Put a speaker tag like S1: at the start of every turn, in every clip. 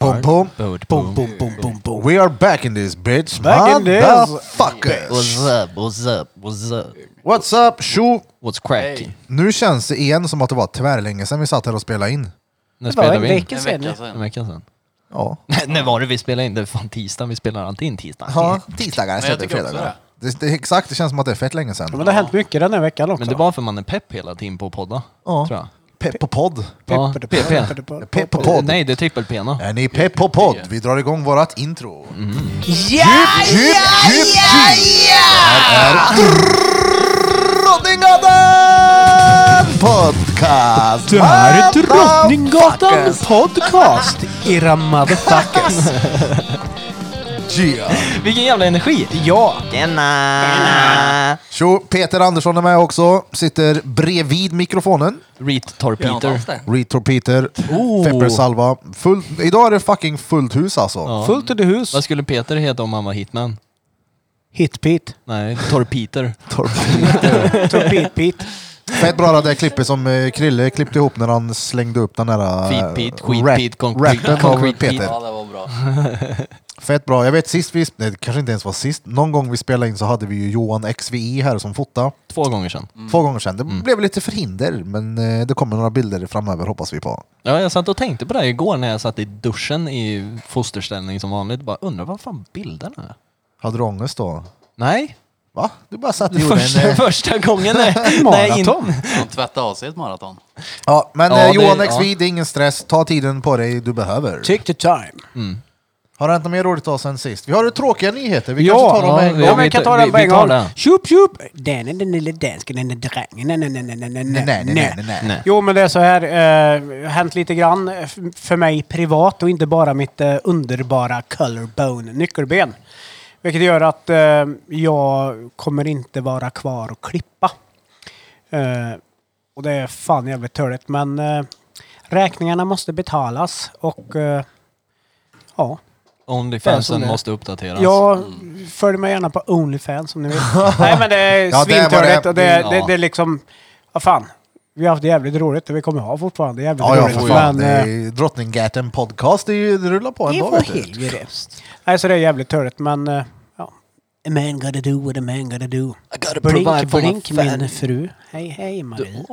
S1: boom, boom, boom, boom,
S2: Boom, boom.
S1: boom, boom, boom. We are back in this bitch.
S3: Back in this
S1: Motherfuckers.
S2: up? What's up? What's up?
S1: What's up? Tjo!
S2: What's cracking?
S1: Nu känns det igen som att det var tvärlänge sedan vi satt här och spelade in.
S2: När
S3: Det var
S2: spelade
S3: en
S2: vi in?
S3: vecka sedan. nu.
S2: En vecka sedan.
S1: Ja.
S2: När var det vi spelade in? Det är fan tisdag. Vi spelar alltid in tisdag.
S1: ja tisdagar
S4: Men jag
S1: istället för
S4: tycker också
S1: fredagar. Det, det, exakt, det känns som att det är fett länge
S3: Ja,
S1: sedan.
S3: Men det har hänt mycket den här veckan också.
S2: Men det var för man är pepp hela tiden på att podda.
S1: Ja.
S2: Tror jag.
S1: Pepp på podd.
S2: Ja,
S3: Pepp-
S2: PP.
S3: pepp- pepp- pepp-
S1: Pepp på
S3: pepp-
S1: podd.
S2: Nej, det är trippel-pena.
S1: Är ni pepp på podd? Vi drar igång vårat intro. Mm.
S3: Ja,
S1: ja, ja, ja! Drottninggatan podcast!
S3: Det här är Drottninggatan podcast, era motherfuckers.
S1: Yeah.
S2: Vilken jävla energi! Ja! Tjena!
S1: Tjo, Peter Andersson är med också. Sitter bredvid mikrofonen.
S2: Reet tar Peter.
S1: Retor Peter,
S2: Oh.
S1: peppersalva. Full, idag är det fucking fullt hus alltså.
S2: Ja.
S3: Fullt i det hus.
S2: Vad skulle Peter heta om han var hitman?
S3: Hit-Pete.
S2: Nej, Torpeter.
S3: Torpid-Pete.
S1: Fett bra det klippet som eh, Krille klippte ihop när han slängde upp den där eh,
S2: Feet-Pete, skit-Pete,
S1: rap,
S2: concrete-
S1: rappen av
S2: concrete-Pete.
S1: Peter.
S4: Ja, det var bra.
S1: Fett bra. Jag vet sist vi, nej, det kanske inte ens var sist, någon gång vi spelade in så hade vi ju Johan XVI här som fotade.
S2: Två gånger sedan.
S1: Två gånger sedan. Det
S2: Mm.
S1: blev lite förhinder, men eh, det kommer några bilder framöver hoppas vi på.
S2: Ja, jag satt och tänkte på det här igår när jag satt i duschen i fosterställning som vanligt. Bara undrar vad fan bilderna är?
S1: Hade du ångest då?
S2: Nej,
S1: Va? Du bara satt och gjorde
S2: första,
S1: en... eh,
S2: första gången. Nej, nej,
S3: Maraton.
S2: in-
S4: De tvättade av sig ett maraton.
S1: Ja, men
S2: Ja,
S1: eh,
S2: det-
S1: Johan
S2: ja.
S1: XVI, det är ingen stress. Ta tiden på dig du behöver.
S3: Take the time.
S1: Har det hänt något mer roligt av sen sist? Vi har ju tråkiga nyheter. Vi kanske
S3: Ja,
S1: tar dem med
S2: ja,
S1: en
S2: vi-
S1: gång.
S3: ja, men jag kan ta
S2: vi-
S3: den på
S2: vi
S3: en
S2: tar
S3: gång.
S2: den.
S3: Tjup, tjup! Den är den lille dansken, den är drängen. Nej, nej, nej, nej, nej, nej,
S1: Nej, nej, nej, nej, nej.
S2: nej.
S3: Jo, men det är så här. eh, hänt lite grann eh, f- för mig privat och inte bara mitt eh, underbara colorbone, nyckelben. Vilket gör att eh, jag kommer inte vara kvar och klippa. Eh, och det är fan jävligt törligt, men eh, räkningarna måste betalas och eh, ja.
S2: Onlyfansen
S3: Det är
S2: måste uppdateras.
S3: Jag följer mig gärna på Onlyfans om ni vill. mm. Nej men det
S1: Ja,
S3: är
S1: det var
S3: svintörligt
S1: det.
S3: och det är, det,
S2: Ja.
S3: det är liksom... Vad fan. Vi har haft det jävligt roligt och vi kommer ha fortfarande jävligt
S1: Ja, ja,
S3: roligt.
S1: för fan. Det
S3: men, eh,
S1: är Drottninggatan podcast, det, är ju, det rullar på ändå. vet du.
S3: nej så det är jävligt törligt men... eh, Ja. A man gotta do what a man gotta do.
S2: I gotta provide
S3: Blink,
S2: for my
S3: blink min
S2: family.
S3: fru. Hej, hej Marie.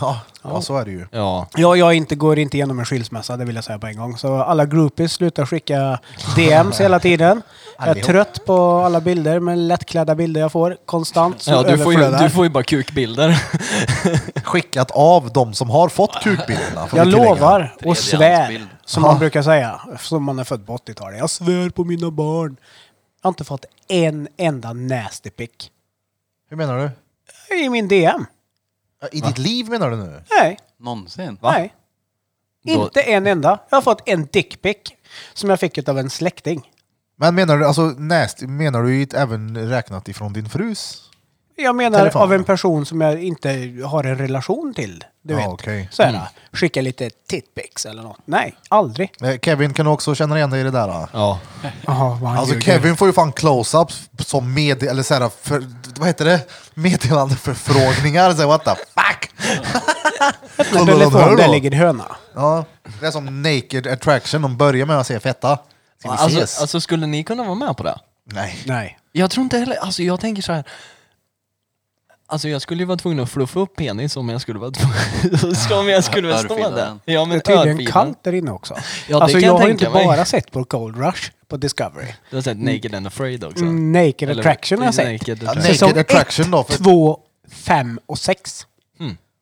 S1: Ja, ja, så är det ju.
S2: Ja.
S3: Ja, jag inte, går inte igenom en skilsmässa, det vill jag säga på en gång. Så alla groupies slutar skicka DMs hela tiden. Jag är
S1: Allihop.
S3: trött på alla bilder, men lättklädda bilder jag får konstant. Så
S2: Ja, du, får ju,
S3: överflödar.
S2: du får ju bara kukbilder.
S1: Skickat av de som har fått kukbilderna. får
S3: Jag
S1: vi tillägga.
S3: lovar och svär,
S4: Tredjehandsbild.
S3: som man brukar säga, som man är född på 80-talet. Jag svär på mina barn. Jag har inte fått en enda nasty pic
S1: Hur menar du?
S3: i min DM.
S1: Ja, I ditt liv menar du nu?
S3: Nej,
S4: Någonsin.
S3: nej.
S2: Då-
S3: Inte en enda. Jag har fått en dickpic som jag fick av en släkting.
S1: Men menar du, alltså näst, menar du ju även räknat ifrån din frus?
S3: Jag menar
S1: Telefon.
S3: av en person som jag inte har en relation till. Du
S1: Ja,
S3: vet.
S1: Ah, okej. Mm.
S3: Så här, Skicka lite titpics eller något. Nej, aldrig.
S1: Eh, Kevin kan du också känna igen dig i det där? Då?
S2: Ja.
S1: Alltså Kevin får ju fan close-ups som med, eller så här, för, vad heter det? Meddelandeförfrågningar. Så här, what the fuck?
S3: Öppna telefon, där ligger höna.
S1: Ja, det är som naked attraction. De börjar med att se fetta. Ska vi
S2: Alltså,
S1: ses?
S2: alltså, skulle ni kunna vara med på det?
S1: Nej.
S3: Nej.
S2: Jag tror inte heller, alltså jag tänker så här. Alltså jag skulle ju vara tvungen att fluffa upp penis om jag skulle vara tvungen, så om jag skulle stå
S4: Örfilen.
S2: där. Ja men
S3: Det är tydligen
S2: örfilen.
S3: kallt där inne också.
S2: Ja, det
S3: alltså,
S2: kan
S3: jag
S2: jag
S3: har ju
S2: tänka
S3: inte
S2: mig.
S3: bara sett på Gold Rush på Discovery.
S2: Du har sett Naked and Afraid också?
S3: Naked
S2: Eller-
S3: Attraction Mm. har jag sett.
S2: Naked
S1: Ja,
S2: Attraction.
S1: Naked
S3: Säsong
S1: Attraction då, för-
S3: 2, 5 och 6.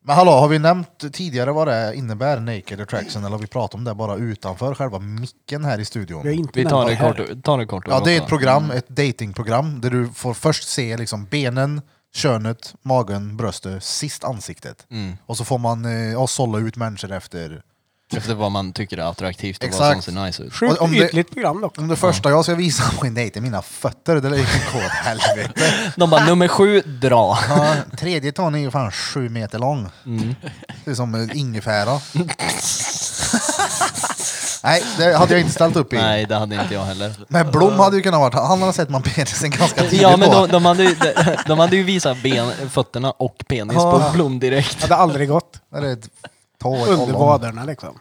S1: Men hallå, har vi nämnt tidigare vad det innebär, naked attraction, eller har vi pratat om det bara utanför själva micken här i
S3: Vi har
S1: studion?
S3: inte
S2: Vi
S3: nämnt
S2: tar det
S3: här.
S2: kort, tar det kort och
S1: Ja,
S2: gott
S1: det är ett
S2: då.
S1: program, ett datingprogram där du får först se liksom benen, könet, magen, bröstet, sist ansiktet. Och så får man eh, ja, sålla ut människor efter.
S2: Efter vad man tycker är attraktivt och vad
S1: Exakt.
S2: som ser nice ut.
S3: Sjukt
S1: Om det-
S3: ytligt program dock.
S1: Om det första jag ska visa på en dejt är mina fötter, det gick gå åt helvete.
S2: De bara, nummer sju, dra.
S1: Ja, tredje tån är ju fan sju meter lång. Det är som eh, ingefära. Nej, det hade jag inte ställt upp i.
S2: Nej, det hade inte jag heller.
S1: Men Blom hade ju kunnat varit, han har sett man penisen ganska tidigt
S2: Ja men
S1: då.
S2: de, de, hade ju, de, de hade ju visat ben, fötterna och penis
S1: Ja.
S2: på Blom direkt.
S3: hade aldrig gått.
S1: När det är ett tår,
S3: Under vaderna liksom.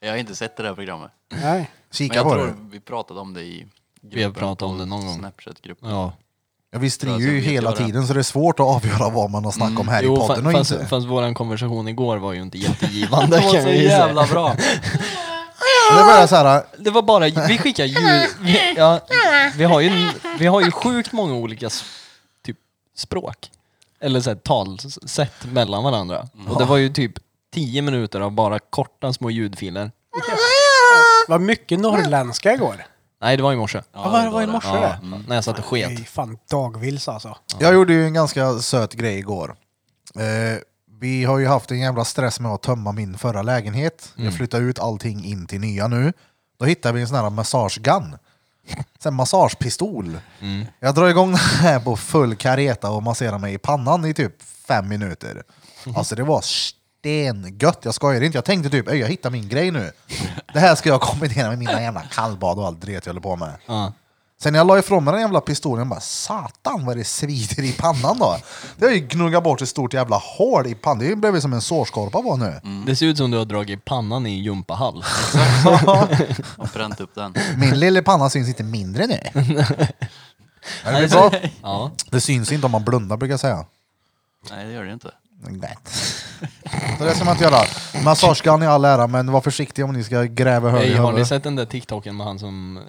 S4: Jag har inte sett det där programmet.
S3: Nej.
S4: Men
S1: Kika
S4: jag
S1: på
S4: tror
S1: det.
S4: vi pratade om det i
S2: Vi har pratat om det någon gång.
S4: Snapchat-gruppen.
S2: Ja.
S1: Ja, vi strider
S4: Alltså, jag
S1: ju
S4: vet
S1: hela
S4: vad det är.
S1: tiden så det är svårt att avgöra vad man har snackat om här i
S2: Mm. Jo,
S1: podden
S2: fa-
S1: och
S2: fast,
S1: inte.
S2: fast vår konversation igår var ju inte jättegivande kan vi ju säga.
S4: bra.
S1: Det är bara så här,
S2: Det var bara, vi skickar ljud, vi, ja, vi, har ju, vi har ju sjukt många olika s- typ, språk. Eller så här, talsätt mellan varandra. Och det var ju typ tio minuter av bara korta små ljudfiler.
S3: Vad mycket norrländska igår.
S2: Nej, det var i morse.
S3: Ja, var, var i morse Mm.
S2: Ja,
S3: det?
S2: när jag satt och
S3: Jag
S2: sket.
S3: är fan dagvils alltså.
S1: jag gjorde ju en ganska söt grej igår. Eh, vi har ju haft en jävla stress med att tömma min förra lägenhet. Jag flyttar ut allting in till nya nu. Då hittar vi en sån här massagegun. Sen massagepistol. Jag drar igång den här på full kareta och masserar mig i pannan i typ fem minuter. Alltså det var stengött, jag skojar inte. Jag tänkte typ, "Ey, jag hittar min grej nu. Det här ska jag kombinera med mina jävla kallbad och allt dret jag håller på med.
S2: Ja.
S1: Sen när jag la ifrån mig den jävla pistolen, jag bara satan vad det svider i pannan då. Det har ju gnuggat bort ett stort jävla hål i pannan. Det blev ju som en sårskorpa var nu.
S3: Mm.
S2: Det ser ut som du har dragit pannan i en gympahall.
S4: Och bränt upp den.
S1: Min lilla panna syns inte mindre nu. Ja, det, blir bra.
S2: Ja.
S1: det syns inte om man blundar brukar jag säga.
S4: Nej, det gör det inte.
S1: Lätt. Så det ska man inte göra. Massagegun i all ära, men var försiktig om ni ska gräva högre
S2: Hey,
S1: i
S2: har ni
S1: huvudet.
S2: sett den där TikToken med han som eh,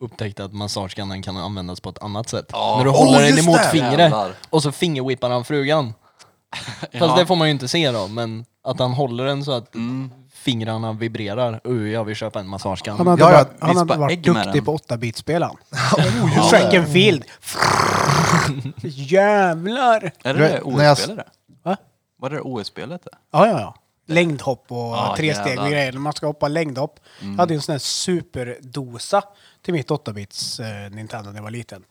S2: upptäckte att massageskannen kan användas på ett annat sätt?
S4: Ja.
S2: När du
S4: Oh,
S2: håller den
S1: just
S2: emot
S1: det!
S2: fingret
S4: Jävlar.
S2: och så fingerwhippar han frugan. Fast
S4: Ja. Mm.
S2: det får man ju inte se då, men att han håller den så att fingrarna vibrerar. Uh, jag vill köpa en
S3: Han
S2: massagekann.
S3: hade,
S1: Ja, ja,
S3: varit, han hade
S4: vispa
S3: varit
S4: ägg med
S3: duktig
S4: den.
S3: på 8-bitsspel han.
S4: Ja.
S3: Track and field. Jävlar!
S4: Är det
S1: Du-
S4: det
S1: när jag-
S4: OS-spelet?
S3: Va?
S4: Var det det OS-spelet? det?
S3: Ja, ja, ja. Längdhopp och
S4: Ja,
S3: tre steg
S4: jävlar. Mm.
S3: och grejer. När man ska hoppa längdhopp. Jag hade ju en sån här superdosa till mitt 8-bits eh, Nintendo när jag var liten.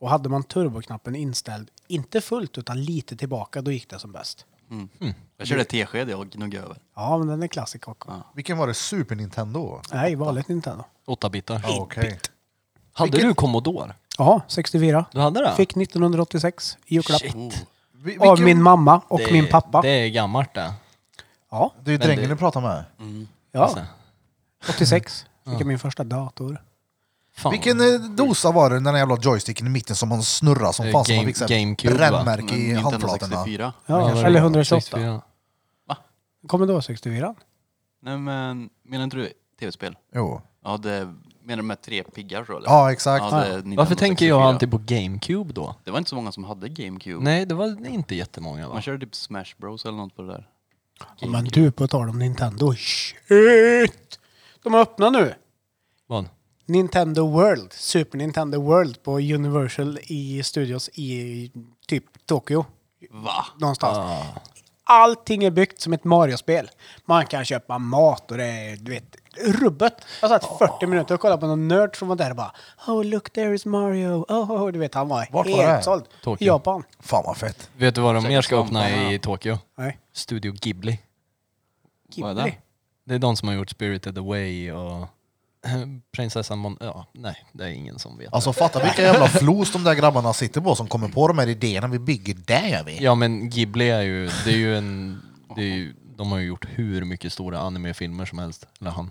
S3: Och hade man turboknappen inställd, inte fullt utan lite tillbaka, då gick det som bäst.
S4: Mm.
S2: Hmm.
S4: Jag körde tesked jag och gnuggade över.
S3: Ja, men den är klassisk också.
S1: Vilken var det? Super Nintendo?
S3: Nej, vanligt Nintendo.
S2: Åtta bitar.
S1: Ja, Okej.
S2: Hade du Commodore?
S3: Ja, 64.
S2: Du hade det?
S3: Fick 1986 i julklapp.
S2: Shit.
S1: Vi- Vilken,
S3: Av min mamma och
S2: Det-
S3: min pappa.
S2: Det är gammalt det.
S3: Ja,
S1: det är ju
S2: Men
S1: drängen
S2: det-
S1: du pratar med.
S3: ja.
S2: Alltså,
S3: 86 fick jag min första dator.
S2: fan.
S1: Vilken eh, dosa var det, den där jävla joysticken i mitten som man snurrar som
S2: Eh,
S1: fan som
S2: Game-
S1: man fick så
S2: GameCube,
S1: här
S2: va?
S1: brännmärke i
S4: Men Nintendo
S1: handflatorna.
S4: 64.
S2: Ja,
S3: Ja,
S2: det var
S3: eller
S2: det.
S3: 128.
S2: 64.
S3: Kommer då 64?
S4: Nej men, menar inte du tv-spel?
S1: Jo.
S4: Ja, det menar du med tre piggar så eller?
S1: Ja, exakt.
S4: Ja, det är Nintendo
S2: Varför tänker jag
S4: 64.
S2: alltid på GameCube då?
S4: Det var inte så många som hade GameCube.
S2: Nej, det var inte jättemånga va?
S4: Man körde typ Smash Bros eller något på det där.
S3: Ja, men du, på tal om Nintendo. Shit! De har öppnat nu.
S2: Vad?
S3: Nintendo World. Super Nintendo World på Universal i Studios i typ Tokyo.
S4: Va?
S3: Någonstans.
S1: Ah.
S3: Allting är byggt som ett Mario-spel. Man kan köpa mat och det är, du vet, rubbet. Jag
S1: Ah.
S3: satt 40 minuter och kollade på någon nörd som var där och bara Oh look there is Mario. Oh, oh, oh. Du vet, han var
S1: Vart var
S3: helt
S1: det?
S3: såld.
S2: Tokyo.
S3: I Japan.
S1: Fan vad fett.
S2: Vet du vad de mer ska
S4: Säkert
S2: öppna
S4: svamparna.
S2: i Tokyo?
S3: Nej.
S2: Studio Ghibli.
S4: Vad är det?
S3: Ghibli.
S2: Det är de som har gjort Spirited Away och Prinsessan Mon... Ja, nej, det är ingen som vet.
S1: Alltså fatta vilka jävla flos de där grabbarna sitter på som kommer på de här idéerna. Vi bygger det gör vi.
S2: Ja, men Ghibli är ju... Det är ju en... Det är ju, de har ju gjort hur mycket stora animefilmer som helst. Eller han.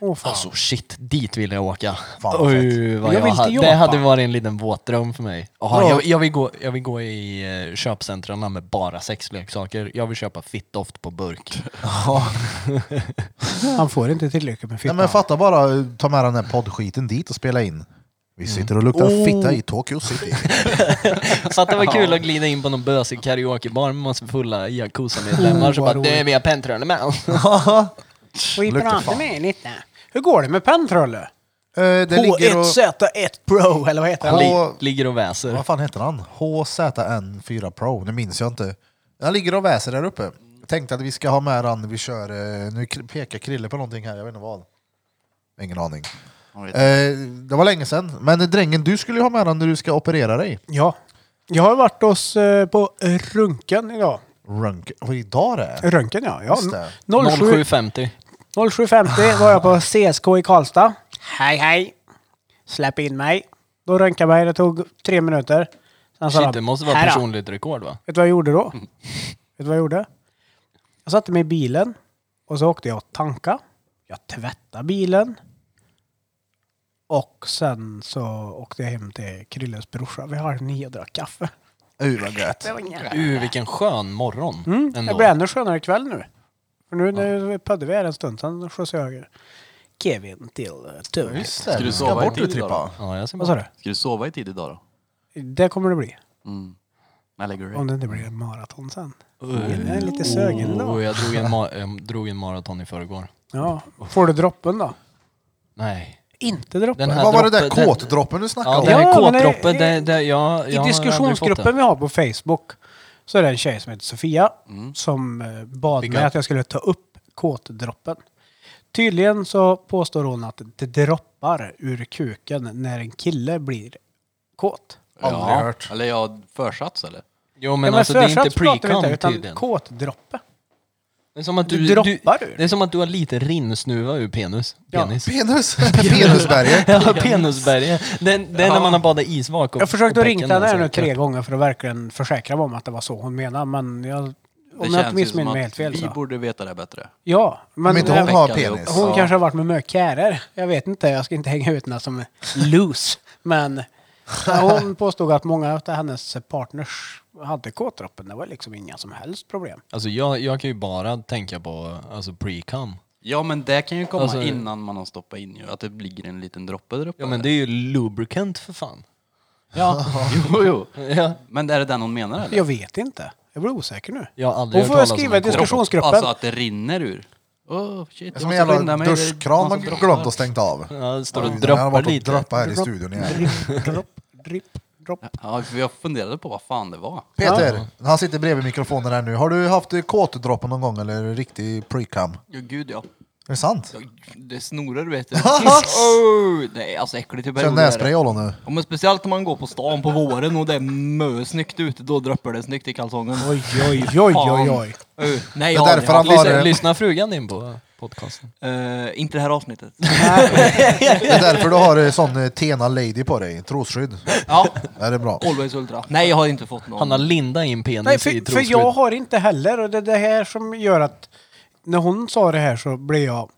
S3: Åh, fan.
S2: Alltså shit, dit vill jag åka.
S1: vad
S2: Oj, vad
S3: Jag
S2: jag
S3: vill
S2: ha,
S3: till
S2: det
S3: Japan.
S2: hade varit en liten våtdröm för mig. Aha,
S1: Ja.
S2: jag, jag, vill gå, jag vill gå i eh, köpcentren med bara sexleksaker. Jag vill köpa Fittoft på burk.
S3: Han får inte tillräckligt med
S1: Nej,
S3: fittan.
S1: men fatta bara, eh, ta med den här poddskiten dit och spela in. Vi sitter och luktar fitta i Tokyo City.
S2: Så att det var kul att glida in på någon bösig karaokebar med massa fulla Yakuza-medlemmar så
S3: Oh,
S2: bara
S3: vad
S2: du
S3: roligt."
S2: vi har pentröner med.
S3: Vi
S1: Luktar
S3: pratar
S1: fan.
S3: med lite. Hur går det med Pentrolle?
S1: Eh, det ligger och...
S3: H1Z1 Pro, eller vad heter
S1: Ja.
S3: den?
S2: Li- ligger och väser.
S1: Vad fan heter han? HZN4 Pro, nu minns jag inte. Han ligger och väser där uppe. Jag tänkte att vi ska ha med han, vi kör... eh, Nu kr- pekar Krille på någonting här, jag vet inte vad. Ingen aning.
S4: Man vet.
S1: Eh, det var länge sedan. Men drängen, du skulle ju ha med han när du ska operera dig.
S3: Ja. Jag har varit hos, eh, på Röntgen idag.
S1: Runk. Vad idag det är?
S3: Röntgen ja. ja.
S1: Just det.
S3: 07
S2: 07.50.
S3: 07.50 var jag på CSK i Karlstad. Hej hej! Släpp in mig. Då röntgade mig, det tog tre minuter. Sen sa
S2: Shit,
S3: de,
S2: det måste vara Mm.
S3: "Här då."
S2: personligt rekord va?
S3: Vet du vad jag gjorde då? Vet du vad jag gjorde? Jag satte mig i bilen och så åkte jag och tankade. Jag tvättade bilen. Och sen så åkte jag hem till Krilles brorsa. Vi har nio och drack kaffe.
S1: Uh, vad gött.
S2: Uh, vilken skön morgon
S3: Mm, det
S2: ändå.
S3: blir ännu skönare ikväll nu. För nu när pödde vi här en stund, sen skjutsade jag över Kevin till eh, Tunis.
S1: Just det,
S4: Ska du
S1: du ska
S4: sova i
S1: bort du
S4: tid då?
S1: Trippa.
S2: Ja, jag ser
S3: Vad sa
S2: bara.
S3: du?
S4: Ska du sova i tid idag då?
S3: Det kommer det bli.
S4: Mm. Jag lägger
S3: Om
S4: dig.
S3: det inte blir en maraton sen.
S2: Uh,
S3: Jag är lite sögen då.
S2: oh, jag, drog en ma- jag drog en maraton i förrgår.
S3: Ja. Får du droppen då?
S2: Nej.
S3: Inte droppen.
S2: Den här
S1: Vad var det där
S2: droppen- den-
S1: kåtdroppen du snackade
S2: Ja,
S1: om?
S2: det är
S3: Ja, men det-
S2: kåtdroppen. Det, det, jag, jag
S3: I
S2: har aldrig fått
S3: diskussionsgruppen
S2: den.
S3: vi har på Facebook så är det en tjej som heter Sofia
S4: Mm.
S3: som eh, bad
S2: Fick
S3: mig
S2: jag.
S3: att jag skulle ta upp kåtdroppen. Tydligen så påstår hon att det droppar ur kuken när en kille blir kåt.
S1: Aldrig hört.
S4: Eller jag försats eller?
S2: Jo, men,
S3: Ja,
S2: alltså, det är inte
S3: försats pratar vi inte,
S2: pre-cum
S3: utan
S2: tydligen.
S3: Kåtdroppe.
S2: Det är som att
S3: Du
S2: du,
S3: droppar ur.
S2: Det är som att du har lite rinnsnuva ur penis.
S3: Ja.
S2: Penis.
S1: Penus. Penusberget.
S2: Ja, penisberget. Den, den när man har badat isvak och
S3: Jag försökte
S2: och
S3: ringa
S2: bäcken alltså.
S3: henne
S2: där, så-
S3: nu tre gånger för att verkligen försäkra mig om att det var så hon menade. Men jag, om jag inte
S4: ju som
S3: missminner mig
S4: att
S3: helt fel
S4: vi
S3: så.
S4: borde veta det bättre.
S3: Ja, men
S1: Om inte hon
S3: hon,
S1: har
S4: Veckan
S1: penis.
S4: ihop. Ja.
S3: kanske har varit med mökärer. Jag vet inte, jag ska inte hänga ut henne som loose. Men hon påstod att många av hennes partners hade kåtdroppen. Det var liksom inga som helst problem.
S2: Alltså jag, jag kan ju bara tänka på alltså pre-cum.
S4: Ja men det kan ju komma
S2: Alltså-
S4: innan man har stoppat in ju, att det ligger en liten droppe där uppe.
S2: Ja men det är ju lubricant för fan.
S4: ja. jo, jo.
S2: Ja,
S4: Men är det den hon menar eller?
S3: Jag vet inte. Jag blir osäker nu.
S2: jag har aldrig hört
S3: Hon får
S2: talas
S3: skriva i
S2: om en kåt.
S3: diskussionsgruppen.
S4: Alltså att det rinner ur. Oh, shit,
S1: Det är
S4: jag
S1: Som en
S4: måste skynda
S1: jävla
S4: mig, det är
S1: duschkran man
S4: massa droppar.
S1: glömt att stänga av.
S2: Ja, det står och
S1: Jag har
S2: droppar
S1: varit och
S2: lite.
S1: droppat här i studion igen.
S3: Dropp, dropp, dripp, dropp.
S4: Ja, för jag funderade på vad fan det var.
S1: Peter, han sitter bredvid mikrofonen här nu. Har du haft kåtdroppen någon gång eller riktig pre-cum?
S4: Ja, gud ja.
S1: Är det sant?
S5: Det snorar vet du. oh, det är alltså äckligt i
S1: Känn
S5: perioder.
S1: nässpray i ollon nu.
S5: Ja, men speciellt om man går på stan på våren och det är mö snyggt ute, då droppar det snyggt i kalsongen.
S3: Oj, oj, oj, oj, oj.
S5: Uh, nej,
S1: Det är
S5: jag har
S1: därför
S5: aldrig haft-
S1: han
S2: Lyssna,
S1: Har-
S2: lyssna frugan in på podcasten.
S5: Eh, inte det här avsnittet.
S1: Det är därför du har eh, sån eh, Tena Lady på dig, trosskydd.
S5: ja,
S1: Är det bra?
S5: Always Ultra. Nej, jag har inte fått någon.
S2: Han har lindat in penis
S3: Nej,
S2: i
S3: för, för
S2: trosskydd.
S3: jag har inte heller och det är det här som gör att när hon sa det här så blev jag...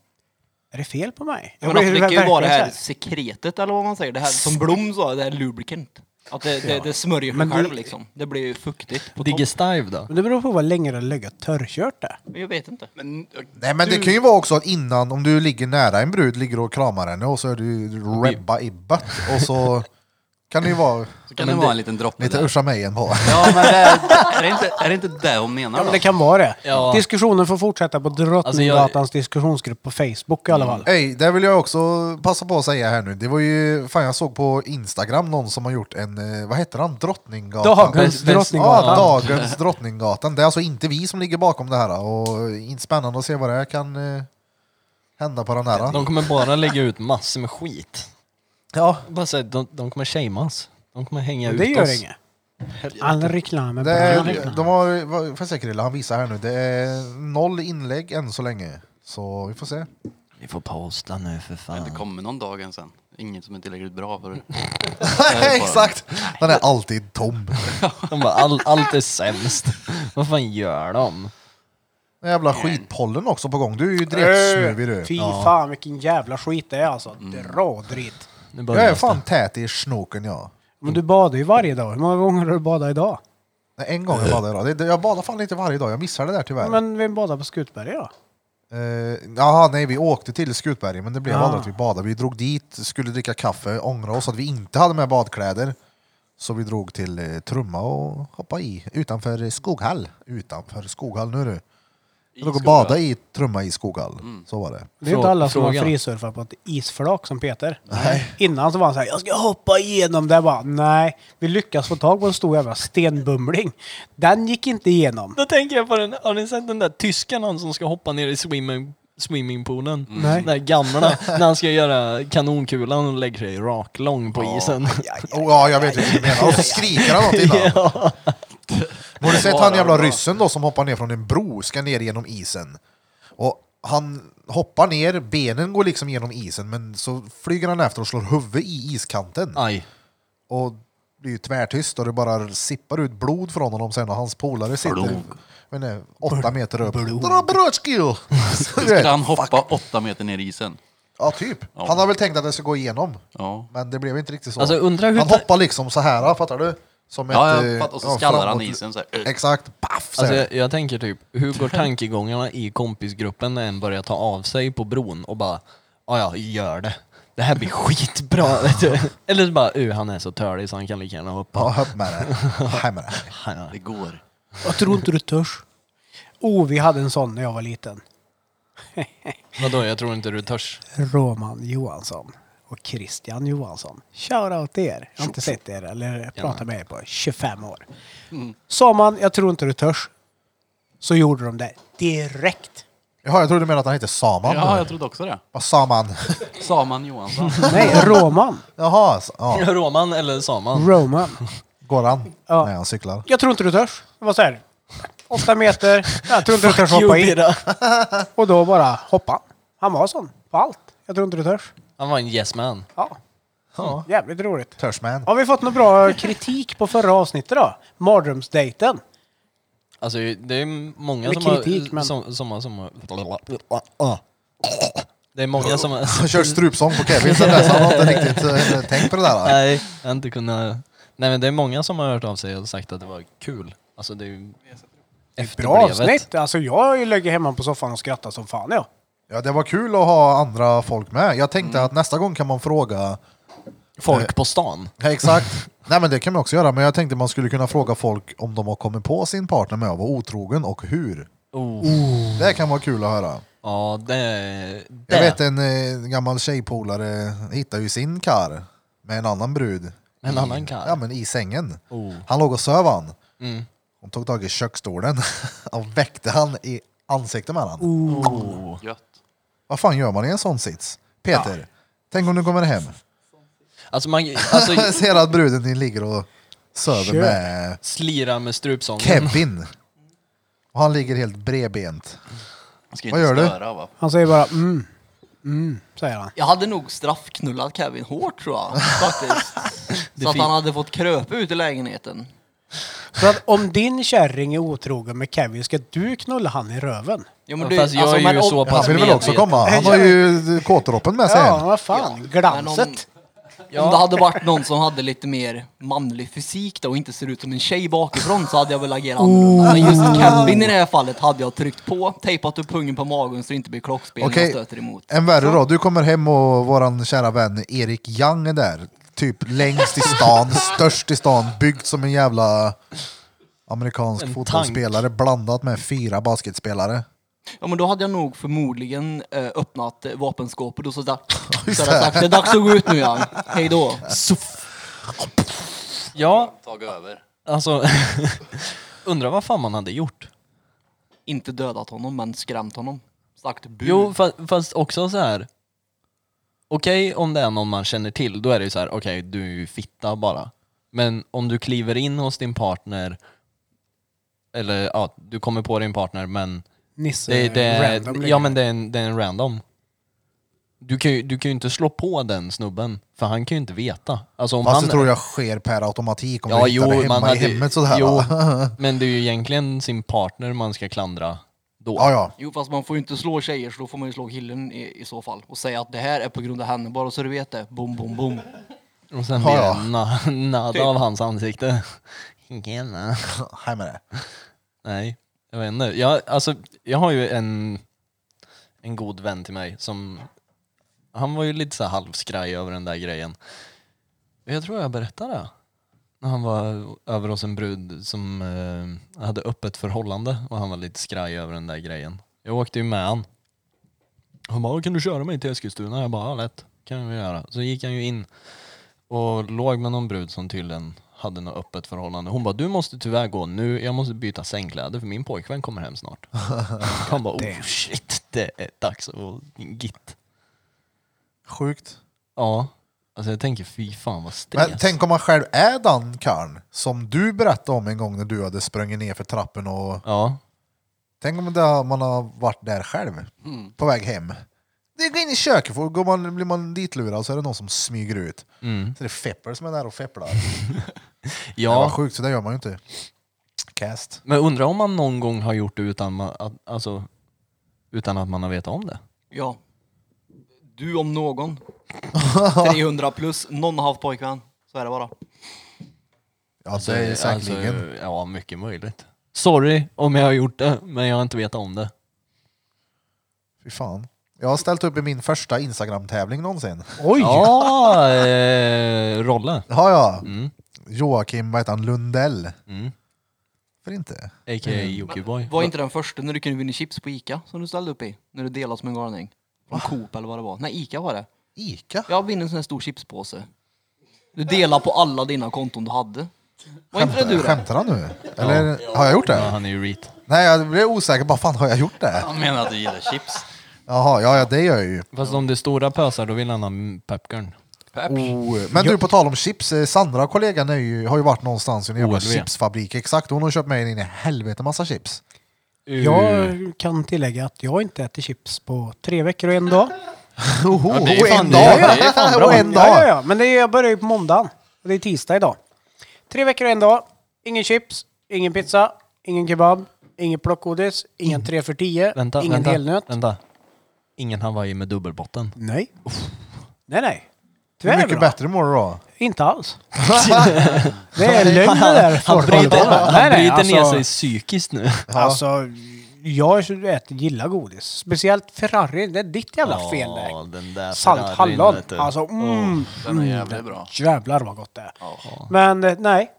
S3: Är det fel på mig? Jag
S5: men alltså,
S3: blev
S5: det kan ju
S3: verkligen
S5: vara det
S3: så
S5: här sekretet eller vad man säger. Det här som Blom sa, det här lubricant. Att det, det, det smörjer sig
S3: Men
S5: själv
S3: det-
S5: liksom. Det blir ju fuktigt på topp.
S2: Digestive då?
S3: Men det beror på vad länge det har legat törrkört där.
S5: Men Jag vet inte. Men,
S1: Nej men det kan ju vara också att innan, om du ligger nära en brud, ligger och kramar henne och så är du rebba i bött och så kan det ju vara
S4: Så kan
S2: men
S4: det vara
S2: det-
S4: en liten droppe
S1: lite
S4: där.
S1: Usha Mejen på.
S4: Ja men det är, är, det inte, är det inte det hon menar
S3: Ja,
S4: då?
S3: men det kan vara det.
S2: Ja.
S3: Diskussionen får fortsätta
S5: Alltså,
S3: på Drottninggatans diskussionsgrupp på Facebook i alla
S5: Mm.
S3: fall.
S1: Ey, det vill jag också passa på att säga här nu. Det var ju, fan jag såg på Instagram någon som har gjort en, eh, vad heter han, Drottninggatan?
S3: Dagens
S2: Bäst- bäst-
S1: Ja,
S3: Drottninggatan.
S1: dagens Drottninggatan. Det är alltså inte vi som ligger bakom det här och inte spännande att se vad det här kan eh, hända på den här.
S2: De kommer bara lägga ut massor med skit.
S1: Ja.
S2: Bara så här, de, de kommer shameas. De kommer hänga
S3: det
S2: ut
S3: gör
S2: oss.
S3: inget. All reklam är
S1: Det
S3: bra
S1: är,
S3: reklam.
S1: de har, vad- får jag se Krille, han visar här nu. Det är noll inlägg än så länge. Så vi får se.
S2: Vi får posta nu för
S4: Det
S2: fan.
S4: kommer någon dag än sen. Inget som är tillräckligt bra för
S1: Exakt! Den är alltid tom.
S2: De bara, all, allt är sämst. Vad fan gör de?
S1: Den jävla skitpollen också på gång. Du är ju dretsnuvig du.
S3: Eh, Fy fan vilken jävla skit det är alltså.
S5: Mm.
S3: Dra drit.
S2: Nu
S1: Jag
S2: börjar
S1: är
S2: det.
S1: fan tät i snoken jag.
S5: Mm.
S3: Men du badar ju varje dag. Hur många gånger har du badat idag?
S1: Nej, en gång jag badade idag. Det- det- Jag badar fan inte varje dag, jag missar det där tyvärr.
S3: Men vem badar på Skutberget då?
S1: Eh, Jaha, nej vi åkte till Skutberget men det blev
S3: Ja.
S1: aldrig att vi badade. Vi drog dit, skulle dricka kaffe, ångra oss att vi inte hade med badkläder. Så vi drog till eh, Trumma och hoppade i utanför eh, Skoghall. Utanför Skoghall nu du. Vi låg och badade i Trumma i Skoghall. Så var det.
S3: Det är inte
S2: Frå-
S3: alla som har
S2: frågan.
S3: frisurfat på ett isflak som Peter. Innan så var han såhär, jag ska hoppa igenom det. Bara, Nej, vi lyckas få tag på en stor jävla stenbumling. Den gick inte igenom.
S2: Då tänker jag på den, har ni sett den där tyskan han som ska hoppa ner i swimming, swimmingpoolen?
S3: Nej.
S2: Den där gamla, när han ska göra kanonkulan och lägger sig raklång på isen.
S1: Oh, ja, jag vet inte vad du menar. Och så skriker han något innan. Har du sett han jävla ryssen då som hoppar ner från en bro, ska ner genom isen? Och han hoppar ner, benen går liksom genom isen, men så flyger han efter och slår huvudet i iskanten.
S2: Aj.
S1: Och blir ju tvärtyst och det bara sippar ut blod från honom sen och hans polare sitter men, nej, åtta meter upp. Dra brödskill! Så du vet,
S4: Skulle han hoppa åtta meter ner i isen?
S1: Ja, typ. Han har väl tänkt att det ska gå igenom,
S4: Ja.
S1: men det blev inte riktigt så.
S2: Alltså, undrar hur
S1: han
S2: ta-
S1: hoppar liksom så här, fattar du? Som
S4: Ja,
S1: ett,
S4: jag
S1: eh,
S4: fattar. Och så
S1: ja,
S4: skallar han
S1: framåt-
S4: isen så här.
S1: Exakt, paff! så
S2: Alltså,
S1: här.
S2: jag, jag tänker typ, hur går tankegångarna i kompisgruppen när en börjar ta av sig på bron och bara "Ah, "Ja, ja, gör det. Det här blir skitbra. vet du." Eller så bara, uh, han är så tölig så han kan lika gärna hoppa.
S1: Ja, upp med det. Hem med det.
S2: Han-
S4: Det går.
S3: Jag tror inte du törs. Oh, vi hade en sån när jag var liten.
S2: Vadå, jag tror inte du törs.
S3: Roman Johansson och Christian Johansson. Shoutout till er. Jag har inte sett er eller pratat med er på 25 år. Sa man, jag tror inte du törs, så gjorde de det direkt.
S1: Jaha, jag trodde du menade att han hette Saman.
S4: Ja, jag trodde också det.
S1: Vad Saman?
S4: Saman Johansson.
S3: Nej, Roman.
S1: Jaha, s- ja.
S2: Roman eller Saman?
S3: Roman.
S1: går han
S3: Ja.
S1: när han cyklar?
S3: Jag tror inte du törs. Det var så här, åtta meter. Jag tror inte du törs hoppa in.
S2: Jupira.
S3: Och då bara hoppa. Han var sån på allt. Jag tror inte du törs.
S2: Han var en yes man.
S3: Ja,
S1: Ja.
S3: jävligt roligt.
S1: Törsman.
S3: Har vi fått någon bra kritik på förra avsnittet då? Mardrömsdejten.
S2: Alltså det är många
S3: Eller
S2: som
S3: kritik,
S2: har...
S3: men-
S2: Som, som, har- som, har- det är många som har...
S1: Han kör strupsång på Kevin sen dess. Han har inte riktigt eh, tänkt på det där.
S2: Nej, jag har inte kunnat... Nej men det är många som har hört av sig och sagt att det var kul. Alltså det är ju... Efter
S3: Bra avsnitt! Alltså jag har ju legat hemma på soffan och skrattat som fan jag.
S1: Ja, det var kul att ha andra folk med. Jag tänkte att nästa gång kan man fråga...
S2: Folk på stan.
S1: Ja, exakt. Nej, men det kan man också göra. Men jag tänkte man skulle kunna fråga folk om de har kommit på sin partner med att vara otrogen och hur.
S4: Oh.
S1: Det kan vara kul att höra.
S2: Ja, det... det.
S1: Jag vet en eh, gammal tjejpolare hittade ju sin kar med en annan brud.
S2: Med en annan karl?
S1: Ja men i sängen.
S2: Oh. Mm.
S1: Han låg och söv han. Hon tog tag i köksstolen och väckte han i ansiktet med han.
S2: Oh.
S4: Gött.
S1: Vad fan gör man i en sån sits? Peter, tänk om du kommer hem.
S2: Alltså man... Alltså,
S1: Ser att bruden din ligger och söver
S3: Kör.
S1: med
S2: slira med strupsången.
S1: Kevin. Och han ligger helt bredbent.
S4: Man ska ju
S1: Vad
S4: inte
S1: gör du?
S4: störa va?
S3: Han säger bara mm, mm, säger han.
S6: Jag hade nog straffknullat Kevin hårt tror jag faktiskt. Så att
S2: fin-
S6: han hade fått kröpa ut i lägenheten.
S3: Så att om din kärring är otrogen med Kevin, ska du knulla han i röven?
S6: Jo, alltså,
S2: Ja, fast jag är ju så
S6: om-
S2: pass
S1: Han vill väl också komma? Han har ju kåtdroppen med sig.
S3: Ja,
S1: än.
S3: vad fan.
S6: Men
S3: Glanset.
S6: om, om det hade varit någon som hade lite mer manlig fysik då och inte ser ut som en tjej bakifrån så hade jag väl agerat
S2: Oh.
S6: annorlunda. Men just Kevin i det här fallet hade jag tryckt på, tejpat upp pungen på magen så det inte blir klockspel när
S1: Okej.
S6: jag stöter emot.
S1: En värre då, du kommer hem och våran kära vän Erik Young är där. Typ längst i stan, störst i stan, byggd som en jävla amerikansk
S2: En
S1: fotbollsspelare blandat med fyra basketspelare.
S6: Ja men då hade jag nog förmodligen eh, öppnat eh, vapenskåpet och så där. Så hade jag sagt det är dags att gå ut nu Jan, hej då.
S2: Ja,
S4: Tag över.
S2: alltså... Undrar vad fan man hade gjort.
S6: Inte dödat honom men skrämt honom. Sagt bu.
S2: Jo, fast, fast också så här. Okej, om det är någon man känner till, då är det ju så här, okej, du är ju fitta bara. Men om du kliver in hos din partner, eller ja, du kommer på din partner, men
S3: Nisse.
S2: det, det, är-
S3: random
S2: ja,
S3: ligger.
S2: men det, är en, det är en random. Du kan, ju, du kan ju inte slå på den snubben, för han kan ju inte veta. Alltså, om
S1: Fast
S2: han,
S1: det tror jag sker per automatik om
S2: Ja,
S1: du hittar
S2: jo,
S1: det hemma
S2: man
S1: i
S2: hade-
S1: hemmet sådär.
S2: jo.
S1: va?
S2: Men det är ju egentligen sin partner man ska klandra då.
S1: ja, ja.
S6: Jo fast man får ju inte slå tjejer så då får man ju slå killen i, i så fall och säga att det här är på grund av henne bara så du vet det. Bom, bom, bom.
S2: Och
S1: Ja,
S2: sen blir
S1: ja. Typ.
S2: det na, nada av hans ansikte. Gena.
S1: Hej med det.
S2: Nej, jag vet inte. Jag, alltså, jag har ju en, en god vän till mig som... Han var ju lite så här halvskraj över den där grejen. Jag tror jag berättade det. När han var över hos en brud som eh, hade öppet förhållande och han var lite skraj över den där grejen. Jag åkte ju med han. Han bara, kan du köra mig till Eskilstuna? Jag bara, ja lätt, kan vi göra. Så gick han ju in och låg med någon brud som tydligen hade något öppet förhållande. Hon bara, du måste tyvärr gå nu, jag måste byta sängkläder för min pojkvän kommer hem snart. Han bara, oh shit, det är dags att git.
S1: Sjukt.
S2: Ja, alltså jag tänker fy fan vad stres.
S1: Men tänk om man själv är den karln som du berättade om en gång när du hade sprungit ner för trappen och
S2: Ja, Mm.
S1: tänk om det, man har varit där själv på väg hem. Det går in i köket, för går man, blir man ditlurad så är det någon som smyger ut. Så det är Fepper som är där och fepplar. Det var
S2: Mm. Ja,
S1: sjukt, så det gör man ju inte. Cast.
S2: men undrar om man någon gång har gjort det utan, ma- att, alltså, utan att man har vetat om det?
S6: Ja. Du om någon. 300 plus, någon har haft pojkvän. Så är det bara.
S1: Ja, det är säkerligen.
S2: Alltså, ja, mycket möjligt. Sorry om jag har gjort det, men jag har inte vetat om det.
S1: Fy fan. Jag har ställt upp i min första Instagram-tävling någonsin.
S3: Oj!
S2: Ja, eh, Rolle.
S1: Det har jag.
S2: Mm.
S1: Joakim, vad heter han, Lundell.
S2: Mm.
S1: För inte?
S2: A.k.a.
S3: Mm.
S2: Jockiboi.
S6: Var inte den första när du kunde vinna chips på Ica som du ställde upp i? När du delade som en galning. Från Coop eller vad det var. Nej, Ica var det.
S1: Ica?
S6: Jag vinner en sån här stor chipspåse. Du delar på alla dina konton du hade. Var inte det du det?
S1: Skämtar han nu? Eller har jag gjort det?
S2: Ja, han är ju reet.
S1: Nej, jag blev osäker. Bara fan, har jag gjort det?
S4: Han menar att du gillar chips.
S1: Jaha, ja, ja det gör jag ju.
S2: Fast om det är stora pösar, då vill han ha popcorn.
S1: Oh, men du, på tal om chips. eh, Sandra, kollegan, är ju, har ju varit någonstans i en jävla
S2: OLV.
S1: chipsfabrik. Exakt, hon har köpt med in i helvete massa chips.
S3: Jag kan tillägga att jag inte äter chips på tre veckor och en dag.
S1: Oho,
S2: det är ju
S1: och
S2: fan-
S1: en
S2: det är-
S1: dag!
S2: det är fan bra.
S1: och en dag!
S3: Ja, ja, ja. Men det, jag börjar ju på måndagen. Och det är tisdag idag. Tre veckor och en dag. Ingen chips, ingen pizza, ingen kebab, ingen plockgodis, ingen tre för tio,
S2: Mm. Vänta,
S3: ingen
S2: vänta,
S3: helnöt.
S2: vänta. Ingen hawaii med dubbelbotten.
S3: Nej. Nej, nej.
S1: Hur
S3: Tyvärr
S1: mycket
S3: bra.
S1: bättre mår du då?
S3: Inte alls. Det är lögn det där.
S2: Han
S3: folk håller på
S2: bryter,
S3: med.
S2: han
S3: Nej, nej,
S2: bryter ner
S3: alltså-
S2: sig psykiskt nu.
S3: Alltså, jag äter, gillar godis. Speciellt Ferrari. Det är ditt jävla fel där.
S2: Ja, den där
S3: Salthallon.
S2: Ferrarin, vet du.
S3: Alltså, mm,
S4: Den är jävligt bra.
S3: jävlar vad gott det är. Men eh, nej.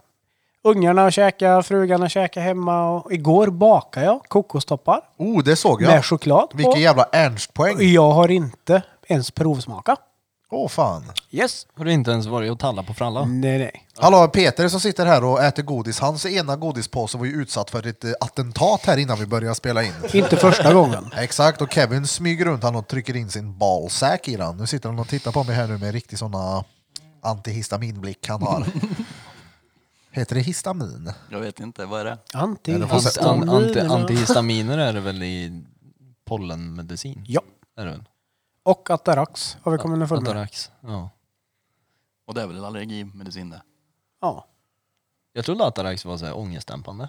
S3: Ungarna käkar, frugan käkar hemma och igår bakade jag kokostoppar
S1: Oh, det såg jag.
S3: med choklad på.
S1: Vilken jävla Ernst-poäng.
S3: Jag har inte ens provsmakat.
S1: Åh fan.
S3: Yes.
S2: Har du inte ens varit och tallat på
S1: Mm.
S2: fralla?
S3: Nej, nej.
S1: Hallå, Peter som sitter här och äter godis, hans ena godispåse var ju utsatt för ett eh, attentat här innan vi började spela in.
S3: Inte första gången.
S1: Exakt, och Kevin smyger runt han och trycker in sin ballsack i den. Nu sitter han och tittar på mig här nu med riktigt såna antihistaminblick han har. Heter det histamin?
S4: Jag vet inte, vad är det?
S3: Anti...
S1: Ja, det får-
S2: Ant, an, anti,
S3: eller-
S2: antihistaminer är det väl i pollenmedicin?
S3: Ja.
S2: Är det väl?
S3: Och Atarax har vi kommit underfund med.
S2: Atarax. Ja.
S4: Och det är väl allergimedicin det?
S3: Ja.
S2: Jag trodde Atarax var så här ångestdämpande.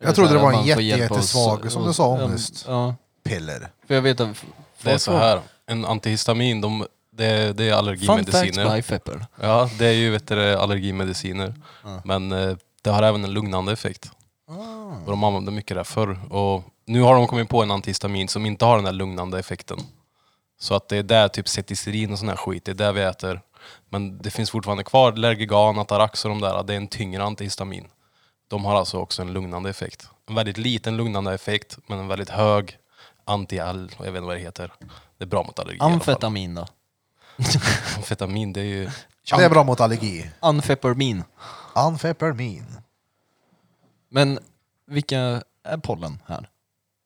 S1: Jag trodde det var
S2: Man
S1: en
S2: får
S1: jätte,
S2: hjälp av-
S1: jättesvag, som du sa, ångest.
S2: Ja,
S1: Piller.
S2: för jag vet att...
S7: Det är så här, en antihistamin, de, det, det är
S2: Fun facts
S7: allergimediciner.
S2: by Pepper.
S7: Ja, det är ju vet du, det, allergimediciner. Men eh, det har även en lugnande effekt. Och de använde mycket det förr. Och nu har de kommit på en antihistamin som inte har den där lugnande effekten. Så att det är där typ cetirizin och sån här skit, det är där vi äter. Men det finns fortfarande kvar Lergigan, Atarax och de där. Det är en tyngre antihistamin. De har alltså också en lugnande effekt. En väldigt liten lugnande effekt, men en väldigt hög anti-all... Jag vet inte vad det heter. Det är bra mot allergi i alla fall.
S2: Amfetamin då?
S7: Amfetamin, det är ju...
S1: Det är bra mot allergi.
S2: Amfepermin.
S1: Anfepermin.
S2: Men vilka är pollen här?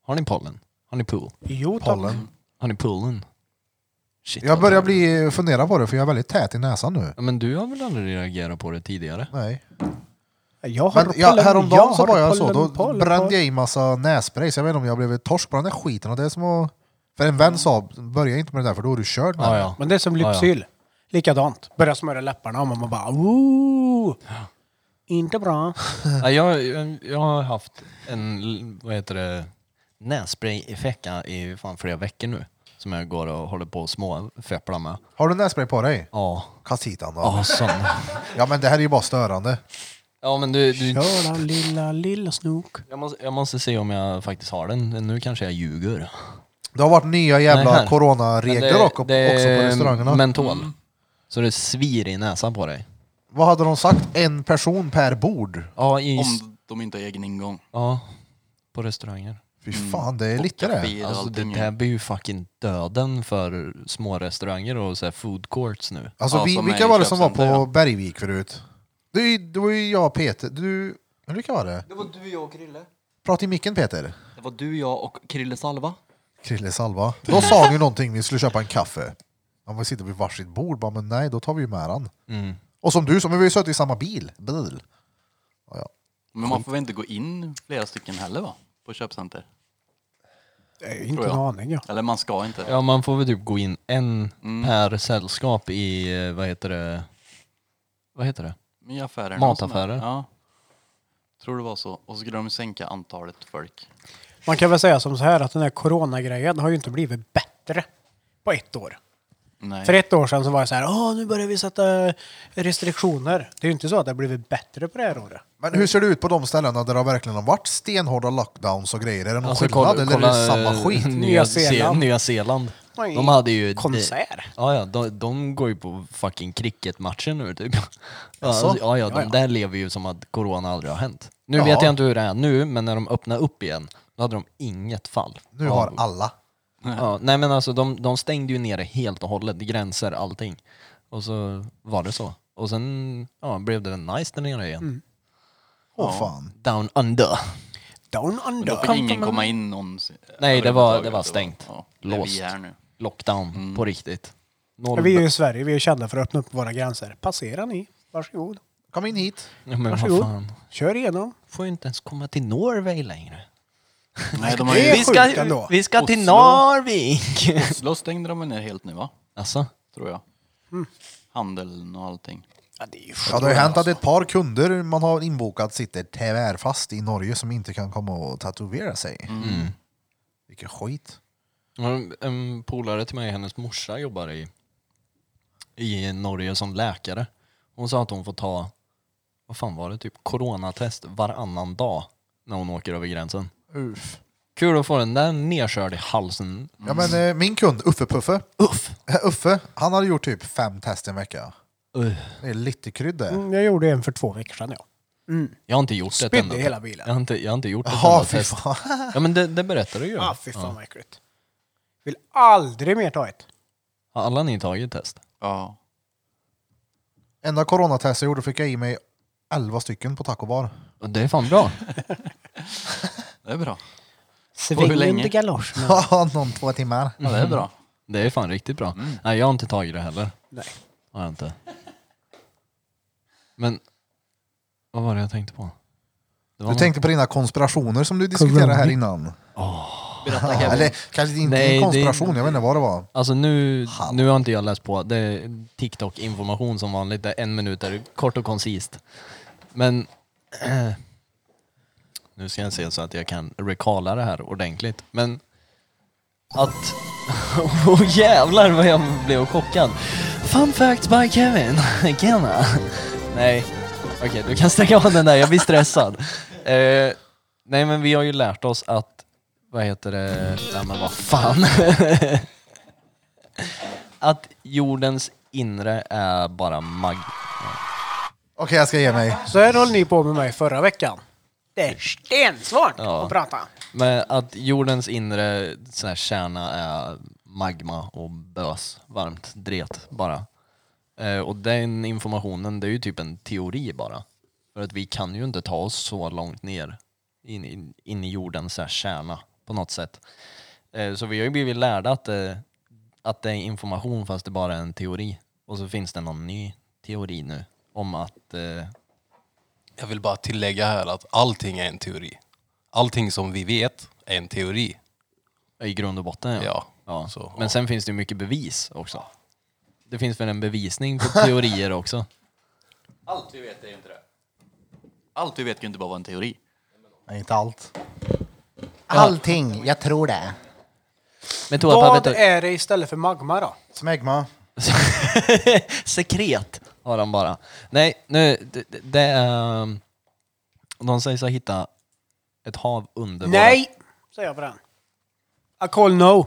S2: Har ni pollen? Har ni pool?
S3: Jo, tack.
S1: Pollen.
S2: Har ni poolen? Shit,
S1: Jag
S2: vad
S1: börjar
S2: dåligt.
S1: bli fundera på det för jag är väldigt tät i näsan nu.
S2: Ja, men du har väl aldrig reagerat på det tidigare?
S1: Nej.
S3: Jag har
S1: Men jag,
S3: pollen-
S1: häromdagen så
S3: har
S1: var jag så,
S3: pollen-
S1: då
S3: pollen-
S1: brände jag i massa nässpray så jag vet inte om jag blev torsk på den där skiten. Och det är som att, för en vän sa, börja inte med det där för då är du körd med
S2: Ja,
S1: det."
S2: ja.
S3: Men det är som Lypsyl. Likadant. Börjar smörja läpparna och man bara Ooh. Inte bra.
S2: Ja, jag, jag har haft en vad heter det, nässpray i veckan i fan flera veckor nu. Som jag går och håller på och småfepplar med.
S1: Har du nässpray på dig?
S2: Ja.
S1: Kasta hit han då.
S2: Ja, sån.
S1: Ja men det här är ju bara störande.
S2: ja men du, du
S3: Köra lilla, lilla snok.
S2: jag, måste, jag måste se om jag faktiskt har den. Nu kanske jag ljuger.
S1: Det har varit nya jävla
S2: Nej, här. Men
S1: coronaregler
S2: det-
S1: också,
S2: det
S1: också
S2: är
S1: på restaurangerna.
S2: Mentol. Så det svir i näsan på dig.
S1: Vad hade de sagt? En person per bord?
S2: Ja, i,
S4: Om de inte har egen ingång.
S2: ja på restauranger.
S1: Fy fan, det är lite det.
S4: Kaféer och
S2: Alltså det
S4: allting.
S2: där blir ju fucking döden för små restauranger och så här food courts nu.
S1: Alltså,
S4: Ja,
S1: vi,
S4: som
S1: vilka
S4: är
S1: var det som var på
S4: köpcenter, ja.
S1: Bergvik förut? Det, är ju- det var ju jag och Peter. Du, Ulrika var det?
S6: Det var du, jag och Krille.
S1: Prata i micken Peter.
S6: Det var du, jag och Krille Salva.
S1: Krille Salva. Då sa han ju någonting, vi skulle köpa en kaffe. Han var sitta vid varsitt bord, bara, men nej, då tar vi ju med han. Och som du, som vi har ju suttit i samma bil. bil.
S4: Men man får väl inte gå in flera stycken heller va? På köpcenter?
S3: Eh, Inte
S4: Tror
S3: en
S4: jag.
S3: aning ja.
S4: Eller man ska inte.
S2: Ja, man får väl typ gå in en
S4: Mm.
S2: per sällskap i, eh, vad heter det? Vad heter det?
S4: I affärerna.
S2: Mataffärer.
S4: och sådär. Ja. Tror det var så. Och så skulle de sänka antalet folk.
S3: Man kan väl säga som så här att den här coronagrejen har ju inte blivit bättre på ett år.
S4: Nej.
S3: För ett år sedan så var det så här, Åh, nu börjar vi sätta restriktioner. Det är ju inte så att det har blivit bättre på det här året.
S8: Men hur ser det ut på de ställena där det har verkligen har varit stenhårda lockdowns och grejer? Är det någon
S2: Alltså,
S8: skillnad Alltså, eller är det samma
S2: eh,
S8: skit?
S2: Nya
S3: Nya
S2: Zeeland.
S3: Zeeland.
S2: Nya Zeeland.
S3: Oj,
S2: De hade ju...
S3: konsert.
S2: Ja, ja, de, de går ju på fucking cricketmatcher nu typ. Ja, ja, ja,
S3: Ja, ja.
S2: de där lever ju som att corona aldrig har hänt. Nu
S8: Ja.
S2: vet jag inte hur det är nu, men när de öppnade upp igen, då hade de inget fall.
S8: Nu
S2: av-
S8: har alla.
S2: Ja, nej men alltså de, de stängde ju ner det helt och hållet, gränser, allting. Och så var det så. Och sen ja, blev det nice där nere igen.
S3: Mm.
S8: Åh fan.
S2: Down under.
S3: Down
S4: Men då
S3: under.
S4: fick ingen komma in någonsin.
S2: Nej, det var, det var
S4: överhuvudtaget.
S2: stängt.
S4: Ja, det är
S2: Låst.
S4: vi här nu. Mm.
S2: Lockdown på riktigt. Noll
S3: Vi är ju i Sverige, vi är ju kända för att öppna upp våra gränser. Passera ni, varsågod.
S8: Kom in hit.
S2: ja, men vad
S3: Varsågod.
S2: fan.
S3: Kör igenom.
S2: Får ju inte ens komma till Norway längre.
S4: Nej, de har
S3: Det är
S4: ju...
S2: Vi ska,
S3: sjukt ändå.
S2: vi ska till
S4: Oslo.
S2: Narvik!
S4: Oslo stängde de ner helt nu va?
S2: Alltså,
S4: Tror jag. Handeln och allting.
S3: Ja, det är ju
S8: Ja, det har ju hänt att
S2: alltså.
S8: ett par kunder man har inbokat sitter tvärfast i Norge som inte kan komma och tatuera sig.
S2: Mm.
S8: Vilken skit.
S2: en- en polare till mig, hennes morsa jobbar i, i Norge som läkare. Hon sa att hon får ta, vad fan var det, typ coronatest varannan dag när hon åker över gränsen.
S8: Uff.
S2: Kul att få den där nedkörd i halsen.
S8: Ja, men, eh, min kund, Uffe Puffe, Eh,
S2: Uff!
S8: Uffe, han hade gjort typ fem test i en vecka.
S2: Ugh.
S8: Det är lite krydda.
S3: Mm, Jag gjorde en för två veckor sedan ja.
S2: Jag har inte gjort ett
S3: Spydde
S2: enda.
S3: i hela
S2: jag,
S3: bilen.
S2: har inte, jag har inte gjort ett
S8: Jaha,
S2: enda
S8: fy
S2: test.
S8: fan.
S2: Ja men det, det berättar du ju.
S3: Ja, Ah, fy fan vad äckligt. Vill aldrig mer ta ett.
S2: Har alla ni tagit test?
S4: Ja.
S8: Enda coronatest jag gjorde fick jag i mig 11 stycken på taco bar.
S2: Och Det är fan bra.
S4: Det är bra. hur
S3: Sväng
S4: länge?
S3: inte galoscherna.
S8: Ja, någon två timmar.
S4: Ja, det är bra.
S2: Det är fan riktigt bra. Nej, jag har inte tagit det heller.
S3: Nej.
S2: Har jag inte. Men vad var det jag tänkte på? Det var
S8: Du
S2: något-
S8: tänkte på dina konspirationer som du diskuterade här innan.
S4: Berätta Kevin.
S8: Eller kanske inte
S2: Nej,
S8: en
S2: det-
S8: konspiration, jag vet inte vad det var.
S2: Alltså nu, nu har inte jag läst på. Det är TikTok-information som vanligt. Det är en minut, där, kort och koncist. Men nu ska jag se så att jag kan recalla det här ordentligt. Men att... Åh jävlar vad jag blev chockad. Fun facts by Kevin. Kenna. Nej, okej du kan stänga av den där, jag blir stressad. Eh, nej men vi har ju lärt oss att, vad heter det, nej men vad fan. att jordens inre är bara mag...
S8: Okej, jag ska ge mig.
S3: Så här höll ni på med mig förra veckan. Det är stensvårt att prata.
S2: Men att jordens inre så här, kärna är magma och bös, varmt dret bara. Eh, och den informationen, det är ju typ en teori bara. För att vi kan ju inte ta oss så långt ner in, in, in i jordens så här, kärna på något sätt. Eh, så vi har ju blivit lärda att, eh, att det är information fast det bara är en teori. Och så finns det någon ny teori nu om att eh,
S7: Jag vill bara tillägga här att allting är en teori. Allting som vi vet är en teori.
S2: I grund och botten ja.
S7: Ja,
S2: ja.
S7: så,
S2: Men
S7: ja.
S2: sen finns det ju mycket bevis också. Det finns väl en bevisning på teorier också.
S4: Allt vi vet är ju inte det. Allt vi vet kan ju inte bara vara en teori.
S8: Nej, inte allt. Allting, jag tror det.
S2: Men
S3: Vad är det istället för magma då?
S8: Smegma.
S2: Sekret har han bara. Nej, nu, det, det- det är... um, De sägs ha hittat ett hav under våra-
S3: Nej, säger jag på den. I call no.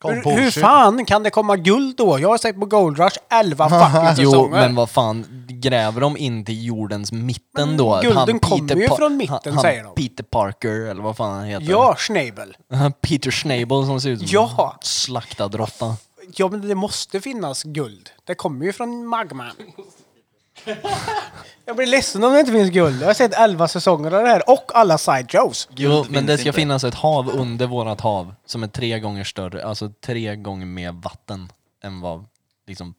S8: Kom på
S3: Hur, hur
S8: shit.
S3: fan kan det komma guld då? Jag har sett på Gold Rush 11 fucking säsonger.
S2: Jo, men vad fan, gräver de in till jordens mitten då?
S3: gulden kommer ju
S2: Pa-
S3: från mitten,
S2: han, han
S3: säger de.
S2: Peter Parker, eller vad fan han heter.
S3: Ja, Schneibel.
S2: Peter Schnabel som ser ut som
S3: Ja.
S2: en slaktad råtta.
S3: Ja, men det måste finnas guld. Det kommer ju från magman. Jag blir ledsen om det inte finns guld. Jag har sett 11 säsonger av det här och alla sideshows.
S2: Jo, men
S4: finns
S2: det ska
S4: inte.
S2: finnas ett hav under vårat hav som är tre gånger större, alltså tre gånger mer vatten än vad liksom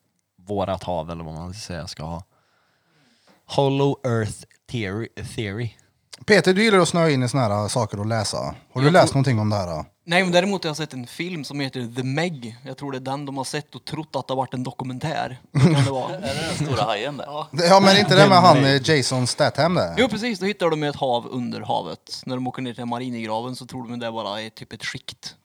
S2: vårat hav eller vad man ska säga ska ha. Hollow Earth Theory. theory.
S8: äh, Peter, du gillar att snöa in i såna här äh? saker och läsa. Har du läst någonting om det här? då?
S6: Nej, men däremot har jag sett en film som heter The Meg. Jag tror det är den de har sett och trott att det har varit en dokumentär. Så Kan det vara.
S4: Är det den stora hajen där?
S8: Ja men inte det med han eh, Jason Statham där?
S6: Jo precis, då hittar de ett hav under havet. När de åker ner till marinegraven så tror de det bara är typ ett skikt.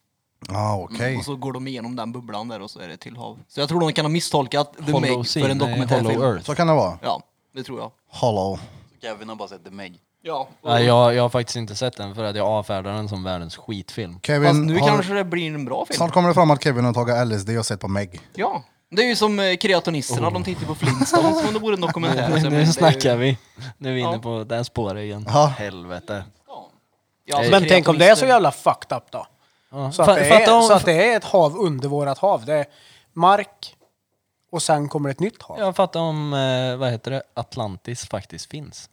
S8: Ja okej.
S6: Och så går de igenom den bubblan där och så är det ett till hav. Så jag tror de kan ha misstolkat The
S2: Hollow
S6: Meg
S2: Sea,
S6: för en
S2: nej,
S6: dokumentärfilm.
S2: Hollow Earth.
S8: Så kan det vara.
S6: Ja, det tror jag.
S8: Hollow.
S4: Kevin har bara sett The Meg.
S6: Ja.
S2: Nej, jag, jag har faktiskt inte sett den för att jag avfärdar den som världens skitfilm.
S8: Kevin,
S6: Fast nu
S8: har...
S6: kanske det blir en bra film.
S8: snart kommer det fram att Kevin har tagit LSD och sett på Meg.
S6: Ja. Det är ju som eh, kreatonisterna, de tittar på Flintstones som om det vore en dokumentär. Så jag menar, det är
S2: nu
S6: ju-
S2: snackar vi. Nu är vi inne
S6: Ja.
S2: på det här spåret igen.
S8: Ja.
S2: Helvete.
S6: Ja, alltså,
S3: Men tänk om det är så
S6: kreatonister-
S3: jävla fucked up då? Så, att
S2: Fa-
S3: det
S2: fatta
S3: är,
S2: om-
S3: så att det är ett hav under vårat hav. Det är mark och sen kommer ett nytt hav.
S2: Jag fattar om, eh, vad heter det, Atlantis faktiskt finns.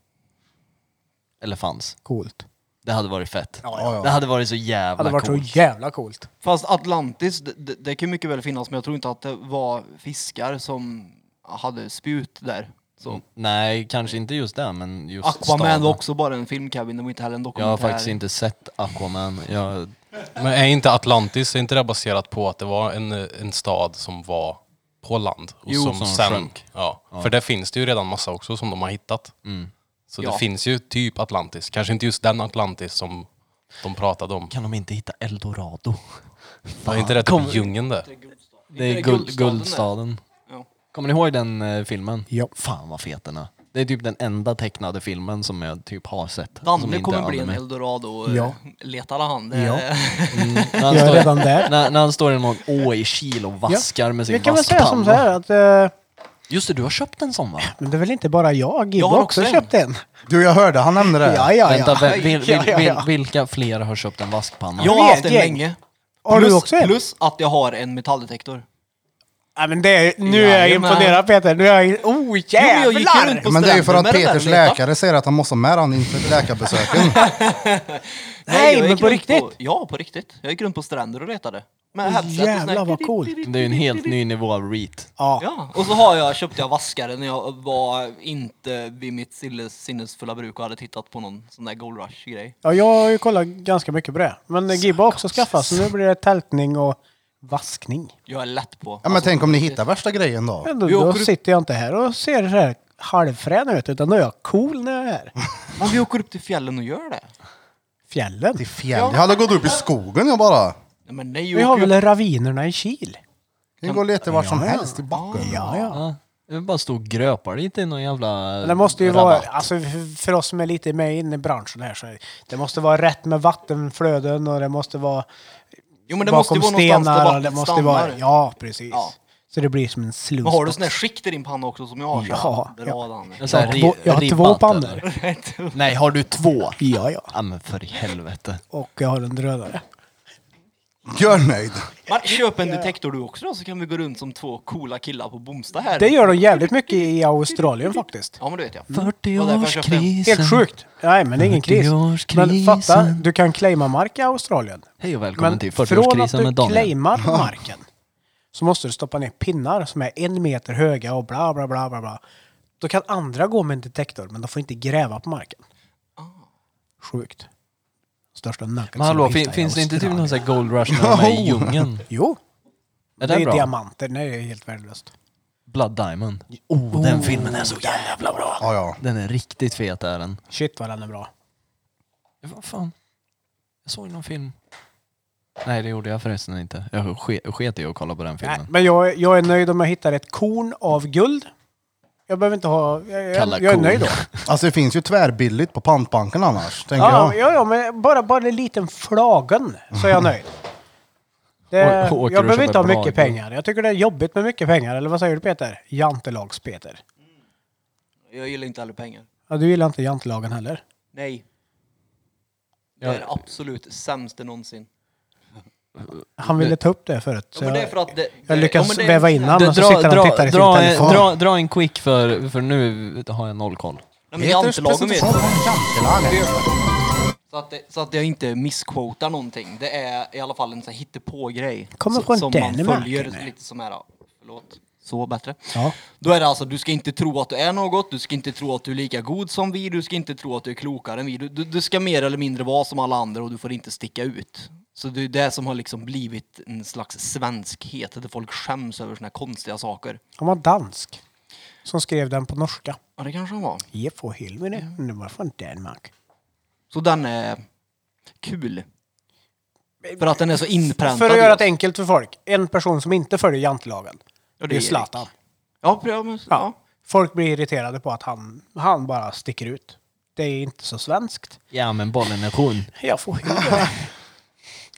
S2: Eller fanns.
S3: Coolt.
S2: Det hade varit fett.
S8: Ja, ja.
S2: Det hade varit så
S3: Det
S2: jävla
S3: hade varit
S2: coolt.
S3: så jävla coolt.
S6: Fast Atlantis, det, det, det kan ju mycket väl finnas, men jag tror inte att det var fiskar som hade spjut där.
S2: Mm.
S6: Så.
S2: Nej, kanske inte just det, men just
S6: Aquaman
S2: staden.
S6: var också bara en filmkabin, det var inte heller en
S2: Jag
S6: dokumentär.
S2: har faktiskt inte sett Aquaman. Jag,
S7: Men är inte Atlantis, är inte det baserat på att det var en, eh, en stad som var på land? Och
S2: Jo, som sjönk.
S7: Ja, Mm. För där finns det ju redan massa också som de har hittat. Så
S6: Ja.
S7: det finns ju typ Atlantis, kanske inte just den Atlantis som de pratade om.
S2: kan de inte hitta Eldorado?
S7: Var inte det
S2: Kom-
S7: typ djungeln där?
S2: Det är
S6: det
S2: guld,
S6: Guldstaden
S2: Guldstaden.
S6: Ja.
S2: Kommer ni ihåg den eh, filmen?
S3: Ja.
S2: Fan vad fet den är. Det är typ den enda tecknade filmen som jag typ har sett. som
S6: Danne
S2: inte är
S6: kommer bli en
S2: anime.
S6: eldorado eh,
S3: Ja.
S6: ja. letare han. Det,
S3: Ja.
S2: Mm, när han
S3: Jag är
S2: står-
S3: redan där.
S2: När, när han står i någon å i Kil och vaskar med
S3: Vi
S2: sin
S3: kan väl säga som så
S2: vaskpanna.
S3: här att eh,
S2: Just det, du har köpt en sån va?
S3: men det är väl inte bara jag, Gibbe
S6: har
S3: har också
S6: också en.
S3: köpt en.
S8: Du jag hörde han nämnde det.
S3: Ja, ja,
S2: Vänta,
S3: ja.
S2: vem- vil, vil,
S3: Ja, ja,
S2: vil,
S3: ja.
S2: vilka fler har köpt en vaskpanna?
S6: jag har
S3: Vi är
S6: haft
S3: ett
S6: en
S3: gäng.
S6: länge.
S3: Har
S6: plus,
S3: du också en?
S6: Plus att jag har en metalldetektor.
S3: Ja, men det är, nu är jag
S6: Jajamän.
S3: imponerad Peter. Nu är jag... Oh
S6: jag gick runt
S3: jävlar!
S6: på-
S8: Men det är ju för
S6: stranden
S8: att
S6: med den där
S8: Peters
S6: leta.
S8: läkare säger att han måste ha med han inför läkarbesöken.
S3: Nej,
S6: jag
S3: men
S6: gick
S3: på
S6: runt
S3: riktigt?
S6: ja, på riktigt. Jag gick runt på stränder och letade. Med
S3: Åh,
S6: headset och sån här-
S3: jävlar, vad coolt.
S2: Det är ju en helt ny nivå av reet.
S3: Ja.
S6: Ja, och så har jag, köpte jag vaskare när jag var inte vid mitt sinnes- sinnesfulla bruk och hade tittat på någon sån där Gold Rush-grej.
S3: ja, jag har ju kollat ganska mycket på det. Men Gibbe har också skaffat så nu blir det tältning och vaskning.
S6: Jag är lätt på. Alltså,
S8: Ja men tänk om ni hittar värsta grejen då.
S3: Men då,
S6: Vi
S3: då
S6: åker upp-
S3: sitter jag inte här och ser så här halvfrän ut, utan då är jag cool när jag är här.
S6: Men vi åker upp till fjällen och gör det.
S3: Fjällen.
S8: Till fjäll. Jag hade gått upp i skogen jag bara.
S6: Nej, men nej,
S3: Vi har väl ravinerna i Kil?
S8: Kan gå och leta vart som helst i backen.
S3: Ja, ja.
S2: Ja. Jag vill bara stå och gröpa lite i någon jävla...
S3: Men det måste ju vara,
S2: rabatt.
S3: alltså för- för oss som är lite med inne i branschen här, så är- det måste vara rätt med vattenflöden och det måste vara
S6: Jo men det måste
S3: bakom
S6: ju vara någonstans där
S3: stenar och det
S6: vattnet
S3: måste
S6: stannar.
S3: vara, ja precis.
S6: Ja.
S3: Så det blir som en sluss.
S6: Men har du sån där skikt i din panna också som jag har? så
S3: Ja,
S6: här,
S3: ja.
S6: Dra den.
S2: En sån
S3: jag
S2: här
S3: har
S2: ri-
S3: två, jag har två
S2: ribbat,
S3: pannor.
S2: eller? Nej, har du två?
S3: Ja, ja.
S2: Ja men för i helvete.
S3: Och jag har en drönare.
S8: Gör nöjd.
S6: Men köp en detektor du också då så kan vi gå runt som två coola killar på Bomsta här.
S3: Det gör Mm. de jävligt mycket i Australien faktiskt.
S6: Ja men det vet jag. Det var därför jag köpte den.
S2: 40-årskrisen.
S3: Helt sjukt! Nej, men det är ingen kris. Men fatta, du kan claima mark i Australien.
S2: Hej och välkommen
S3: Men
S2: till
S3: från att
S2: 40-årskrisen
S3: du
S2: med Daniel.
S3: claimar marken så måste du stoppa ner pinnar som är en meter höga och bla bla bla bla bla. Då kan andra gå med en detektor men de får inte gräva på marken. Sjukt. Största nugget
S2: Ah. Men hallå,
S3: som
S2: fin,
S3: hittar i
S2: finns det inte typ
S3: Australien. Oh!
S2: någon sån här Gold Rush när de är i djungeln?
S3: Jo,
S2: Är
S3: det
S2: det
S3: är
S2: bra?
S3: diamanter. Nej, det är helt värdelöst.
S2: Blood Diamond. Oh, den filmen är så jävla bra.
S8: Ja ja.
S2: Den är riktigt fet är den.
S3: Shit vad den är bra.
S2: Vad fan? Jag såg någon film. Nej det gjorde jag förresten inte. Jag ske- sket i att kolla på den
S3: Nej,
S2: filmen.
S3: men jag, jag är nöjd om jag hittar ett korn av guld. Jag behöver inte ha... Jag,
S2: Kalla
S3: jag, jag är
S2: korn.
S3: nöjd då.
S8: Alltså det finns ju tvärbilligt på pantbanken annars. Tänker
S3: Ja,
S8: jag.
S3: ja, ja, men bara, bara en liten flagen så är jag nöjd. Det,
S2: Å- åker
S3: jag
S2: och
S3: behöver
S2: köper
S3: inte ha
S2: bra
S3: mycket
S2: guld.
S3: pengar. Jag tycker det är jobbigt med mycket pengar. Eller vad säger du Peter? Jantelags-Peter.
S6: Jag gillar inte heller pengar.
S3: Ja, du gillar inte jantelagen heller.
S6: Nej. Det
S2: Ja.
S6: är det absolut sämsta någonsin.
S3: Han ville ta upp det förut.
S6: Ja,
S3: Så
S6: men det är
S3: jag,
S6: för att det,
S3: jag
S6: det-
S3: lyckas
S6: ja, men det är-
S3: väva in
S2: Du,
S3: honom och så
S2: dra,
S3: sitter han och
S2: dra,
S3: tittar i sin
S2: dra, en,
S3: telefon.
S2: dra, dra en quick för, för nu har jag noll koll.
S6: Nej, men jantelagen vet jag.
S8: Jantelag.
S6: Så att, det, så att jag inte missquotar någonting. Det är i alla fall en sån här hittepå-grej.
S3: Kommer
S6: Så-
S3: från
S6: som
S3: Danmark,
S6: man följer
S3: eller?
S6: lite som här. ja, Förlåt. Så bättre.
S3: Ja.
S6: Då är det alltså, du ska inte tro att du är något, du ska inte tro att du är lika god som vi, du ska inte tro att du är klokare än vi. Du, du, du ska mer eller mindre vara som alla andra och du får inte sticka ut. Så det är det som har liksom blivit en slags svenskhet, där folk skäms över såna här konstiga saker.
S3: Han var dansk. Som skrev den på norska.
S6: Ja, det kanske de var.
S3: Je får helvete. Det var från Danmark.
S6: Så den är kul. För att den är så inpräntad.
S3: För att
S6: i
S3: göra
S6: oss.
S3: det enkelt för folk. En person som inte följer jantelagen.
S6: Ja,
S3: det är
S6: Erik.
S3: Zlatan.
S6: Ja, pre- ja, men, ja.
S3: Ja. Folk blir irriterade på att han, han bara sticker ut. Det är inte så svenskt.
S2: Ja men bollen är rund.
S3: Jag får helvete.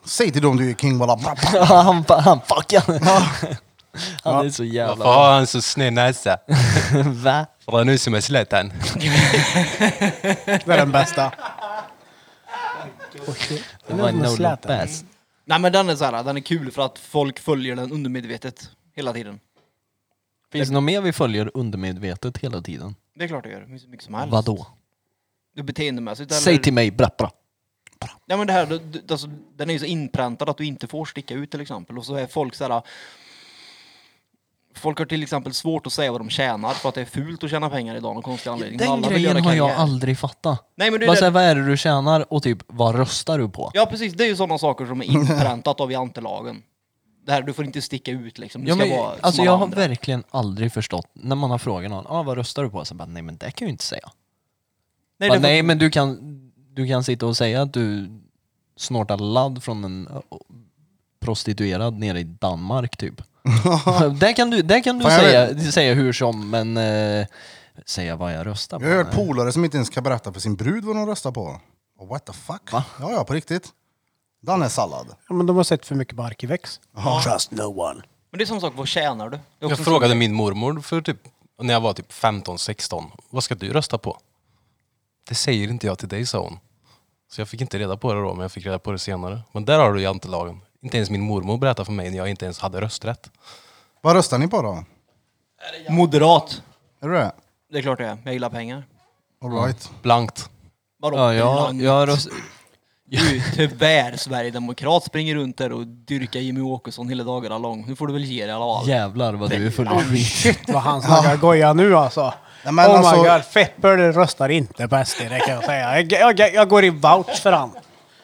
S1: Säg till dem du är king bara.
S2: han, fa- han fuckar. Han är så
S7: Varför
S2: jävla...
S7: har han så sned näsa?
S2: Va?
S7: För han är som en Zlatan.
S3: Det är den bästa.
S2: Det var
S3: Nu är
S2: no look
S3: Zlatan.
S2: pass.
S6: Nej, men den är så här, den är kul för att folk följer den undermedvetet hela tiden.
S2: Finns det något mer vi följer undermedvetet hela tiden?
S6: Det är klart det gör. Det finns hur mycket som helst.
S2: Vadå?
S6: Det är beteendemässigt. eller-
S2: Säg till mig bra bra.
S6: Ja men det här, du- du- alltså, den är ju så inpräntad att du inte får sticka ut till exempel. Och så är folk så här... Folk har till exempel svårt att säga vad de tjänar för att det är fult att tjäna pengar idag av någon konstig anledning. Men
S2: Den
S6: alla vill göra
S2: grejen har jag
S6: karriär.
S2: aldrig fattat.
S6: Nej men det är
S2: Vad,
S6: det-
S2: säger, vad är det du tjänar och typ vad röstar du på?
S6: Ja precis, det är ju sådana saker som är inpräntat av jantelagen. Det här, du får inte sticka ut liksom. Du
S2: Ja,
S6: ska
S2: men,
S6: vara
S2: alltså,
S6: som
S2: jag
S6: alla
S2: har
S6: andra.
S2: verkligen aldrig förstått när man har frågat någon, ah, vad röstar du på? Så bara, nej men det kan jag ju inte säga.
S6: Nej,
S2: bara,
S6: det är
S2: nej
S6: för-
S2: men du kan, du kan sitta och säga att du snortar ladd från en ö, prostituerad nere i Danmark typ. det kan du, det kan du
S1: Fan, jag
S2: säga, säga hur som men eh, säga vad jag röstar på.
S1: Jag har hört
S2: nej.
S1: polare som inte ens kan berätta för sin brud vad de röstar på. Och what the fuck? Ja, ja, på riktigt. Den är sallad.
S3: Ja, men de har sett för mycket på Arkivex. Trust no one.
S6: Men det är samma sak, vad tjänar du? Det är också en
S7: Jag
S6: sån-
S7: frågade min mormor för typ, när jag var typ 15-16, vad ska du rösta på? Det säger inte jag till dig, sa hon. Så jag fick inte reda på det då, men jag fick reda på det senare. Men där har du jantelagen. Inte ens min mormor berättade för mig när jag inte ens hade rösträtt.
S1: Vad röstar ni på då?
S6: Moderat.
S1: Är du det?
S6: Det är klart det är. Jag gillar pengar.
S1: All right.
S7: Blankt.
S6: Vadå?
S2: Ja, jag,
S6: blankt?
S2: jag röst,
S6: Du tyvärr Sverigedemokrat springer runt där och dyrkar Jimmy Åkesson hela dagarna lång. Nu får du väl ge dig i alla fall.
S2: jävlar vad du är full av skit.
S3: Shit vad han snackar goja nu alltså.
S1: Nej, men
S3: oh
S1: alltså-
S3: my god, Fepper röstar inte på SD, det kan jag säga. Jag, jag, jag går i vouch för han.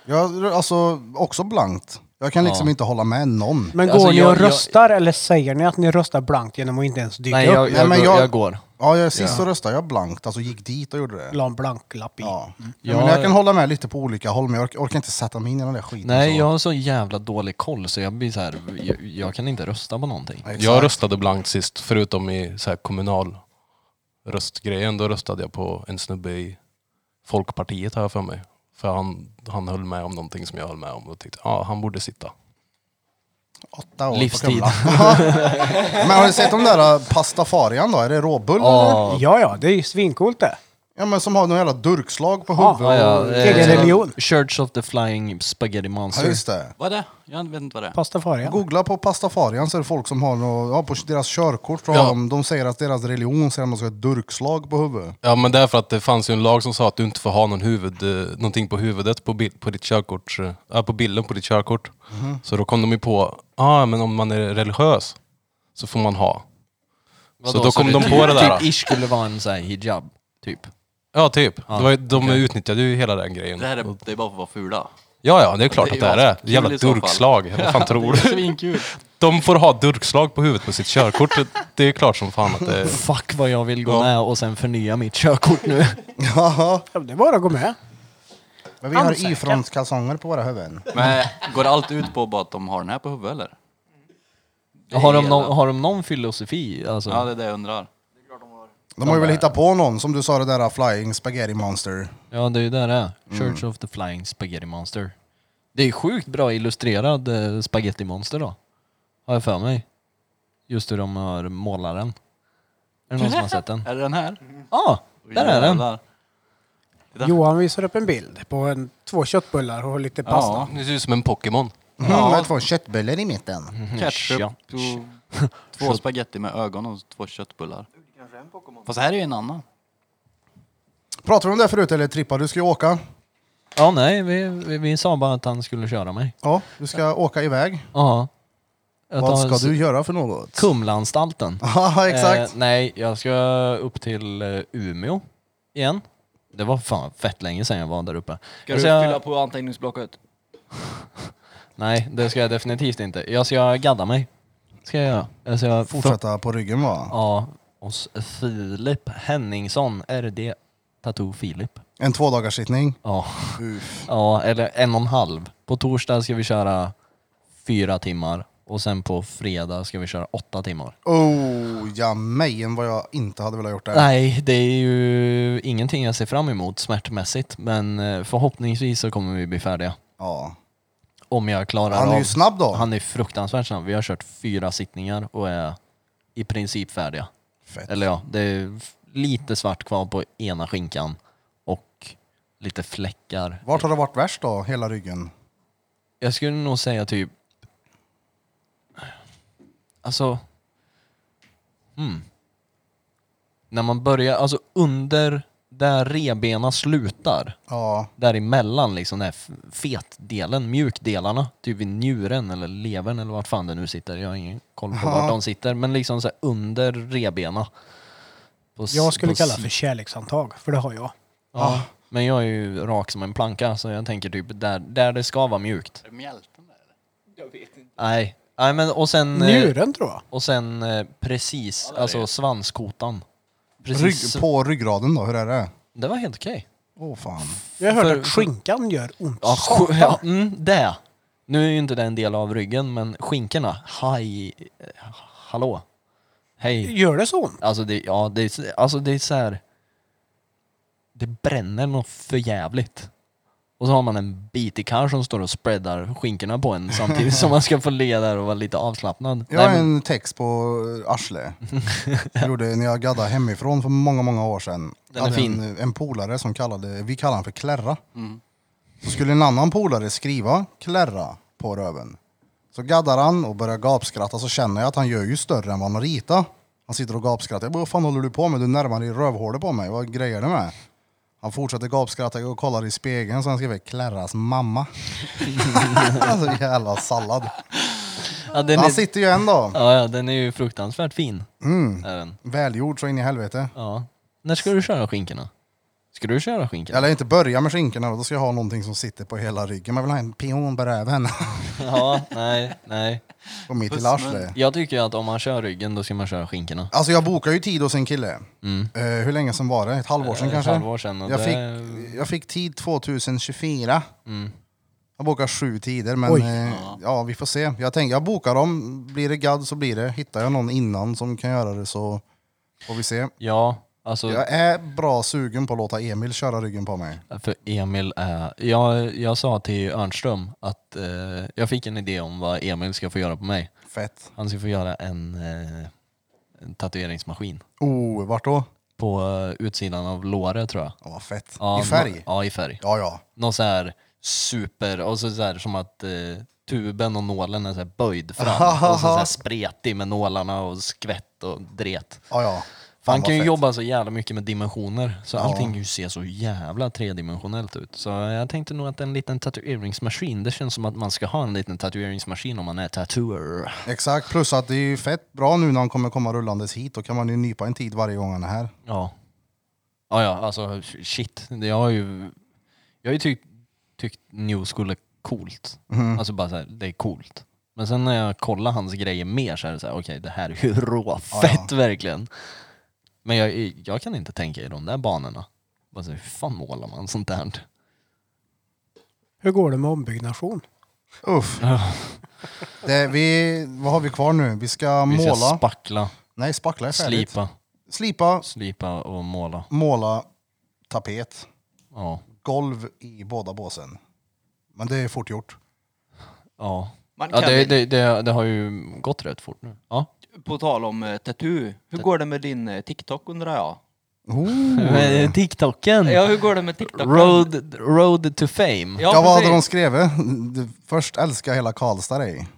S1: Jag, alltså, också blankt. Jag kan liksom inte hålla med någon.
S3: Men går
S2: Alltså,
S3: ni
S2: jag-
S3: och
S2: jag-
S3: röstar eller säger ni att ni röstar blankt genom att inte ens dyka
S2: Nej,
S3: upp?
S2: jag, jag,
S1: men
S2: går-
S1: jag-
S2: jag går.
S1: Ja, jag, sist så röstade jag blankt. Alltså gick dit och gjorde det.
S3: La en blank lapp i.
S1: Ja.
S2: Ja,
S1: men jag kan
S2: eh.
S1: hålla med lite på olika håll, men jag orkar, orkar inte sätta mig in i den där skiten.
S2: Nej,
S1: så.
S2: jag har så jävla dålig koll så jag blir så här, jag, jag kan inte rösta på någonting.
S1: Exakt.
S7: Jag röstade blankt sist, förutom i så här kommunal röstgrejen. Då röstade jag på en snubbe i Folkpartiet, har jag för mig. För han, han höll med om någonting som jag höll med om och tyckte, ja, han borde sitta.
S1: Åtta år på
S2: Livstid.
S1: Kumla. men har du sett de där äh, pastafarian då? Är det råbull eller?
S2: Ja,
S3: Ja, ja, det är ju svinkult det.
S1: Ja men som har någon jävla durkslag på huvudet.
S2: ja, ja, eh,
S1: och-
S3: Egen religion.
S2: Church of the Flying Spaghetti Monster.
S1: Ja just det.
S4: Vad är det? Jag vet inte vad det är.
S3: Pastafaria.
S1: Googla på pastafarian så är det folk som har nå- ja, på deras körkort. så har
S7: Ja.
S1: De, de säger att deras religion säger att man ska ha ett durkslag på huvudet.
S7: Ja men därför att det fanns ju en lag som sa att du inte får ha någon huvud, eh, någonting på huvudet på, bil, på, ditt körkort, eh, ja, på bilden på ditt körkort. Så då kom de ju på, ah, men om man är religiös så får man ha. så då kom de på det där.
S2: Typ ish skulle vara en sån här hijab, typ.
S7: Ja typ,
S2: Ja,
S7: Det var, ju- de utnyttjade ju hela den grejen.
S4: Det här är, det är bara för att vara fula.
S7: Ja ja, det är klart
S4: Det är
S7: att det är
S4: ju
S7: det.
S4: askul
S7: Jävla
S4: i så fall.
S7: durkslag, vad fan tror du?
S4: Svinkul.
S7: De får ha durkslag på huvudet på sitt körkort, det är klart som fan att det är...
S2: Fuck vad jag vill gå
S7: Ja.
S2: med och sen förnya mitt körkort nu.
S3: Ja, det är bara att gå med.
S1: Men vi har
S3: Ansäkra.
S1: ifrånskalsonger på våra huvuden.
S4: Men går allt ut på bara att de har den här på huvudet eller? är
S2: har, de
S4: hela.
S2: någon, har de någon filosofi? Alltså,
S4: Ja, det är det jag undrar.
S1: De har ju väl hittat på någon, som du sa det där äh, flying spaghetti monster.
S2: ja, det Mm. är ju där det är. Church of the Flying Spaghetti Monster. Det är sjukt bra illustrerad eh, Spaghetti Monster då. Har jag för mig. Just hur de har målaren. Är det någon som har sett den?
S4: Är det den här?
S2: Ja, ah, där är den.
S4: Jävlar.
S3: Johan visar upp en bild på en, två köttbullar och lite pasta.
S4: Ja.
S7: Det ser ut som en Pokémon.
S1: Ja. Mm, Med två köttbullar i mitten.
S4: Ketchup
S2: Ja.
S4: och två spaghetti med ögon och två köttbullar. Fast här är ju en annan.
S1: Pratade vi om det förut eller Trippa? Du ska ju åka.
S2: Ja, nej, vi, vi, vi sa bara att han skulle köra mig.
S1: Ja, du ska åka iväg.
S2: Ja. Jag
S1: Vad
S2: tar
S1: ska du göra för något?
S2: Kumlaanstalten.
S1: Ja, exakt.
S2: Eh, nej, jag ska upp till eh, Umeå igen. Det var fan fett länge sedan jag var där uppe.
S6: Ska
S2: jag
S6: du
S2: ska-
S6: fylla på anteckningsblocket?
S2: Nej, det ska jag definitivt inte. Jag ska gadda mig. Ska jag göra. Jag ska
S1: Fortsätta på ryggen va?
S2: Eh, Ja, hos Filip Henningsson, RD Tattoo Filip.
S1: En tvådagarssittning.
S2: Ja.
S1: Uff.
S2: ja, eller en och en halv. På torsdag ska vi köra fyra timmar och sen på fredag ska vi köra åtta timmar.
S1: Oh, ja mejen vad jag inte hade velat gjort där.
S2: Nej, det är ju ingenting jag ser fram emot smärtmässigt men eh, förhoppningsvis så kommer vi bli färdiga.
S1: Ja.
S2: Om jag klarar
S1: Han är
S2: av-
S1: ju snabb då.
S2: Han är fruktansvärt snabb. Vi har kört fyra sittningar och är i princip färdiga.
S1: Fett.
S2: Eller ja, det är f- lite svart kvar på ena skinkan och lite fläckar.
S1: Vart har det varit värst då, hela ryggen?
S2: Jag skulle nog säga typ... Alltså... Mm. När man börjar, alltså under där rebena slutar,
S1: Ja,
S2: däremellan liksom den här f- fetdelen, mjukdelarna, typ vid njuren eller levern eller vart fan det nu sitter. Jag har ingen koll på
S1: Ja.
S2: vart de sitter, men liksom så här under rebena. På s-
S3: Jag skulle
S2: på
S3: kalla
S2: si-
S3: för kärleksantag, för det har jag.
S2: Ja. Men jag är ju rak som en planka så jag tänker typ där, där det ska vara mjukt.
S4: Är det mjälten där?
S2: Nej. Nej men och sen... eh,
S3: Njuren tror jag.
S2: Och sen eh, precis, alltså svanskotan. Precis.
S1: rygg, på ryggraden då, hur är det?
S2: Det var helt okej.
S1: Åh fan.
S3: Jag hörde
S2: För-
S3: att skinkan gör ont.
S2: Ja, sk- ja, mm, det. Nu är ju inte det en del av ryggen men skinkorna, haj... eh, Hallå. Hej.
S3: Gör det så ont?
S2: Alltså det, ja, det, är- alltså det är så här. Det bränner något för jävligt. Och så har man en bit i kar som står och spreadar skinkorna på en samtidigt som man ska få le där och vara lite avslappnad.
S1: Jag har
S2: Nej, men-
S1: en text på arsle. Jag gjorde när jag gaddade hemifrån för många, många år sedan.
S2: Den
S1: Hade
S2: är
S1: En,
S2: fin. Mm.
S1: en polare som kallade, vi kallade han för Klärra. Så skulle en annan polare skriva Klärra på röven. Så gaddar han och börjar gapskratta så känner jag att han gör ju större än vad han har ritat. Han sitter och gapskrattar. Jag bara, vad fan håller du på med? Du närmar dig rövhålet på mig. Vad grejer du med? Han fortsätter gapskratta och kollar i spegeln så han skriver Klärras mamma. så jävla sallad.
S2: ja, den,
S1: Han
S2: är,
S1: sitter ju än då.
S2: ja, ja, den är ju fruktansvärt fin.
S1: Mm.
S2: Är den.
S1: Välgjord så in i helvete.
S2: Ja. När ska du köra skinkorna? Ska du köra skinkorna?
S1: Eller inte börja med skinkorna, då ska jag ha någonting som sitter på hela ryggen. Man vill ha en pion på röven.
S2: Ja, nej, nej.
S1: och mitt i arslet.
S2: Jag tycker ju att om man kör ryggen då ska man köra skinkorna.
S1: Alltså jag bokade ju tid hos en kille. Eh, hur länge sedan var det? Ett halvår sedan
S2: Eh, Ett
S1: kanske?
S2: halvår sedan och
S1: jag,
S2: det-
S1: fick, jag fick tid 2024. Jag bokade sju tider, men
S3: Oj.
S1: eh, ja, vi får se. Jag tänkte, jag bokar dem. Blir det gadd så blir det. Hittar jag någon innan som kan göra det så får vi se.
S2: Ja, alltså
S1: Jag är bra sugen på att låta Emil köra ryggen på mig.
S2: för Emil är... Jag, jag sa till Örnström att eh, jag fick en idé om vad Emil ska få göra på mig.
S1: Fett.
S2: Han ska få göra en, eh, en tatueringsmaskin.
S1: Oh, vart då?
S2: På eh, utsidan av låret tror jag.
S1: Ja, vad fett.
S2: Ja,
S1: I färg?
S2: nå- Ja, i färg.
S1: Ja, ja.
S2: någon så här super, och så, så här som att eh, tuben och nålen är så här böjd fram. och så, så här spretig med nålarna och skvätt och dret.
S1: ja, ja. Fan,
S2: Han
S1: vad
S2: kan ju
S1: fett.
S2: jobba så jävla mycket med dimensioner, så allting ju ser så jävla tredimensionellt ut. Så jag tänkte nog att en liten tatueringsmaskin, det känns som att man ska ha en liten tatueringsmaskin om man är tatuer.
S1: Exakt, plus att det är ju fett bra nu när han kommer komma rullandes hit. Då kan man ju nypa en tid varje gång han är här.
S2: Ja. Ja, ja, alltså shit. Det- Jag har ju, jag har ju tyckt, tyckt New School är coolt.
S1: Mm.
S2: Alltså bara såhär, det är coolt. Men sen när jag kollar hans grejer mer så är det såhär, okej det här är ju råfett verkligen. Men jag, jag kan inte tänka i de där banorna. Bara så, här, hur fan målar man sånt där?
S3: Hur går det med ombyggnation?
S1: Uff. det, vi, vad har vi kvar nu? Vi ska
S2: Vi ska
S1: måla.
S2: spackla,
S1: Nej, spackla är färdigt.
S2: slipa,
S1: Slipa,
S2: slipa och måla.
S1: måla, tapet,
S2: Ja.
S1: golv i båda båsen. Men det är fort gjort.
S2: ja.
S6: Man
S2: ja
S6: kan
S2: det,
S6: väl-
S2: det, det, det har ju gått rätt fort nu. Ja.
S6: På tal om eh, tattoo, hur går det med din eh, TikTok undrar jag?
S2: Oh. Men TikToken!
S6: Ja, hur går det med TikTok?
S2: Mm. Road, road to fame.
S1: Ja, vad hade
S6: precis.
S1: de skrivit? Du, Först älskar hela Karlstad dig.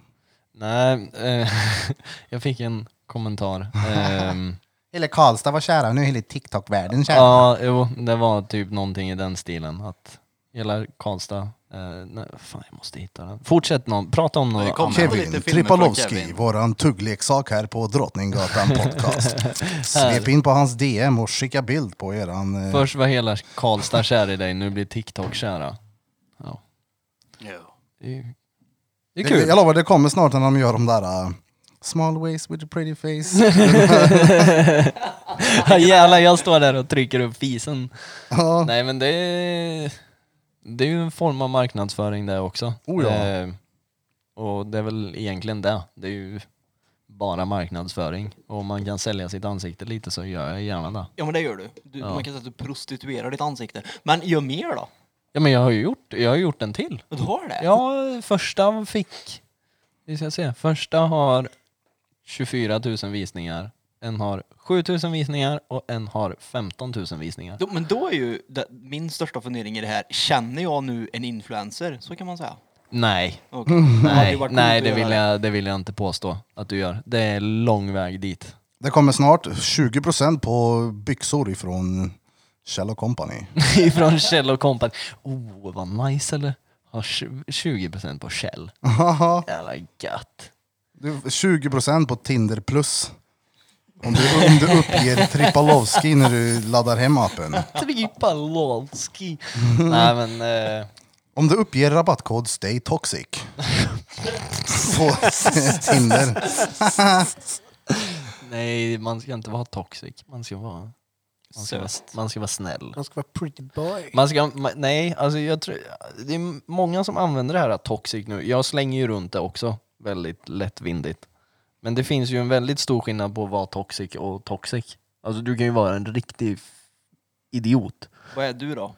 S2: Nej, eh, jag fick en kommentar. Ehm,
S1: Hela Karlstad var kära, nu är hela TikTok-världen kära.
S2: ja, jo, det var typ någonting i den stilen. Att hela Karlstad... Eh, nej, fan, jag måste hitta den. Fortsätt någon, prata om något
S4: kom.
S2: annat.
S4: Kevin
S1: Kevin
S4: filmer från
S1: Tripalowski,
S4: Kevin.
S1: våran tuggleksak här på Drottninggatan podcast. Svep in på hans DM och skicka bild på eran... eh,
S2: Först var hela Karlstad kär i dig, nu blir TikTok kära. Ja,
S4: Ja.
S2: det är, ju- det Det är kul.
S1: Jag lovar, det kommer snart när de gör de där äh, Small waist with a pretty face.
S2: Jävlar, jag står där och trycker upp fisen.
S1: ja.
S2: Nej men det är, det är ju en form av marknadsföring det också.
S1: Oh ja.
S2: Eh, och det är väl egentligen det. Det är ju bara marknadsföring. Och om man kan sälja sitt ansikte lite så gör jag gärna det.
S6: Ja men det gör du. du Man kan säga att du prostituerar ditt ansikte. Men gör mer då.
S2: Ja men jag har ju gjort, jag har gjort en till.
S6: Du har det?
S2: Ja, första fick, vi ska se, första har 24 000 visningar. En har 7 000 visningar och en har 15 000 visningar.
S6: Då, men då är ju det, min största fundering i det här, känner jag nu en influencer? Så kan man säga.
S2: Nej,
S6: Okej. Det hade ju
S2: Mm. nej,
S6: varit
S2: nej
S6: coolt att
S2: det, vill
S6: göra
S2: jag, det vill jag inte påstå att du gör. Det är lång väg dit.
S1: Det kommer snart 20% på byxor ifrån Kjell Company.
S2: Ifrån Kjell och Company. Oh, vad nice eller? Har tju- 20% på Kjell.
S1: Haha.
S2: Jävla gött.
S1: Du, 20% på Tinder plus. Om du, om du uppger Tripalovski när du laddar hem appen.
S2: Tripalonski. nej men, eh,
S1: Om du uppger rabattkod Stay Toxic. På Tinder.
S2: nej man ska inte vara toxic. Man ska vara, man ska vara,
S6: Söt.
S2: man ska vara snäll.
S3: Han ska vara pretty boy.
S2: Man ska, ma- nej, alltså jag tror, det är många som använder det här att toxic nu. Jag slänger ju runt det också, väldigt lättvindigt. Men det finns ju en väldigt stor skillnad på att vara toxic och toxic. Alltså du kan ju vara en riktig f- idiot.
S6: Vad är du då?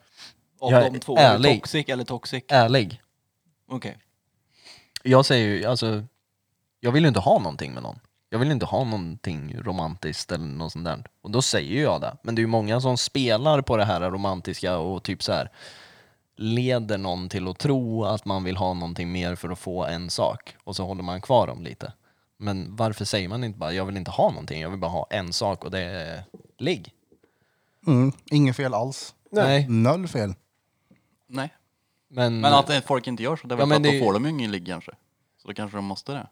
S6: Av
S2: Jag är
S6: de två, är du
S2: ärlig.
S6: toxic eller toxic?
S2: Ärlig.
S6: Okej.
S2: Jag säger ju, alltså, jag vill ju inte ha någonting med någon. Jag vill inte ha någonting romantiskt eller något sånt där. Och då säger jag det. Men det är ju många som spelar på det här romantiska och typ så här leder någon till att tro att man vill ha någonting mer för att få en sak. Och så håller man kvar dem lite. Men varför säger man inte bara jag vill inte ha någonting, jag vill bara ha en sak och det är ligg?
S1: Mm, inget fel alls.
S2: Nej.
S1: Noll fel.
S4: Nej.
S2: Men,
S4: Men att eh, folk inte gör så, det är
S2: Ja,
S4: väl
S2: men
S4: för att
S2: det-
S4: då får de ju ingen ligg kanske. Så då kanske de måste det.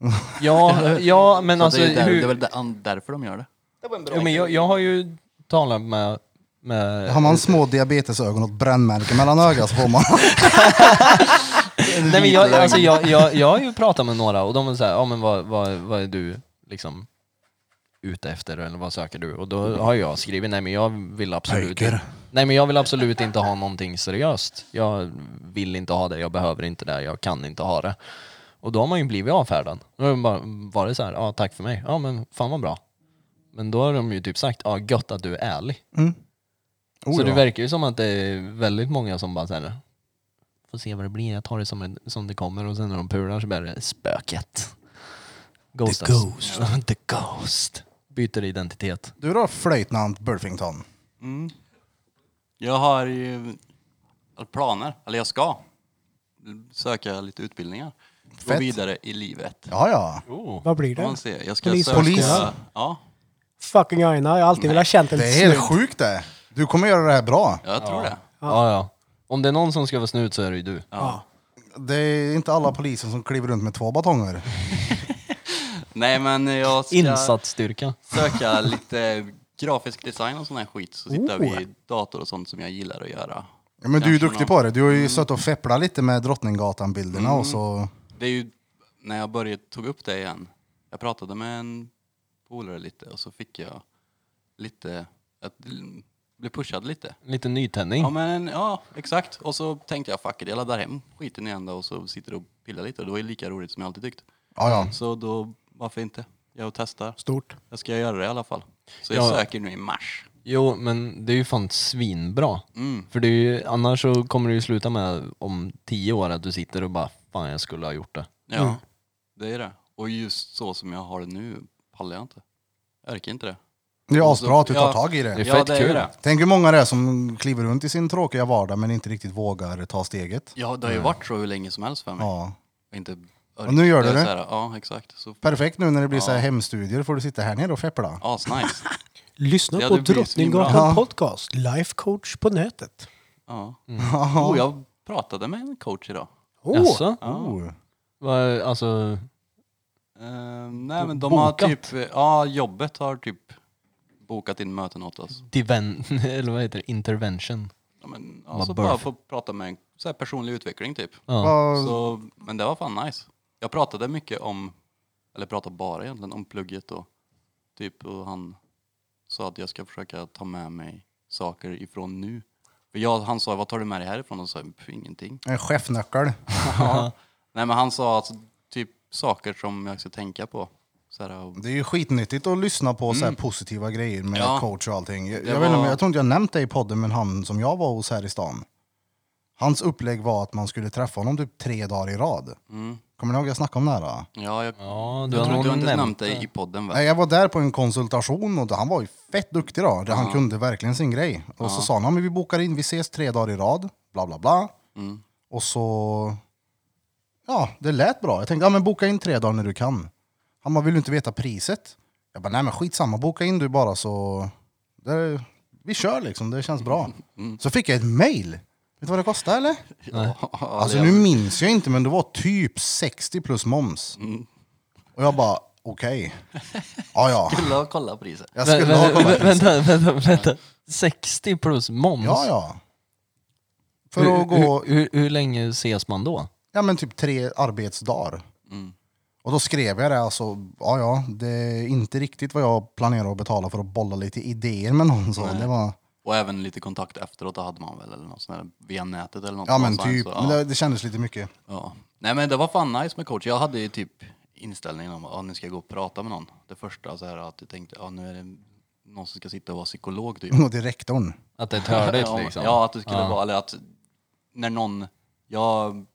S2: ja, ja, men
S4: Så
S2: alltså...
S4: det, är ju där,
S2: hur-
S4: det är väl där, an- därför de gör det.
S2: Jo, men jag, jag har ju talat med... med
S1: Har man små diabetesögon och ett brännmärke mellan ögat så får man...
S2: Nej, men jag, alltså, jag, jag, jag har ju pratat med några och de var så här, ja men vad, vad, vad är du liksom ute efter eller vad söker du? Och då har jag skrivit, nej men jag vill absolut,
S1: Pojkar.
S2: nej, men jag vill absolut inte ha någonting seriöst. Jag vill inte ha det, jag behöver inte det, jag kan inte ha det. Och då har man ju blivit avfärdad. Då har det bara varit så här, ja tack för mig, ja men fan vad bra. Men då har de ju typ sagt, ja gött att du är ärlig.
S1: Mm. Oh,
S2: så
S1: ja.
S2: det verkar ju som att det är väldigt många som bara såhär, får se vad det blir, jag tar det som, en, som det kommer och sen när de pular så blir det spöket. Ghost. The ghost. The ghost. Byter identitet.
S1: Du då, flöjtnant Burfington?
S4: Mm. Jag har ju planer, eller jag ska söka lite utbildningar.
S1: Fett.
S4: Gå vidare i livet.
S1: Ja, ja.
S3: Vad blir
S4: Får
S3: det?
S4: man se. Jag ska
S3: Polis.
S4: söka...
S1: Polis.
S4: Ja,
S3: Fucking aina. Jag har alltid velat känt en
S1: Det är helt
S3: snut.
S1: sjukt det. Du kommer göra det här bra.
S4: jag tror det.
S2: Ja, ja. Om det är någon som ska vara snut så är det ju du.
S4: Ja.
S1: Det är inte alla poliser som kliver runt med två batonger.
S4: Nej men Alltså, jag ska
S2: Insatsstyrka.
S4: söka lite grafisk design och sån här skit. Så sitta
S3: Oh.
S4: vid dator och sånt som jag gillar att göra.
S1: Ja, men du är ju
S4: Kanske
S1: duktig
S4: någon- Mm.
S1: på det. Du har ju suttit och fepplat lite med Drottninggatan-bilderna och så...
S4: Det är ju när jag började tog upp det igen. Jag pratade med en polare lite och så fick jag lite, att blev pushad lite.
S2: Lite nytändning.
S4: Ja men ja, exakt. Och så tänkte jag fuck it, jag laddar hem skiten igen då och så sitter och pillar lite. Och det var ju lika roligt som jag alltid tyckt.
S1: Ja, ja.
S4: Så då, varför inte? Jag testar.
S3: Stort.
S4: Jag ska göra det i alla fall. Så jag
S2: Ja.
S4: söker nu i mars.
S2: Jo, men det är ju fan svinbra.
S4: Mm.
S2: För det är ju, annars så kommer det ju sluta med om tio år att du sitter och bara fan jag skulle ha gjort det.
S4: Ja, det är det. Och just så som jag har det nu pallar jag inte. Jag orkar inte det.
S1: Det är asbra att du tar
S4: Ja.
S1: tag i det.
S2: Det är
S4: Ja,
S2: fett
S4: det är
S2: kul.
S4: ju det.
S1: Tänk hur många det är som kliver runt i sin tråkiga vardag men inte riktigt vågar ta steget.
S4: Ja, det har
S2: Mm.
S4: ju varit så hur länge som helst för mig.
S1: Ja.
S4: Och Inte
S1: Och nu gör du
S4: är
S1: det?
S4: så här, ja, exakt. Så
S1: Perfekt nu när det blir så här
S4: Ja.
S1: hemstudier får du sitta här nere och feppla.
S4: asnice.
S3: Lyssna
S4: Ja,
S3: på
S4: det blir
S3: Drottninggatan
S1: svinbra.
S3: podcast. Life coach på nätet.
S4: Ja. Oh, jag pratade med en coach idag.
S3: Åh,
S2: Jaså?
S1: Oh.
S2: Vad- Alltså,
S4: Ehm, nej men de
S2: Bokat?
S4: har typ, ja jobbet har typ bokat in möten åt oss.
S2: diven, eller vad heter det? Intervention.
S4: Ja, men,
S2: Vad
S4: alltså
S2: burf.
S4: bara få prata med en så här personlig utveckling typ.
S2: Ja.
S8: Vad-
S4: Så, men det var fan nice. Jag pratade mycket om, eller pratade bara egentligen om plugget och typ och han sa att jag ska försöka ta med mig saker ifrån nu. För jag, han sa, vad tar du med dig härifrån? Och så sa jag, "Pff, ingenting.
S1: En chefnyckel.
S4: Nej men han sa att typ saker som jag ska tänka på. Så här, och,
S1: Det är ju skitnyttigt att lyssna på så här positiva grejer med
S4: Mm. Ja.
S1: coach och allting. Jag,
S4: Det
S1: jag, vet inte, om-
S4: var-
S1: jag tror inte jag nämnt det i podden, men han som jag var hos här i stan. Hans upplägg var att man skulle träffa honom typ tre dagar i rad.
S4: mm,
S1: Kommer ni ihåg jag snackade om det här? Då?
S4: ja,
S2: ja,
S4: jag,
S2: du
S4: jag
S2: har
S4: tror
S2: nog
S4: du har inte nämnt
S2: nämnt
S4: det i podden väl?
S1: Nej, jag var där på en konsultation och han var ju fett duktig då. Det- Han
S4: Ja.
S1: kunde verkligen sin grej. Och så sa han, "Ja, men vi bokar in, vi ses tre dagar i rad, bla bla bla.
S4: Mm.
S1: Och så... Ja, det lät bra. Jag tänkte, ja men boka in tre dagar när du kan. Han bara, vill du inte veta priset? Jag bara, nej men skitsamma, boka in du bara så... Det, vi kör liksom, det känns bra.
S4: Mm.
S1: Så fick jag ett mail. Vet du vad det kostade eller? Alltså nu minns jag inte, men det var typ 60 plus moms. Och jag bara, okej. Ja, ja.
S6: Skulle ha kollat priset.
S1: Jag
S2: Vä-
S1: skulle ha
S2: vä-
S1: kollat
S2: vä-
S1: priset.
S2: Vänta, vänta, vänta. 60 plus moms?
S1: Ja, ja.
S2: Hur-
S1: För att gå,
S2: Hur, hur, hur länge ses man då?
S1: ja men typ tre arbetsdagar.
S4: Mm.
S1: Och då skrev jag det alltså, ja ja, det är inte riktigt vad jag planerar att betala för att bolla lite idéer med någon så. Det var,
S4: Och även lite kontakt efteråt då hade man väl eller något sånt där, via nätet eller något.
S1: ja men
S4: någonstans,
S1: typ,
S4: så,
S1: men det, det kändes lite mycket.
S4: Ja. Nej men det var fan nice med coach. Jag hade ju typ inställningen om att ah, nu ska jag gå och prata med någon. Det första så här att jag tänkte ah, nu är det någon som ska sitta och vara psykolog typ.
S1: Och det är rektorn.
S2: Att det är tördigt liksom?
S4: Ja att det skulle vara, eller att när någon, jag,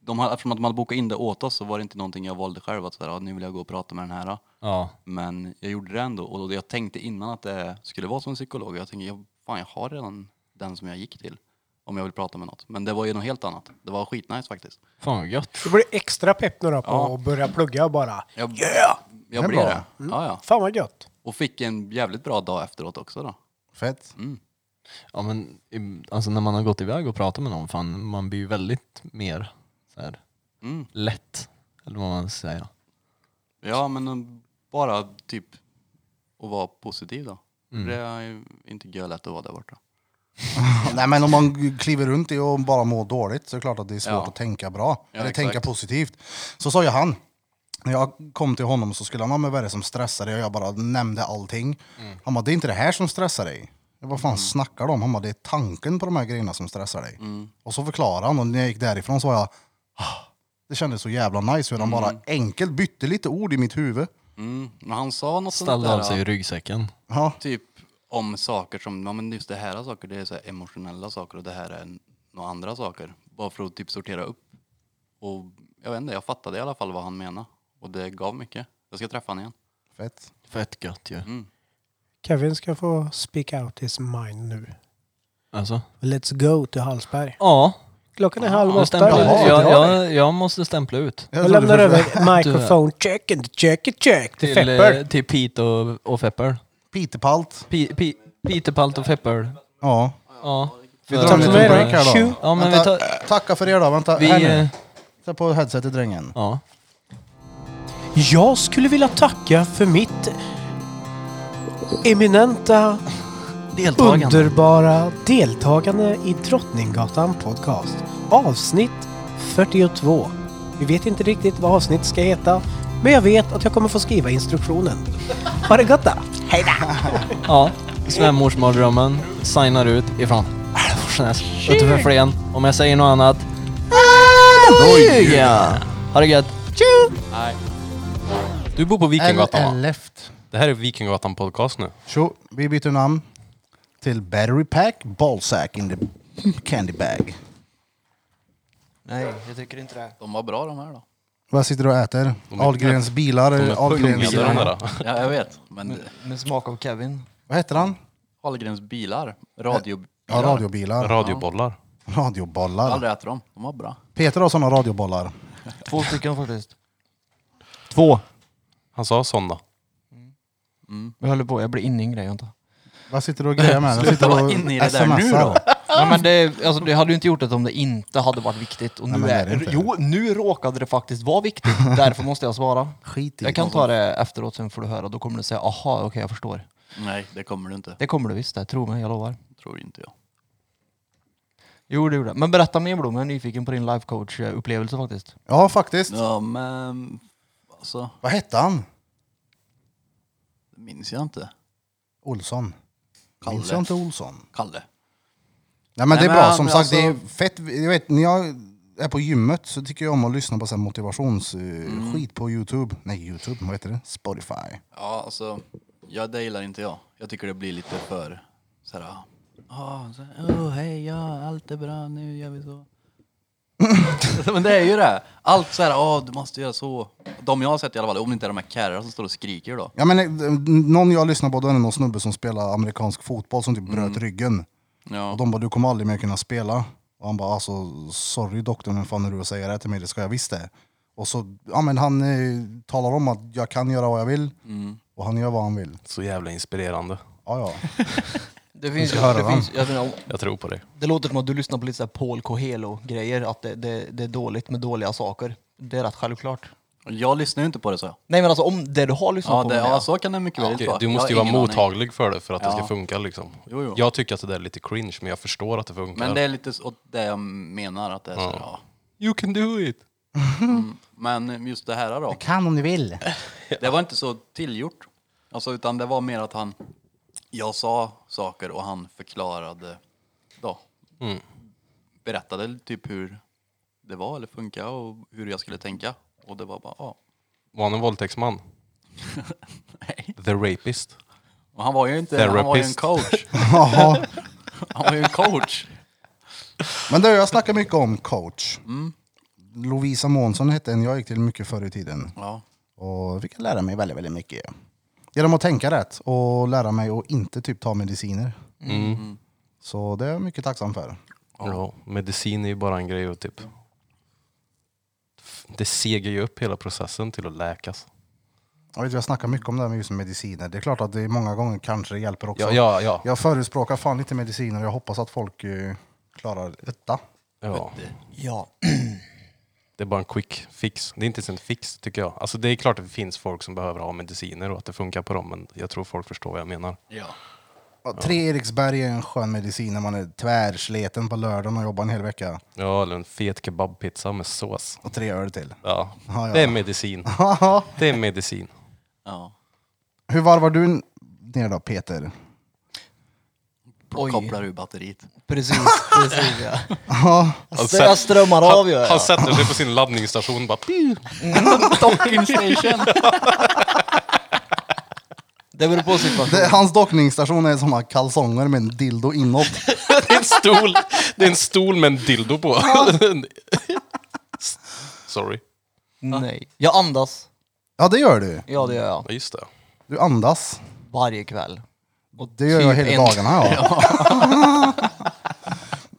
S4: de, har- eftersom att de hade bokat in det åt oss så var det inte någonting jag valde själv att så här, ah, nu vill jag gå och prata med den här.
S2: Ja.
S4: Men jag gjorde det ändå och jag tänkte innan att det skulle vara som psykolog. Jag tänkte, jag, fan jag har redan den som jag gick till. Om jag vill prata med något. Men det var ju något helt annat. Det var skitnice faktiskt.
S2: Fan vad gött.
S3: Du blir extra pepp nu då på
S4: Ja.
S3: att börja plugga bara.
S4: Jag,
S3: Yeah!
S4: jag
S1: Det är
S4: blir
S1: bra.
S4: det. Ja, ja.
S3: Fan vad gött.
S4: Och fick en jävligt bra dag efteråt också då.
S1: Fett.
S2: Ja men i- alltså när man har gått iväg och pratat med någon, fan man blir ju väldigt mer så här,
S4: Mm.
S2: lätt. Eller vad man ska säga.
S4: Ja, men um, bara typ att vara positiv då.
S2: Mm.
S4: Det är ju inte görlätt att vara där borta.
S1: Nej men om man kliver runt i och bara mår dåligt så är det klart att det är svårt
S4: Ja.
S1: att tänka bra.
S4: Ja,
S1: eller
S4: exakt.
S1: tänka positivt. Så sa ju han. När jag kom till honom så skulle han, "Ja, men vad är det som stressar dig? Och jag bara nämnde allting.
S4: Mm.
S1: Han bara, det är inte det här som stressar dig. Jag bara, vad fan snackar du om? Han bara, det är tanken på de här grejerna som stressar dig.
S4: Mm.
S1: Och så förklarade han och när jag gick därifrån så var jag, "Ah." det kändes så jävla nice hur han bara enkelt bytte lite ord i mitt huvud.
S4: Mm. Men han sa något sånt
S2: Ställde av sig
S4: där,
S2: i ryggsäcken.
S1: Ja,
S4: typ om saker som, ja men just det här är saker, det är så här emotionella saker och det här är några andra saker. Bara för att typ sortera upp. Och jag vet inte, jag fattade i alla fall vad han menade. Och det gav mycket. Jag ska träffa honom igen.
S1: fett.
S2: Fett gött ju.
S3: Kevin ska få speak out his mind nu.
S2: Alltså.
S3: Let's go till Hallsberg.
S2: Ja,
S3: Klockan är halv
S2: Ah, jag,
S3: åtta.
S2: stämplar,
S1: Jaha,
S2: jag,
S1: det har
S2: jag, jag måste stämpla ut.
S1: Jag
S3: Jag
S1: trodde
S3: lämnar
S1: först-
S3: över microphone check and check and check
S2: Till,
S3: till Fepper.
S2: eh, till Pete och, och Fepper.
S1: Pitepalt.
S2: Pi- Pi- Peter Palt och Fepper.
S1: Ja.
S2: Ja.
S1: Vi drar
S3: Tack
S1: en
S3: för
S1: liten
S3: mig då.
S1: break här då.
S3: Tjo.
S2: Ja, men vi
S1: Vänta, eh,
S2: tar-
S1: Tacka för er då. Vänta,
S2: Vi,
S1: här
S2: eh,
S1: nu. Sätt på headsetet drängen.
S2: ja.
S3: Jag skulle vilja tacka för mitt eminenta, underbara deltagande i Drottninggatan podcast. Avsnitt 42. Vi vet inte riktigt vad avsnitt ska heta, men jag vet att jag kommer få skriva instruktionen. Ha det gott då! Hej då!
S2: Ja, svärmorsmardrömmen signar ut ifrån Älvsjönäs utanför Flen. Om jag säger något annat, då ljuger jag. Ha det gött.
S7: Du bor på Vikinggatan va?
S1: left.
S7: Det här är Vikinggatan podcast nu.
S1: Tjo, vi byter namn till Battery Pack Ballsack in the candy bag.
S6: Nej, jag tycker inte det.
S4: De var bra de här då.
S1: Vad sitter du och äter? Ahlgrens bilar, eh,
S7: De är
S1: Ahlgrens...
S7: punglider de där.
S4: Ja, jag vet. Men
S6: Med smak av Kevin.
S1: Vad heter han?
S4: Ahlgrens bilar, radiobilar.
S1: Ja, radiobilar.
S7: Radiobollar.
S4: Jag har
S1: Radiobollar.
S4: aldrig ätit dem. De var bra.
S1: Peter har sådana radiobollar.
S6: Två stycken faktiskt.
S2: Två.
S7: Han sa sådana.
S6: Jag håller på, jag blir inne i en grej inte.
S1: Vad sitter du och grejar med? Jag sitter
S4: vara inne i det
S1: och
S4: där nu
S1: smsar.
S6: Nej, men det, alltså, det hade ju inte gjort det om det inte hade varit viktigt. Och nu
S1: Nej, men det är
S6: är,
S1: det inte.
S6: jo, nu råkade det faktiskt vara viktigt. Därför måste jag svara.
S1: Skit i
S6: Jag kan ta det efteråt, sen får du höra. Då kommer du säga, aha, okej, jag förstår.
S4: Nej, det kommer du inte.
S6: Det kommer du visst, det, tro mig, jag lovar.
S4: tror inte jag.
S6: Jo, det gjorde jag. Men berätta mer Blom, jag är nyfiken på din life coach eh, upplevelse faktiskt.
S1: Ja, faktiskt.
S4: Ja, men alltså,
S1: Vad hette han?
S4: det minns jag inte.
S1: Olsson. Minns
S4: Kalle.
S1: jag inte Olsson?
S4: Kalle.
S1: Nej men
S4: Nej,
S1: det är
S4: men
S1: bra,
S4: han-
S1: som sagt det är
S4: alltså-
S1: fett. Jag vet, när jag är på gymmet så tycker jag om att lyssna på sån här motivationsskit på Youtube. Nej Youtube, vad heter det? Spotify.
S4: Ja, alltså, jag, det gillar inte jag. Jag tycker det blir lite för så här, ah, så här, oh, hej, ja, allt är bra, nu gör vi så. Men det är ju det. Allt så här, ah, du måste göra så. De jag har sett i alla fall, om det inte är de här kärrarna som står och skriker då.
S1: Ja men eh, någon jag lyssnar på, då är det någon snubbe som spelar amerikansk fotboll som typ bröt ryggen.
S4: Ja.
S1: Och de bara, du kommer aldrig mer kunna spela. Och han bara, alltså sorry doktorn, men fan är du att säga det här till mig? Det ska jag visst det. Och så, ja men han eh, talar om att jag kan göra vad jag vill. Och han gör vad han vill.
S7: Så jävla inspirerande.
S1: Ja ja.
S6: Det finns ju,
S1: ska höra
S6: det, finns, jag vet inte, om-
S7: Jag tror på dig.
S6: det låter som att du lyssnar på lite så här Paul Coelho-grejer, att det, det, det är dåligt med dåliga saker. Det är rätt självklart.
S4: Jag lyssnar ju inte på det så. jag.
S6: Nej men alltså om det alltså- du har lyssnat
S4: Ja,
S6: på
S4: det,
S6: menar jag.
S4: ja, så kan det mycket väl
S7: Okej,
S4: vara.
S7: Du
S4: Jag
S7: måste ju
S4: har
S7: vara
S4: ingen aning.
S7: mottaglig för det för att det
S4: Ja.
S7: ska funka. Liksom.
S4: Jo, jo.
S7: Jag tycker att det där är lite cringe, men jag förstår att det funkar.
S4: Men det är lite så- det jag menar att det är så. här, Ja.
S7: You can do it!
S4: Men just det här då.
S1: Kan om du vill.
S4: Det var inte så tillgjort. Alltså, utan det var mer att han... Jag sa saker och han förklarade... Då,
S7: Mm.
S4: berättade typ hur det var eller funkar och hur jag skulle tänka. Och det var bara... Ja.
S7: Var han en våldtäktsman?
S4: Nej.
S7: The rapist?
S4: Och han var ju inte... Han var ju en
S7: Therapist.
S4: coach.
S1: Jaha.
S4: Han var ju en coach.
S1: Men du, jag snackar mycket om coach.
S4: Mm,
S1: Lovisa Månsson hette en jag gick till mycket förr i tiden.
S4: Ja.
S1: Och jag fick lära mig väldigt, väldigt mycket. Genom att tänka rätt och lära mig att inte typ ta mediciner.
S4: Mm.
S6: Mm.
S1: Så det är jag mycket tacksam för.
S7: Mm. Ja, medicin är ju bara en grej och typ... Det segar ju upp hela processen till att läkas.
S1: Jag, vet, jag snackar mycket om det här med just mediciner. Det är klart att det många gånger kanske det hjälper också.
S7: Ja, ja, ja.
S1: Jag förespråkar fan lite mediciner och jag hoppas att folk eh, klarar detta.
S7: ja.
S6: Ja.
S7: Det är bara en quick fix. Det är inte ens en fix tycker jag. Alltså det är klart att det finns folk som behöver ha mediciner och att det funkar på dem men jag tror folk förstår vad jag menar.
S4: ja.
S1: Ja, Tre Eriksberg är en skön medicin när man är tvärsleten på lördagen och jobbar en hel vecka.
S7: Ja, eller en fet kebabpizza med sås.
S1: Och tre öl till.
S7: Ja,
S1: Ja, ja.
S7: det är medicin. Det är medicin.
S4: ja.
S1: Hur varvar du ner då Peter?
S6: Oj.
S4: Kopplar ur batteriet.
S6: Precis, precis ja.
S7: Han,
S6: Så Alltså, jag strömmar av ju.
S7: han, han sätter sig på sin laddningsstation bara "Piu."
S6: Docking station. Det beror på situationen.
S1: Det, hans dockningsstation är som kalsonger med en dildo inåt.
S7: Det är en stol, det är en stol med en dildo på. Sorry.
S6: Nej. Jag andas.
S1: Ja det gör du.
S6: Ja det gör jag.
S7: Ja, just det.
S1: Du andas.
S6: Varje kväll.
S1: Det gör jag
S6: Typ
S1: hela
S6: en-
S1: dagarna. Ja.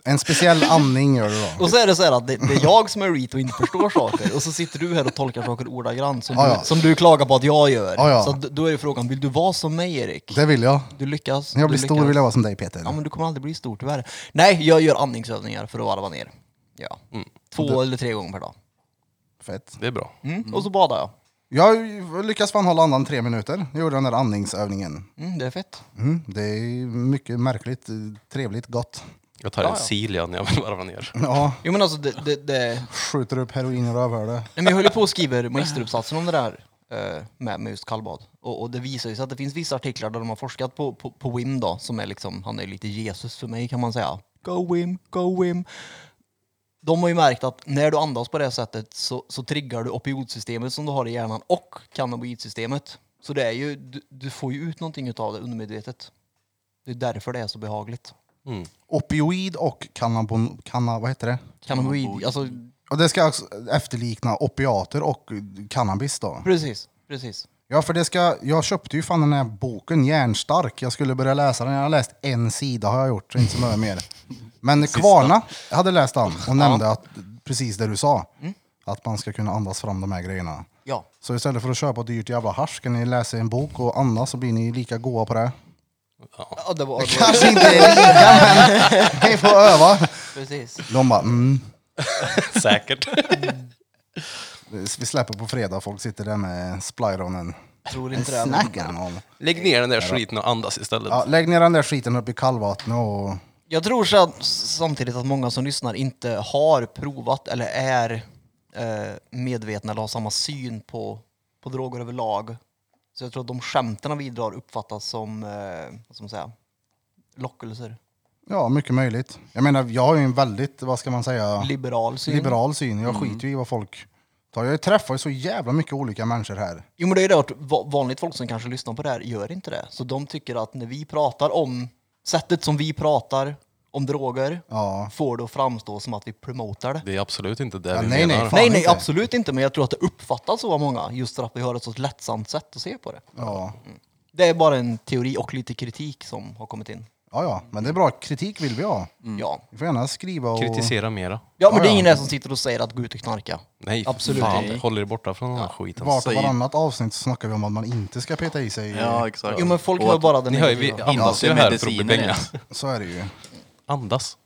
S1: en speciell andning gör du då.
S6: Och så är det så här att det, det är jag som är reet och inte förstår saker och så sitter du här och tolkar saker ordagrant som,
S1: Ja,
S6: du,
S1: ja.
S6: som du klagar på att jag gör.
S1: Ja, ja.
S6: Så att, då är det frågan, vill du vara som mig Erik?
S1: Det vill jag.
S6: Du lyckas.
S1: När jag
S6: du
S1: blir stor
S6: lyckas.
S1: vill jag vara som dig Peter.
S6: Ja men du kommer aldrig bli stor tyvärr. Nej, jag gör andningsövningar för att varva ner. Ja. Två eller tre gånger per dag.
S1: Fett.
S7: Det är bra.
S6: Mm. Och så badar jag.
S1: Jag lyckas fan hålla andan tre minuter. Jag gjorde den där andningsövningen.
S6: Mm, det är fett.
S1: Mm, det är mycket märkligt, eh, trevligt, gott.
S7: Jag tar en Silja när jag vill varva ner.
S1: Ja,
S6: Jo men alltså det, det, det...
S1: skjuter upp heroin i rövhålet.
S6: Nej, men jag höll ju på och skriver magisteruppsatsen om det där eh, med, med just kallbad. Och, och det visar ju sig att det finns vissa artiklar där de har forskat på, på, på Wim då, som är liksom, han är lite Jesus för mig kan man säga. Go Wim, go Wim. De har ju märkt att när du andas på det här sättet så, så triggar du opioidsystemet som du har i hjärnan och cannabinoidsystemet. Så det är ju, du, du får ju ut någonting av det undermedvetet. Det är därför det är så behagligt.
S7: Mm.
S1: Opioid och cannabon... Canna, vad heter det?
S6: Cannabinoid, alltså
S1: Och det ska alltså efterlikna opiater och cannabis då.
S6: precis, precis.
S1: Ja, för det ska, jag köpte ju fan den här boken, Järnstark. Jag skulle börja läsa den. Jag har läst en sida har jag gjort, inte så mycket mer. Men Kvarna hade läst den och nämnde att, precis det du sa. Att man ska kunna andas fram de här grejerna.
S6: Ja.
S1: Så istället för att köpa dyrt jävla hasch kan ni läsa en bok och andas så blir ni lika goa på det.
S6: ja det var, det var,
S1: Kanske inte lika, men ni får öva.
S6: precis.
S1: De bara, mm.
S7: Säkert.
S1: Vi släpper på fredag, folk sitter där med splajronen.
S6: Tror
S1: Vad
S6: inte det. men-
S1: snackar han om?
S7: Lägg ner den där skiten och andas istället.
S1: Ja, lägg ner den där skiten upp i kallvattnet och
S6: Jag tror så att, samtidigt att många som lyssnar inte har provat eller är eh, medvetna eller har samma syn på, på droger överlag. Så jag tror att de skämten vi drar uppfattas som, eh, vad ska man säga, lockelser.
S1: Ja, mycket möjligt. Jag menar, jag har ju en väldigt, vad ska man säga,
S6: Liberal syn.
S1: liberal syn. Jag skiter ju i vad folk tar. Jag träffar ju så jävla mycket olika människor här.
S6: Jo men det är det att va- vanligt folk som kanske lyssnar på det här gör inte det. Så de tycker att när vi pratar om sättet som vi pratar om droger
S1: Ja.
S6: får det att framstå som att vi promotar det.
S7: Det är absolut inte det
S1: Ja,
S7: vi
S1: nej, nej,
S7: menar.
S1: fan.
S6: Nej, nej,
S1: inte.
S6: absolut inte. Men jag tror att det uppfattas så av många just för att vi har ett så lättsamt sätt att se på det.
S1: Ja.
S6: Det är bara en teori och lite kritik som har kommit in.
S1: ja, ja, men det är bra. Kritik vill vi ha.
S6: Ja.
S1: Ni får gärna skriva och...
S7: Kritisera mera.
S6: Mm. ja, men det är
S1: Ja, ja.
S6: ingen där som sitter och säger att gå ut och knarka.
S7: Nej,
S6: Absolut
S7: fan.
S6: inte.
S7: Håll er borta från den här skiten.
S1: Vart och
S4: Säg-
S1: varannat avsnitt snackar vi om att man inte ska peta i sig.
S4: Ja, exakt.
S6: Jo, men folk
S4: Mm. Och
S6: hör
S4: att-
S6: bara den
S7: Ni hör ju, vi
S6: negativa.
S7: andas ju
S4: Ja,
S7: här för att
S4: mediciner
S7: bli
S4: är-
S7: bängda.
S1: Så är det ju.
S7: Andas.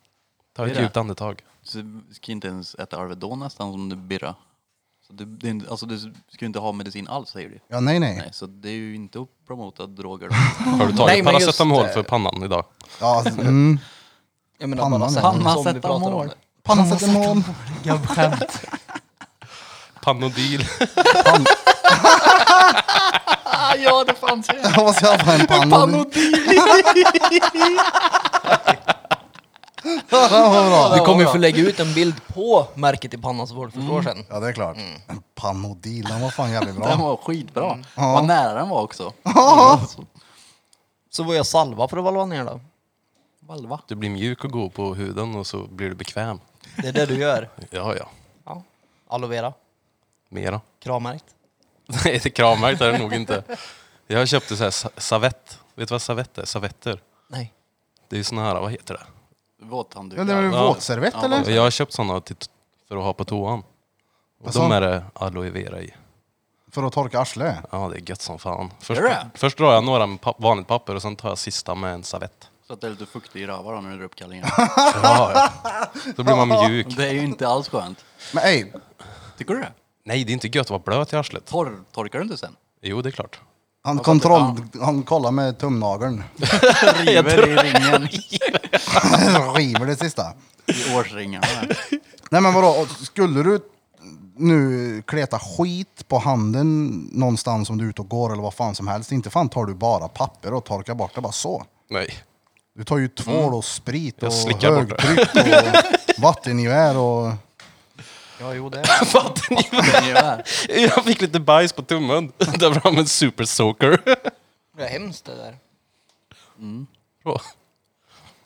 S7: Ta
S4: Det är
S7: ett
S4: det.
S7: djupt andetag.
S4: Så du ska inte ens äta Alvedon nästan som du birra. Så det, det, är inte- alltså du ska ju inte ha medicin alls säger du.
S1: Ja, nej, nej.
S4: Nej, så det är ju inte att promota droger.
S7: Har du
S6: Nej,
S7: tagit
S6: men just
S7: paracetamol
S6: det.
S7: för pannan idag?
S1: Ja, alltså, mm.
S6: Jag menar bara
S1: Pannan.
S6: sättet som vi pratar om det.
S1: Paracetamol.
S7: Panodil.
S6: Ah, ja, det fanns ju.
S1: Jag måste ha en panna.
S6: Vi kommer ju få lägga ut en bild på märket i pannan så folk förstår sen.
S1: Ja, det är klart. En Panodil, den var fan jävligt
S4: Den
S1: bra.
S4: var skitbra. Vad nära den var också. Alltså,
S6: Så var jag salva för att valva ner då. Valva?
S7: Du blir mjuk och god på huden och så blir du bekväm.
S6: Det är det du gör.
S7: Ja, ja.
S6: Ja. Aloe vera,
S7: Mera.
S6: kravmärkt.
S7: Nej, det kravmärkt är det nog inte. Jag köpte så här sa- savett. Vet du vad savett är? Savetter.
S6: Nej.
S7: Det är ju såna här, vad heter det?
S4: Våthanddukar.
S1: Ja, det var ju
S7: Ja.
S1: våtservett
S4: Ja,
S1: eller?
S7: Jag har köpt såna till, för att ha på toan. Och
S1: Alltså?
S7: de är det aloe vera i.
S1: För att torka arslet.
S7: Ja, det är gött som fan. Först,
S4: Är det?
S7: först drar jag några med pa- vanligt papper och sen tar jag sista med en savett.
S4: Så att det är lite fuktigt i rövar då när du drar upp kallingen.
S7: Då blir man mjuk.
S4: det är ju inte alls skönt.
S1: Men ey,
S4: Tycker du det?
S7: Nej, det är inte gött att vara blöt i arslet.
S4: Torr, torkar du inte sen?
S7: Jo, det är klart.
S1: han, kontroll, han kollar med tumnageln.
S4: River i ringen.
S1: River det sista.
S4: I årsringarna.
S1: Nej men vadå, skulle du nu kleta skit på handen någonstans om du är ute och går eller vad fan som helst. Inte fan tar du bara papper och torkar bort det bara så.
S7: Nej.
S1: Du tar ju tvål och sprit
S7: Jag
S1: och
S7: slickar bort det.
S1: högtryck och vattengevär och...
S6: Ja, jo det.
S7: Fattar ni? Jag fick lite bajs på tummen. Där fram en super soaker.
S6: Det är hemskt det där.
S7: Så.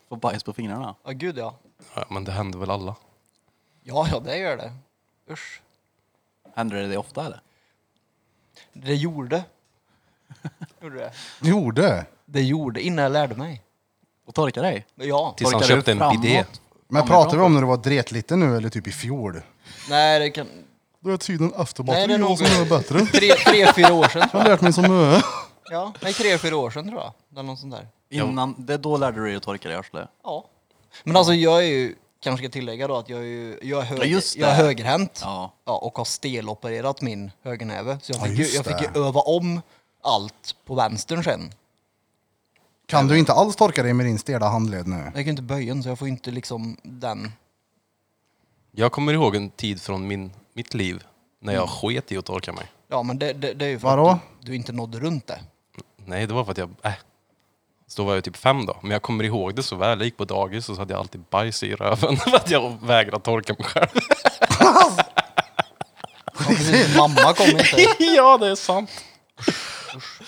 S4: Får bajs på fingrarna.
S6: Ja, gud ja.
S7: Ja, men det händer väl alla.
S6: Ja, ja, det gör det. Usch.
S4: Händer det dig ofta eller?
S6: Det gjorde. Gjorde det?
S1: Gjorde!
S6: Det gjorde, innan jag lärde mig.
S4: Och torkar dig?
S6: Ja.
S7: Tills han
S4: Torkar
S7: köpte
S4: du
S7: en bidé.
S4: framåt?
S1: Men pratar vi om när du var dretliten nu eller typ i fjol?
S6: Nej, det kan...
S1: Då är tydligen
S6: Nej, det är
S1: efterbotten
S6: nog
S1: jag som är bättre.
S6: tre, tre, fyra år sedan.
S1: Jag har lärt mig som mö.
S6: Ja, nej, tre, fyra år sedan tror jag. Eller något sånt där.
S4: Innan, det, då lärde du dig att torka dig i arslet.
S6: Ja. Men alltså jag är ju, kanske ska tillägga då att jag är ju, jag är, höger,
S4: Ja, just det.
S6: jag är högerhänt.
S4: Ja.
S6: Ja, och har stelopererat min högernäve. Så jag
S1: Ja,
S6: fick, ju,
S1: just
S6: jag fick
S1: det.
S6: ju öva om allt på vänstern sen.
S1: Kan du inte alls torka dig med din stela handled nu?
S6: Jag kan ju inte böja den så jag får inte liksom den.
S7: Jag kommer ihåg en tid från min, mitt liv när jag sket i att torka mig.
S6: Ja men det, det, det är ju för
S1: Vadå?
S6: att du, du inte nådde runt det.
S7: Nej, det var för att jag... Äh. Så då var jag typ fem då. Men jag kommer ihåg det så väl. Jag gick på dagis och så hade jag alltid bajs i röven för att jag vägrade torka mig själv.
S6: Ja, precis, mamma kom inte.
S7: ja, det är sant.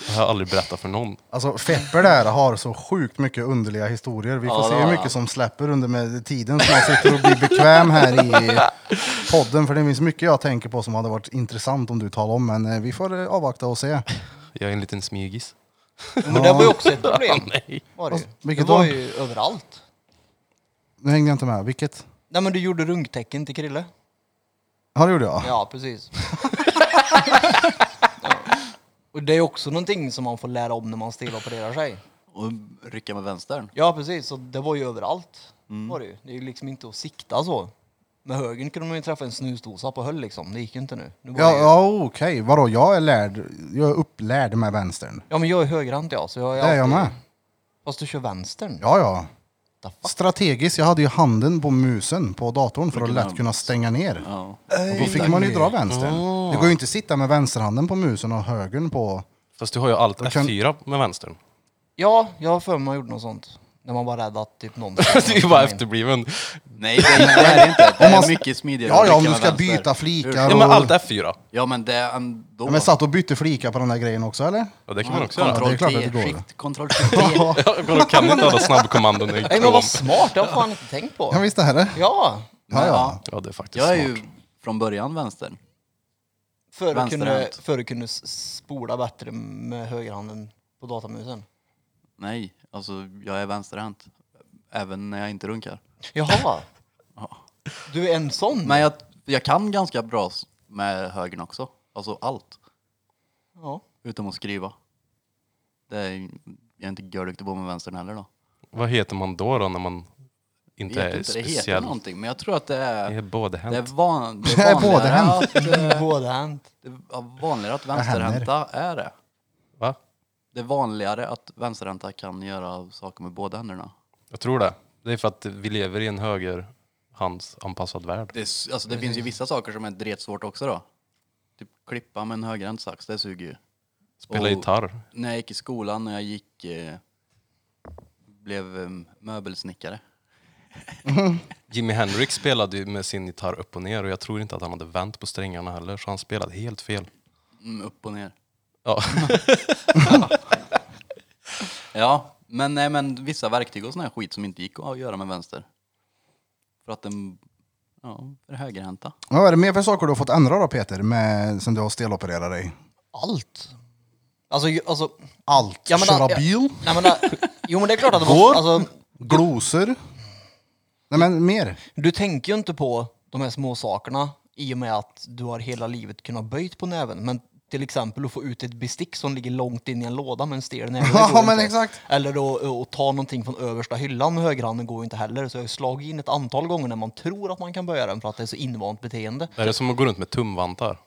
S7: Det har jag aldrig berättat för någon.
S1: Alltså Fepper där har så sjukt mycket underliga historier. Vi får
S4: Ja,
S1: se
S4: det
S1: hur
S4: har
S1: mycket
S4: han.
S1: som släpper under med tiden som man sitter och blir bekväm här i podden. För det finns mycket jag tänker på som hade varit intressant om du talar om. Men eh, vi får eh, avvakta och se.
S7: Jag är en liten smygis.
S6: Men det var ju också ett problem.
S7: Nej.
S6: Var det, ju.
S1: Alltså, Vilket
S6: det var
S1: då?
S6: ju överallt.
S1: Nu hängde jag inte med. Vilket?
S6: Nej men du gjorde rungtecken till Krille.
S1: Ja det gjorde jag.
S6: Ja, precis. Ja. Och det är också någonting som man får lära om när man stilopererar sig.
S4: Och rycka med vänstern.
S6: Ja, precis. Så det var ju överallt.
S1: Mm.
S6: Var det, ju. det är ju liksom inte att sikta så. Med högern kunde man ju träffa en snusdosa på höll liksom. Det gick ju inte nu. nu var
S1: Ja,
S6: det ju...
S1: ja okej. Vadå jag är lärd. Jag är upplärd med vänstern.
S6: ja, men jag är högerhänt ja. Så jag är
S1: Det är jag
S6: alltid-
S1: med.
S6: Fast du kör vänstern.
S1: Ja ja.
S2: the fuck?
S1: Strategiskt, jag hade ju handen på musen på datorn för att
S4: Vilken
S1: lätt
S4: hand?
S1: kunna stänga ner.
S4: Ja.
S1: Och då fick man ju dra vänstern. Det går ju inte att sitta med vänsterhanden på musen och högern på...
S7: Fast du har ju allt
S1: Jag kan-
S7: F4 med vänstern.
S6: Ja, jag har för mig man gjorde något sånt. När man var rädd att typ någon skulle
S7: Du är ju bara efterbliven.
S4: Nej, det är, det är inte. Det
S1: Om man-
S4: är mycket smidigare.
S1: Ja,
S4: att
S1: ja, om
S4: klicka
S1: du
S4: med
S1: ska
S4: vänster.
S1: byta flikar
S7: Ja
S1: och...
S7: men allt F4.
S4: Ja, men det är ändå.
S1: Ja, men satt och bytte flika på den där grejen också eller?
S7: Ja det kan man också göra.
S1: Ja, det är
S4: Kontroll
S1: klart att det
S4: T,
S1: går.
S4: skift, kontroll T.
S7: Ja, men de kan inte alla snabbkommandon i
S6: Nej men
S7: Chrome.
S6: vad smart, det har jag fan inte tänkt på.
S1: Ja visst är det.
S6: Ja,
S1: Ja, ja.
S7: Ja det är faktiskt
S4: Jag är
S7: smart.
S4: ju från början vänster.
S6: förr kunde,
S4: Vänsterhänt.
S6: förr kunde s- spola bättre med högerhanden på datamusen.
S4: Nej, alltså jag är vänsterhänt. Även när jag inte runkar.
S6: Jaha. Du är en sån?
S4: Men jag, jag kan ganska bra s- med högern också. Alltså allt.
S6: Ja.
S4: Utom att skriva. Det är, jag är inte görduktig på med vänstern heller då.
S7: Vad heter man då, då när man
S4: Jag
S7: inte
S4: vet
S7: är
S4: inte, det heter
S7: speciell?
S4: någonting. Men jag tror att det
S7: Det
S4: är,
S7: är både
S4: det är,
S7: hänt.
S4: van, det
S1: Det
S4: är
S1: är både
S4: vanligare,
S1: hänt.
S4: att, eh,
S6: Bådhänt.
S4: det är vanligare att
S1: händer.
S4: vänsterhänta är det.
S7: Va?
S4: Det är vanligare att vänsterhänta kan göra saker med båda händerna.
S7: Jag tror det. Det är för att vi lever i en högerhandsanpassad värld.
S4: Det, är s- alltså, det finns ju vissa saker som är dretsvårt också då. Typ klippa med en högerhänt sax, det suger ju.
S7: Spela
S4: Och-
S7: gitarr.
S4: När jag gick i skolan, när jag gick... Eh, blev eh, möbelsnickare.
S7: Jimi Hendrix spelade ju med sin gitarr upp och ner och jag tror inte att han hade vänt på strängarna heller så han spelade helt fel.
S4: Mm, upp och ner.
S7: Ja.
S4: Ja, men, nej, men vissa verktyg och sån här skit som inte gick att göra med vänster. För att den... Ja, för högerhänta.
S1: Men Vad är det mer för saker du har fått ändra då Peter, med, sen du har stelopererat dig?
S6: Allt. Alltså, ju- alltså
S1: Allt.
S6: Ja, men
S1: Köra
S6: ja.
S1: bil,
S6: nej men det, jo men det är klart att det
S1: Går?
S6: var, alltså,
S1: glosor. Nej men mer.
S6: du tänker ju inte på de här små sakerna i och med att du har hela livet kunnat böjt på näven. Men till exempel att få ut ett bestick som ligger långt in i en låda med en stel näve. det
S1: Ja,
S6: går
S1: men
S6: inte.
S1: exakt.
S6: Eller att, att ta någonting från översta hyllan med högerhanden går ju inte heller. Så jag har ju slagit in ett antal gånger när man tror att man kan böja den för att det är så invant beteende.
S7: Är det som att gå runt med tumvantar?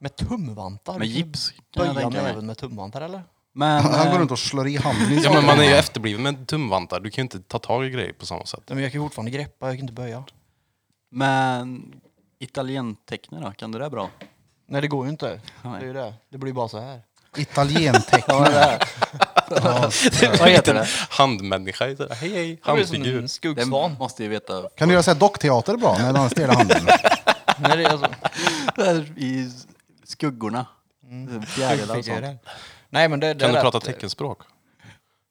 S6: Med tumvantar?
S4: Med gips kan jag
S6: Böja
S4: tänka mig.
S6: näven med tumvantar eller?
S4: Men,
S1: Han går
S4: eh,
S1: runt och slår i handen i
S7: Ja men
S1: saker.
S7: man är ju efterbliven med tumvantar, du kan ju inte ta tag i grejer på samma sätt.
S6: Nej, men jag kan ju fortfarande greppa, jag kan inte böja.
S4: men italienteckner då, kan du det bra?
S6: Nej det går ju inte. Det
S4: Nej.
S6: är ju det. Det blir bara så här.
S1: Italientecknare.
S4: Vad heter det?
S7: Handmänniska, heter det. hej hej,
S6: Det blir som
S7: handfigur.
S6: en skuggsvan.
S4: Det måste ju veta.
S1: Kan du göra så här dockteater bra med den här stela handen?
S6: Nej, det är alltså,
S4: I skuggorna.
S6: Mm.
S4: Fjärilar och sånt.
S6: Nej men det, det
S7: Kan
S6: är
S7: du
S6: rätt.
S7: prata teckenspråk?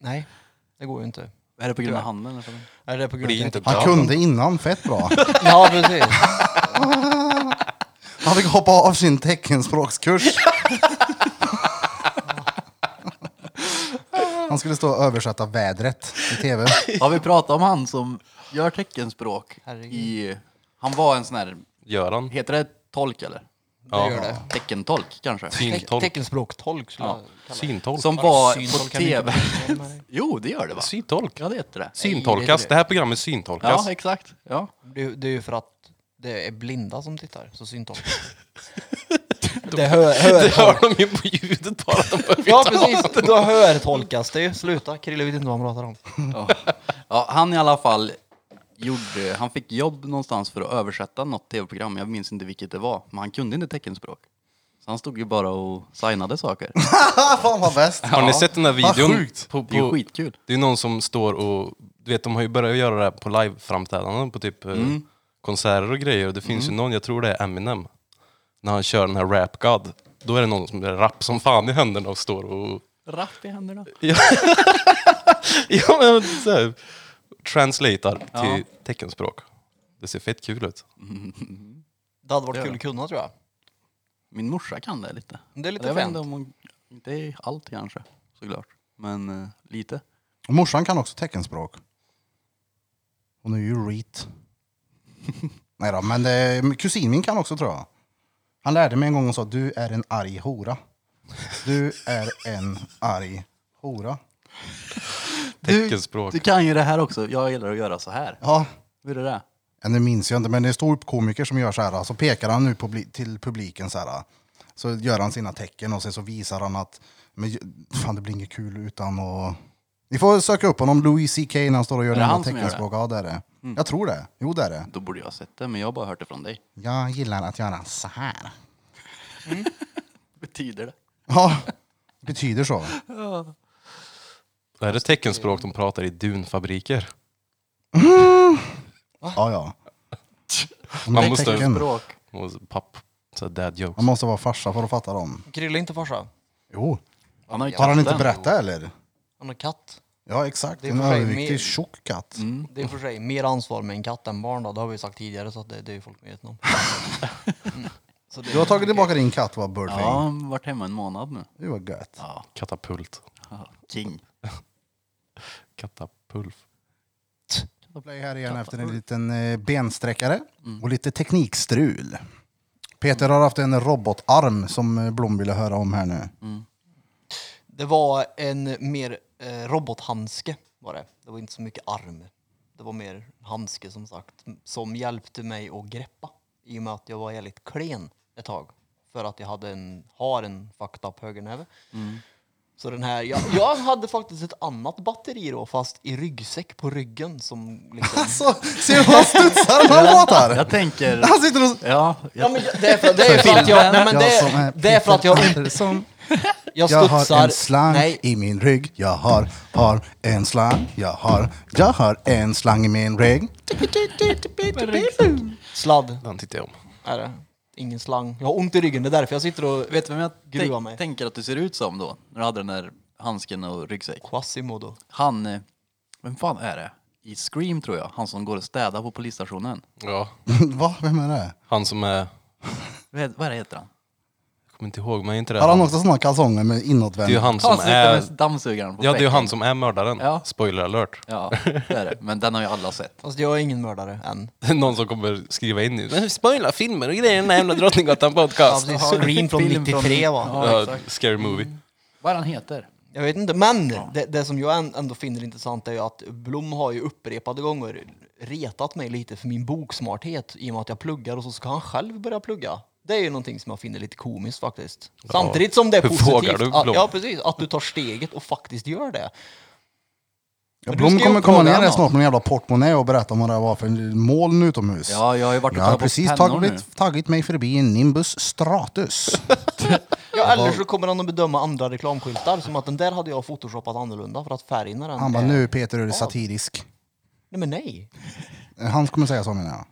S6: Nej, det går ju inte.
S4: Är det på grund av handen? eller vad?
S6: Nej, det är på grund
S7: Bli
S6: av
S7: inte
S1: Han
S7: död.
S1: kunde innan fett bra.
S6: Ja precis.
S1: Han fick hoppa av sin teckenspråkskurs. Han skulle stå och översätta vädret i tv.
S4: Har vi pratat om han som gör teckenspråk
S6: Herregud.
S4: i... Han var en sån här,
S7: Göran?
S4: heter det tolk eller?
S6: Det gör det.
S4: Teckentolk kanske?
S6: Te-
S7: Syntolk?
S6: teckenspråktolk skulle jag kalla det.
S7: Syntolk?
S4: Som var
S6: Syntolk
S4: på
S6: kan inte
S4: tv.
S6: vara med dig.
S4: Jo, det gör det va?
S7: Syntolk?
S4: Ja, det heter det.
S7: Syntolkas? Det här programmet syntolkas?
S4: Ja, exakt. Ja.
S6: Det, det är ju för att det är blinda som tittar, så syntolk. det hör, hör,
S7: Det hör de ju på ljudet bara. De behöver
S6: Ja
S7: inte ha-
S6: precis, då hörtolkas det ju. Sluta, Krille vet inte vad han pratar om.
S4: Ja, han i alla fall gjorde, han fick jobb någonstans för att översätta något tv-program, jag minns inte vilket det var, men han kunde inte teckenspråk. Så han stod ju bara och signade saker.
S1: Ah, Fan vad bäst.
S7: Har ni sett den där
S1: Vad
S7: videon?
S1: sjukt.
S7: På,
S4: Det är ju
S7: på,
S4: skitkul.
S7: det är någon som står och, du vet de har ju börjat göra det här på live-framträdanden på typ eh, konserter och grejer. Och det finns ju någon, jag tror det är Eminem, när han kör den här Rap God. Då är det någon som är rapp som fan i händerna och står och...
S4: Rapp i händerna.
S7: Ja men så här, translatar till
S4: Ja.
S7: teckenspråk. Det ser fett kul ut.
S6: Det hade varit kul att kunna tror jag.
S4: Min morsa kan det lite.
S6: Men Det är lite
S4: jag vet inte
S6: fränt.
S4: om hon, inte i allt kanske, såklart. Men eh, lite.
S1: Morsan kan också teckenspråk. Hon är ju reet. Nej då, men det, kusin min kan också tror jag. Han lärde mig en gång och sa du är en arg hora. Du är en arg hora.
S7: Teckenspråk.
S4: Du kan ju det här också, jag gillar att göra så här.
S1: Ja,
S4: Hur är det?
S1: Ja, nu minns jag inte, men det är ståuppkomiker som gör så här. Så pekar han nu publi- till publiken så här. Så gör han sina tecken och sen så visar han att men, ju- fan, det blir inget kul utan att Ni får söka upp honom, Louis CK, när han står och gör
S4: det
S1: den här
S4: han som gör det? Mm.
S1: teckenspråk. Ja, det är det. Jag tror det. Jo, det är det.
S4: Då borde jag ha sett det, men jag har bara hört det från dig.
S1: Jag gillar att göra så här.
S4: Betyder det?
S1: Ja, det betyder så.
S7: Är det teckenspråk de pratar i dunfabriker?
S1: Ja, ja.
S7: Man måste-
S1: Tecken.
S4: Språk.
S7: Och papp, så här dad jokes.
S1: Man måste vara farsa för att fatta dem.
S6: Krille inte farsa.
S1: Jo.
S4: Han har ju
S1: Har han inte
S4: katten.
S1: berättat eller?
S6: Han har katt.
S1: Ja, exakt.
S6: Det är
S1: En
S6: för sig mer-
S1: överviktig tjock katt.
S6: Det är i och för sig mer ansvar med en katt än barn då. Det har vi sagt tidigare så att det, det är ju folk medvetna om. Mm. Så det-
S1: Du har tagit tillbaka din katt va, Birdling?
S4: Ja, han har varit hemma en månad nu.
S1: Det var gött.
S4: Ja,
S7: Katapult.
S4: king.
S7: Katapulf.
S1: Då blir jag här igen efter en liten eh, bensträckare och lite teknikstrul. Peter har haft en robotarm som eh, Blom ville höra om här nu.
S6: Det var en mer eh, robothandske var det. Det var inte så mycket arm. Det var mer handske som sagt. Som hjälpte mig att greppa. I och med att jag var jävligt klen ett tag. För att jag hade en, har en fucked up högernäve. Mm. Så den här, jag, jag hade faktiskt ett annat batteri då fast i ryggsäck på ryggen som liksom...
S1: Så, ser du vad Alltså, han studsar när han pratar?
S4: Jag tänker...
S1: Han sitter och...
S4: Ja,
S6: Ja,
S4: jag,
S6: men jag- det, är för, det är för att jag... Nej, men
S1: Jag som
S6: det,
S1: är
S6: det är för att jag...
S1: Peter Andersson.
S6: Jag
S1: Jag har en
S6: studsar...
S1: slang
S6: Nej,
S1: i min rygg. Jag har, har en slang. Jag har, jag har en slang i min rygg.
S6: sladd
S7: Den tittar jag om.
S6: är det. Ingen slang. Jag har ont i ryggen, det är därför jag sitter och...
S4: vet du vem jag
S6: Gruva
S4: tänk-
S6: mig.
S4: tänker att du ser ut som då? När du hade den där handsken och ryggsäck.
S6: Quasimodo.
S4: Han... eh, Vem fan är det? I Scream tror jag. Han som går och städar på polisstationen.
S7: Ja.
S1: Va? Vem är det?
S7: Han som är...
S4: Vad he- vad är det heter han?
S7: Jag kommer inte ihåg, men är inte det
S1: Har han också såna kalsonger med inåtvänd?
S7: Det är ju han som
S4: Han som sitter
S7: är...
S4: med dammsugaren på
S7: Ja, det är ju
S4: fläkten.
S7: han som är mördaren.
S4: Ja.
S7: Spoiler alert.
S4: Ja, det är det. Men den har ju alla sett.
S6: Fast jag är ingen mördare än.
S7: Någon som kommer skriva in nu. Spoila filmer och grejer i den här jävla Drottninggatan podcast.
S6: Ja, Alltså, Scream från
S4: Film från-
S6: 93 va?
S4: Ja,
S7: Ja, Mm.
S4: exakt.
S7: scary movie.
S4: Vad är han heter?
S6: Jag vet inte, men det, det som jag än- ändå finner intressant är ju att Blom har ju upprepade gånger retat mig lite för min boksmarthet i och med att jag pluggar och så ska han själv börja plugga. Det är ju någonting som jag finner lite komiskt faktiskt. Samtidigt som det är
S7: Hur
S6: positivt.
S7: vågar du,
S6: att,
S7: Blom?
S6: ja, precis. Att du tar steget och faktiskt gör det.
S1: Ja,
S6: Men
S1: Blom
S6: du ska ju
S1: kommer komma
S6: uppdaga
S1: ner här
S6: honom.
S1: snart med en jävla portmonnä och berätta om vad det var för moln utomhus.
S4: Ja, jag har ju varit och
S1: jag har
S4: tagit
S1: precis
S4: bort pennor nu.
S1: tagit, tagit mig förbi en Nimbus Stratus.
S6: Ja,
S1: Alltså,
S6: eller så kommer han att bedöma andra reklamskyltar som att den där hade jag photoshopat annorlunda för att färgen är den
S1: Han bara,
S6: är-
S1: nu Peter är du satirisk. Eh,
S6: Nej men nej.
S1: Han kommer säga så menar jag.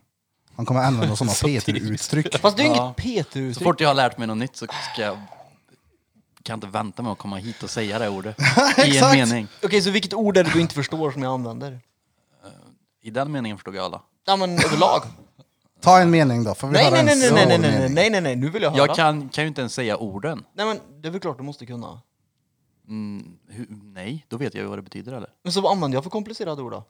S1: Han kommer använda sådana Peter-uttryck.
S6: Fast det är ju
S4: Ja.
S6: inget Peter-uttryck.
S4: Så fort jag har lärt mig något nytt så ska jag... Kan jag inte vänta med att komma hit och säga det ordet. I en
S1: Exakt.
S4: mening.
S6: Okej, så vilket ord är det du inte förstår som jag använder?
S4: I den meningen förstod jag alla.
S6: Ja men överlag.
S1: Ta en mening då, får vi
S6: Nej
S1: höra
S6: nej nej
S1: en
S6: nej
S1: svår
S6: nej nej nej
S1: mening.
S6: nej nej nej nu vill jag höra.
S4: Jag kan, kan ju inte ens säga orden.
S6: Nej men det är väl klart du måste kunna.
S4: Mm, hur, nej, då vet jag ju vad det betyder eller?
S6: Men så vad använder jag för komplicerade ord då?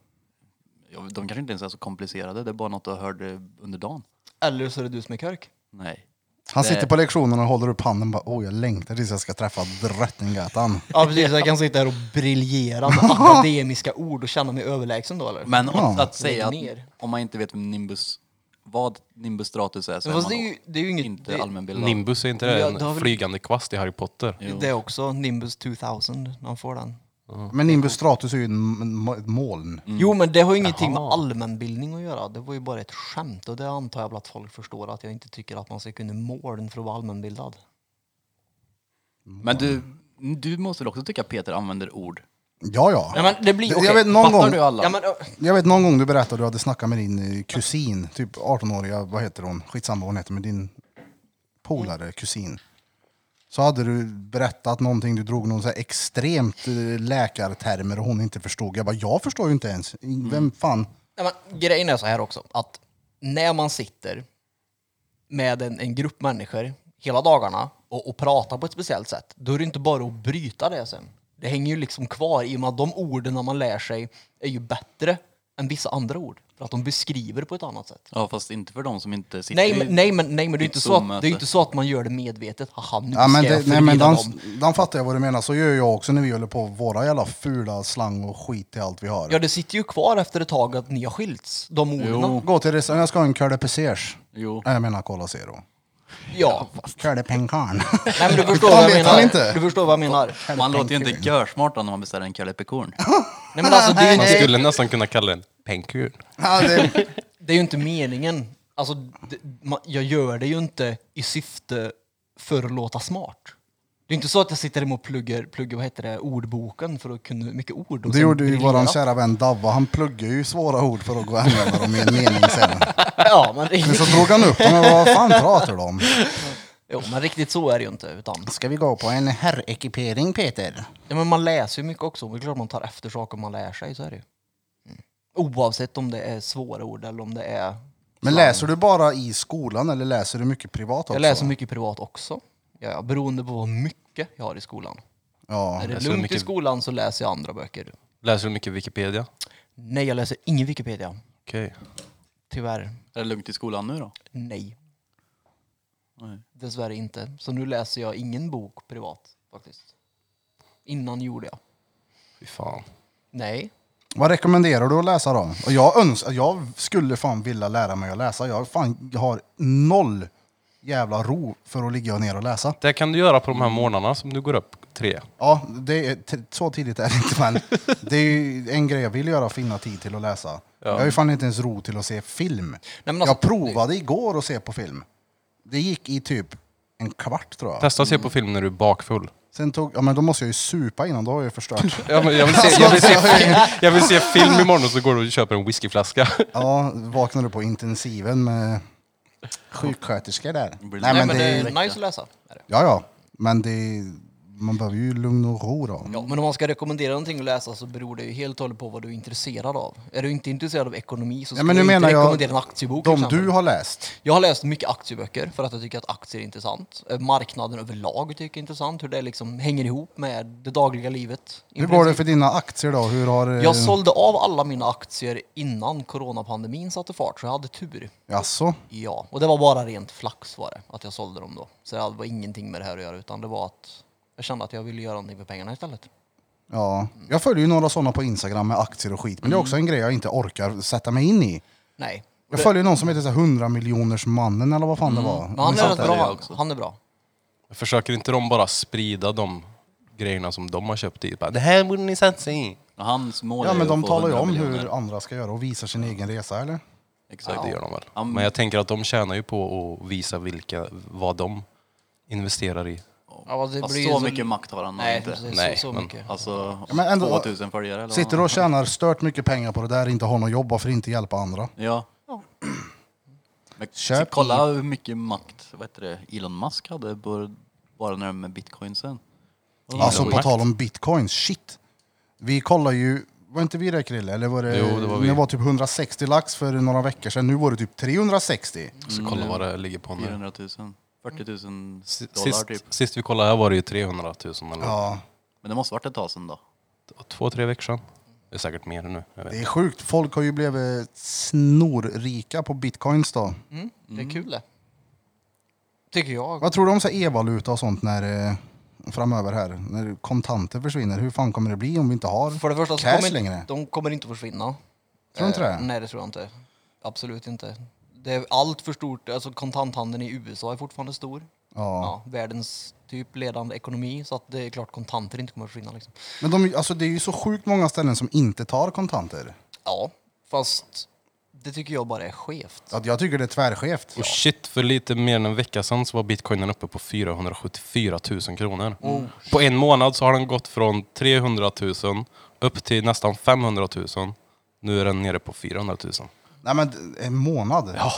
S4: Jag- De kanske inte ens är så komplicerade, det är bara något jag hörde eh, under dagen.
S6: Eller så är det du som är körk.
S4: Nej.
S1: Han
S4: Det-
S1: sitter på lektionen och håller upp handen och bara, åh jag längtar tills jag ska träffa Drottninggatan.
S6: Ja precis, jag kan sitta här och briljera med akademiska ord och känna mig överlägsen då eller? Men,
S4: Men
S1: Ja.
S4: att, att säga att
S6: Ner.
S4: om man inte vet vem Nimbus, vad Nimbus stratus är så är
S6: fast
S4: man
S6: det är ju, det är ju inget...
S4: inte
S6: det,
S4: allmänbildad.
S7: Nimbus, är inte
S6: Ja,
S7: det
S6: det har
S7: en
S6: väl-
S7: flygande kvast i Harry Potter?
S4: Jo.
S6: det är också Nimbus 2000 när han får den.
S1: Men Nimbus Stratus är ju en- en- ett moln.
S6: Jo men det har ju ingenting med allmänbildning att göra. Det var ju bara ett skämt och det antar jag väl att folk förstår att jag inte tycker att man ska kunna målen för att vara allmänbildad.
S4: Men du, du måste väl också tycka att Peter använder ord?
S1: Ja, ja.
S6: Nej men det blir okej.
S1: Jag vet någon
S4: Fattar
S1: gång...
S4: du alla?
S6: Ja, men, ö,
S1: Jag vet någon gång du berättade att du hade snackat med din eh, kusin, typ 18-åriga, vad heter hon? Skitsamma vad hon heter, men din polare, kusin. Så hade du berättat någonting, du drog någon så här extremt eh, läkartermer och hon inte förstod. Jag bara, jag förstår ju inte ens.
S6: Mm.
S1: Vem fan?
S6: Ja, men, grejen är så här också, att när man sitter med en, en grupp människor hela dagarna och, och pratar på ett speciellt sätt, då är det inte bara att bryta det sen. Det hänger ju liksom kvar i och med att de orden man lär sig är ju bättre än vissa andra ord. För att de beskriver det på ett annat sätt.
S4: Ja, fast inte för de som inte sitter
S6: Nej
S4: i-
S6: men, nej, men, nej, men det är ju inte, så att- det är ju
S4: Zoom-möte.
S6: inte så att man gör det medvetet. Haha, nu
S1: Ja, men
S6: ska
S1: det,
S6: jag
S1: nej, men
S6: förvirra
S1: den,
S6: dem.
S1: den fattar jag vad du menar. Så gör jag också när vi håller på våra jävla fula slang och skit i allt vi har.
S6: Ja, det sitter ju kvar efter ett tag att ni har skilts, de orden.
S4: Jo.
S1: Gå till restaurangen, jag ska ha en curly pesers.
S4: Jo.
S1: Nej, jag menar Cola Zero.
S6: Ja.
S1: Körde penkarn.
S6: Nej, men du förstår
S1: Fan
S6: vad jag
S1: vet han
S6: menar.
S1: inte.
S6: Du förstår vad jag menar.
S4: Och han låter ju inte görsmart då när man beställer en curlypecorn.
S6: Nej, men alltså, det, är ju
S7: Man
S6: inte,
S7: skulle nästan kunna kalla den penkur.
S1: Ja, det,
S6: det är ju inte meningen. Alltså, det, ma- jag gör det ju inte i syfte för att låta smart. Det är inte så att jag sitter hemma och pluggar, pluggar vad heter det, ordboken för att kunna mycket ord. och
S1: det
S6: sen
S1: gjorde ju
S6: briljera.
S1: våran kära vän Davva. Han pluggade ju svåra ord för att gå och använda dem i en mening sen.
S6: Ja, men
S1: Men
S6: riktigt,
S1: så drog han upp dem och vad fan pratar du om?
S6: jo, men riktigt så är det ju inte. Utan,
S1: Ska vi gå på en herrekipering Peter?
S6: ja, men man läser ju mycket också. Det är klart man tar efter saker man lär sig. Så är det ju. Mm. Oavsett om det är svåra ord eller om det är...
S1: Men läser du bara i skolan eller läser du mycket privat också?
S6: Jag läser mycket privat också. Ja, ja, beroende på hur mycket jag har i skolan.
S1: Ja,
S6: är det
S7: läser
S6: lugnt i
S7: mycket-
S6: skolan så läser jag andra böcker.
S7: Läser du mycket Wikipedia?
S6: Nej, jag läser ingen Wikipedia.
S7: Okej.
S6: Tyvärr.
S4: Är det lugnt i skolan nu då?
S6: Nej.
S4: Nej.
S6: Dessvärre inte. Så nu läser jag ingen bok privat faktiskt. Innan gjorde jag.
S7: Fy fan.
S6: Nej.
S1: Vad rekommenderar du att läsa då? Och jag, önskar, jag skulle fan vilja lära mig att läsa. Jag, fan, jag har noll jävla ro för att ligga ner och läsa.
S7: Det kan du göra på de här morgnarna som du går upp tre.
S1: Ja, det är, t- så tidigt är det inte, men det är ju en grej jag vill göra, finna tid till att läsa. Jag har ju fan inte ens ro till att se film.
S6: Nej, men alltså-
S1: jag provade igår att se på film. Det gick i typ en kvart tror jag.
S7: Testa att se på film när du är bakfull.
S1: Sen tog, ja men då måste jag ju supa innan, då har jag ju förstört.
S7: Ja, men jag, vill se, jag, vill se, Alltså, jag vill se film imorgon och så går du och köper en whiskyflaska.
S1: Ja, vaknade på intensiven med sjuksköterskor där.
S4: blir-
S1: Nej, men
S6: men
S1: det,
S6: det är nice att läsa. Är det.
S1: Ja, ja. Men det, man behöver ju lugn och ro då.
S6: Ja, men om man ska rekommendera någonting att läsa så beror det ju helt och hållet på vad du är intresserad av. Är du inte intresserad av ekonomi så
S1: Ja,
S6: ska
S1: men nu
S6: jag inte
S1: menar jag
S6: rekommendera en aktiebok. till
S1: de
S6: exempel.
S1: du har läst.
S6: Jag har läst mycket aktieböcker för att jag tycker att aktier är intressant. Eh, Marknaden överlag tycker jag är intressant, hur det liksom hänger ihop med det dagliga livet. i
S1: Hur går det
S6: princip.
S1: för dina aktier då? Hur har... eh,
S6: Jag sålde av alla mina aktier innan coronapandemin satte fart, så jag hade tur.
S1: Jaså?
S6: Ja, och det var bara rent flax var det, att jag sålde dem då. Så det var ingenting med det här att göra, utan det var att jag kände att jag ville göra någonting för pengarna istället.
S1: Ja. Jag följer ju några sådana på Instagram med aktier och skit, men det är också en grej jag inte orkar sätta mig in i.
S6: Nej.
S1: Jag följer någon som heter så här 100 miljoners mannen eller vad fan det var.
S6: Men han
S1: Ni
S6: är
S1: satt
S6: rätt
S1: där.
S6: bra,
S4: jag
S6: han.
S4: också.
S6: han är bra.
S7: Försöker inte de bara sprida de grejerna som de har köpt dit? Bara, det här borde ni satsa i.
S4: Och Hans mål
S1: Ja
S4: är
S1: men
S4: att
S1: de
S4: få
S1: talar ju
S4: 100
S1: om
S4: miljoner.
S1: hur andra ska göra och visar sin egen resa eller?
S4: Exakt.
S7: Det gör de väl.
S4: Mm.
S7: Men jag tänker att de tjänar ju på att visa vilka, vad de investerar i.
S6: Ja, det
S4: Fast
S6: blir
S4: så
S6: så-
S4: mycket makt har han nog
S6: Nej,
S4: inte.
S6: precis,
S7: Nej,
S6: så, så
S7: men-
S6: mycket.
S4: Alltså,
S1: Ja, men ändå-
S4: 2000 följare eller vad
S1: Sitter
S4: han
S1: och tjänar stört mycket pengar på det där, inte har något jobb, varför inte hjälpa andra?
S4: har. Ja. Men
S1: Köp
S4: så kolla hur mycket makt vad heter det, Elon Musk hade bara- bara när de med bitcoinsen.
S1: Alltså
S7: Elon
S1: på
S7: Musk.
S1: tal om bitcoins, shit. Vi kollar ju, var inte vi där Krille? Eller var det,
S7: Jo, det var vi.
S1: det var typ 160 lax för några veckor sedan, nu var det typ 360.
S7: Så kolla vad det ligger på nu.
S4: 400 000. 40 000
S7: S-
S4: dollar
S7: Sist,
S4: typ.
S7: sist vi kollade här var det ju 300 000 eller
S1: Ja,
S4: Men det måste varit ett tag sedan då.
S7: två, tre veckor sedan. Det är säkert mer nu. Jag vet.
S1: det är sjukt. Folk har ju blivit snorrika på bitcoins då.
S6: Mm, det är kul det. Tycker jag.
S1: Vad tror du om så här e-valuta och sånt när, eh, framöver här? När kontanter försvinner, hur fan kommer det bli om vi inte har?
S6: För det första så
S1: Cash
S6: kommer
S1: längre.
S6: de kommer inte att försvinna. Eh,
S1: Tror du inte det?
S6: Nej, det tror jag inte. Absolut inte. Det är allt för stort. Alltså kontanthandeln i USA är fortfarande stor.
S1: Ja.
S6: Ja, världens typ ledande ekonomi. Så att det är klart kontanter inte kommer att försvinna. Liksom.
S1: Men de, alltså, det är ju så sjukt många ställen som inte tar kontanter.
S6: Ja, fast det tycker jag bara är skevt.
S1: Ja, Jag tycker det är tvärskevt.
S7: Och shit, för lite mer än en vecka sedan så var bitcoinen uppe på 474 000 kronor.
S6: Oh,
S7: Mm. På en månad så har den gått från 300 000 upp till nästan 500 000. Nu är den nere på 400 000.
S1: Nej men d- en månad.
S7: Ja.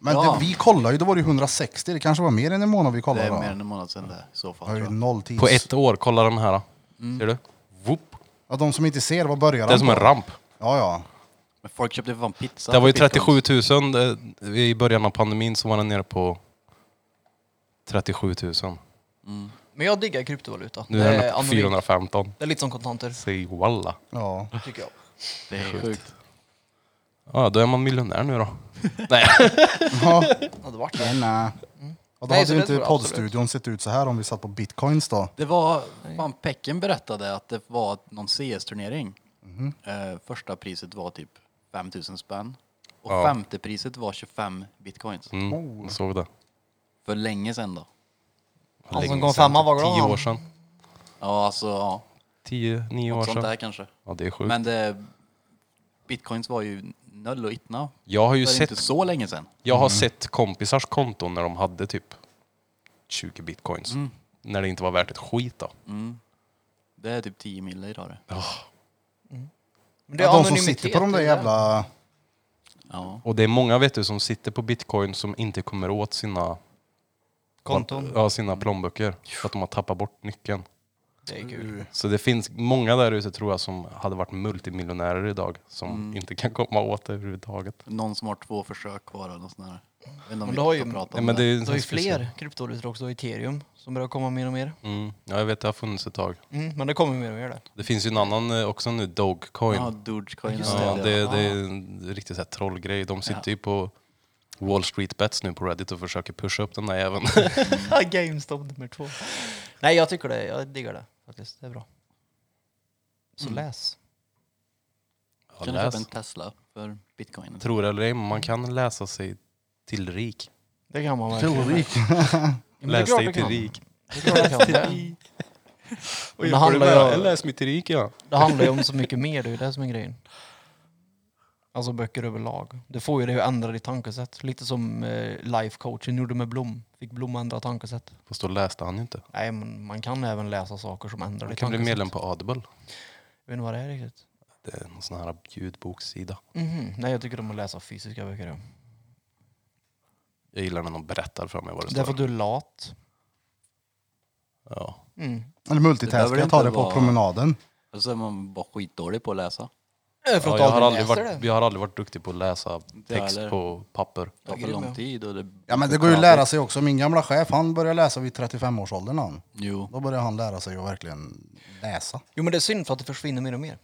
S1: Men
S4: Ja.
S1: Det, vi kollade ju, då var det ju 160, det kanske var mer än en månad vi
S4: Det
S1: kollade.
S4: är
S1: då.
S4: mer än en månad sedan det i så fall.
S1: Jag har
S4: Tror
S1: ju
S4: jag.
S1: noll tids.
S7: På ett år, kolla den här.
S6: Mm.
S7: Ser du? Whoop.
S1: Ja, de som inte ser, vad börjar
S7: Det är som en
S1: på?
S7: ramp.
S1: Ja, ja.
S4: Men folk köpte för fan pizza.
S7: Det var ju
S4: för bitcoins.
S7: 37 000 eh, i början av pandemin så var den nere på 37 000.
S6: Men jag diggar kryptovaluta.
S7: Nu är
S6: Det
S7: den uppe på
S6: anonymt.
S7: 415.
S6: Det är lite som kontanter,
S7: Säg walla.
S1: ja.
S6: tycker jag.
S4: Det är sjukt.
S7: Ja, då är man miljonär nu då. Nej.
S1: ja.
S6: Det hade varit
S1: Men,
S6: det.
S1: äh. Och då
S6: Nej, så
S1: hade ju
S6: det tror
S1: inte
S6: jag
S1: poddstudion sett ut så här om vi satt på bitcoins då.
S4: Det var, fan Pecken berättade att det var någon CS-turnering. Eh, första priset var typ 5000 spänn. Och
S7: Ja.
S4: femte priset var 25 bitcoins.
S6: Oh.
S7: Mm, jag såg det.
S4: För länge sedan då.
S6: Han som
S7: Länge
S6: kom
S7: sedan, typ
S6: femma var glad
S7: Tio
S6: han.
S7: år sedan.
S4: Ja, alltså ja.
S7: Tio, nio år
S4: Något sånt
S7: sedan.
S4: där kanske.
S7: Ja, det är sjukt.
S4: Men det, bitcoins var ju noll och itna.
S7: jag har ju
S4: Det är inte Mm.
S7: sett,
S4: så länge sedan.
S7: jag har sett kompisars konton när de hade typ 20 bitcoins. När det inte var värt ett skit då.
S4: Mm. Det är typ 10 mil idag det.
S6: Men det är
S1: Ja, de som
S6: anonymitet,
S1: sitter på de där
S6: det är det.
S1: jävla...
S4: Ja.
S7: Och det är många vet du som sitter på bitcoin som inte kommer åt sina,
S6: konton.
S7: ja, sina plånböcker. För att de har tappat bort nyckeln.
S6: Det är kul.
S7: Så det finns många där ute tror jag som hade varit multimiljonärer idag som inte kan komma åt det överhuvudtaget.
S4: Någon som har två försök kvar eller något sånt där. Jag vet inte om
S6: Men
S4: vi
S6: det har ju-
S4: kan prata
S7: Nej,
S4: om
S7: men det
S4: det.
S7: är ju
S6: Det
S7: en
S6: är ju
S7: sån speciell-
S6: fler kryptovalutor också, Ethereum, som börjar komma mer och mer.
S7: Mm. Ja, jag vet, det har funnits ett tag.
S6: Mm, men det kommer mer och mer där.
S7: Det finns ju en annan eh, också nu, Dogecoin.
S4: Ja,
S7: Ja,
S4: Dogecoin.
S6: Just
S4: ja,
S7: det, det är en riktig så här, trollgrej. De sitter ju på Wall Street Bets nu på Reddit och försöker pusha upp den där även.
S6: GameStop nummer två. Nej, jag tycker det. Jag diggar det faktiskt. Det är bra. Så läs.
S7: Ja,
S4: Kan du köpa
S7: läs.
S4: en Tesla för bitcoin?
S7: Tror det eller ej, men man kan läsa sig till rik.
S6: Det kan man verkligen.
S1: Teori.
S7: Läs
S6: klart
S7: dig
S6: du
S7: till
S6: kan.
S7: rik.
S6: Det är klart man kan.
S7: Och
S6: jag handlar ju-
S7: Läs mig till rik, ja.
S6: Det handlar ju om så mycket mer, det är ju det som är grejen. Alltså böcker överlag. Det får ju dig att ändra ditt tankesätt. Lite som eh, life coachen gjorde med Blom. Fick Blom ändra tankesätt.
S7: Fast då läste han ju inte.
S6: Nej, men man kan även läsa saker som ändrar
S7: Man
S6: ditt
S7: kan bli
S6: tankesätt.
S7: medlem på Audible.
S6: Jag vet inte vad det är riktigt.
S7: Det är någon sån här ljudbokssida.
S6: Mhm. Nej, jag tycker om att läsa fysiska böcker. Ja.
S7: Jag gillar när någon berättar för mig vad det står.
S6: Därför att du är lat.
S7: Ja.
S6: Mm.
S1: Eller
S4: Det behöver
S1: multitaska, ta
S4: inte
S1: det på
S4: vara-
S1: promenaden.
S4: Eller så är man bara skitdålig på att läsa.
S7: Ja, jag, har aldrig varit, jag har aldrig varit duktig på att läsa text
S4: heller.
S7: på papper.
S4: Det tar för
S6: grym,
S4: lång
S6: ja.
S4: tid. Och det...
S1: Ja men det går ju att lära sig också. Min gamla chef, han började läsa vid 35-årsåldern han.
S4: Jo.
S1: Då började han lära sig att verkligen läsa.
S6: Jo, men det är synd för att det försvinner mer och mer.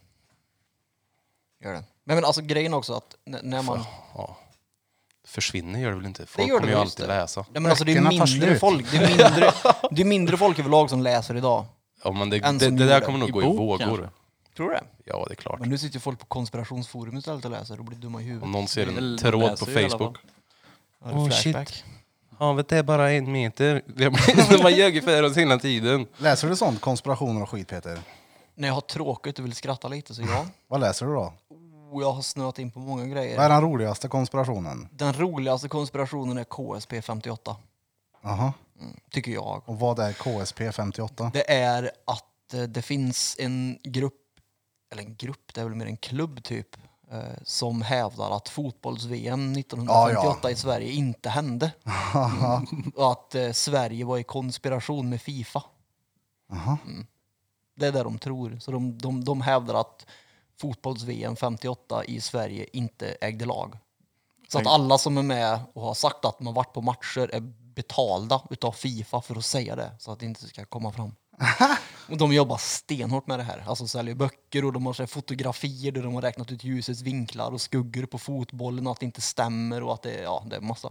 S6: Gör det. Men, men alltså grejen också att n- när man...
S7: Ja. Försvinner gör det väl inte? Folk
S6: gör det
S7: kommer ju
S6: väl,
S7: alltid
S6: just det.
S7: läsa.
S6: Nej, men alltså, det är
S1: Böckerna tar
S6: mindre
S1: slut.
S6: folk. Det är mindre, det är mindre folk överlag som läser idag.
S7: Ja, men det,
S6: En
S7: det,
S6: som
S7: det
S6: gör
S7: där
S6: det.
S7: kommer nog
S4: I
S7: gå i
S4: bok,
S7: vågor.
S4: kanske.
S6: Tror du det?
S7: Ja, det är klart.
S6: Men nu sitter ju folk på konspirationsforum istället och läser och blir dumma i
S7: Om
S6: huvudet.
S7: någon ser en
S4: Eller
S7: tråd på
S4: läser ju i alla
S7: Facebook.
S6: Ja, det är
S7: Åh,
S6: flashback.
S7: Havet är bara en meter. De har ljugit för oss hela tiden.
S1: Läser du sånt? Konspirationer och skit Peter?
S6: När jag har tråkigt och vill skratta lite så ja.
S1: Vad läser du då?
S6: Oh, jag har snöat in på många
S1: Vad är
S6: grejer.
S1: den roligaste konspirationen?
S6: Den roligaste konspirationen är KSP 58.
S1: Aha.
S6: Tycker jag.
S1: Och vad är KSP 58?
S6: Det är att eh, det finns en grupp, eller en grupp, det är väl mer en klubb typ, eh, som hävdar att fotbolls-VM 1958 i Sverige inte hände. Mm. Och att eh, Sverige var i konspiration med Fifa. Mm. Det är det de tror. Så de, de, de hävdar att fotbolls-VM 58 i Sverige inte ägde lag. Så att alla som är med och har sagt att man varit på matcher är betalda utav Fifa för att säga det, så att det inte ska komma fram. Och de jobbar stenhårt med det här. Alltså säljer böcker och de har så här fotografier där de har räknat ut ljusets vinklar och skuggor på fotbollen och att det inte stämmer och att det, ja, det är massa.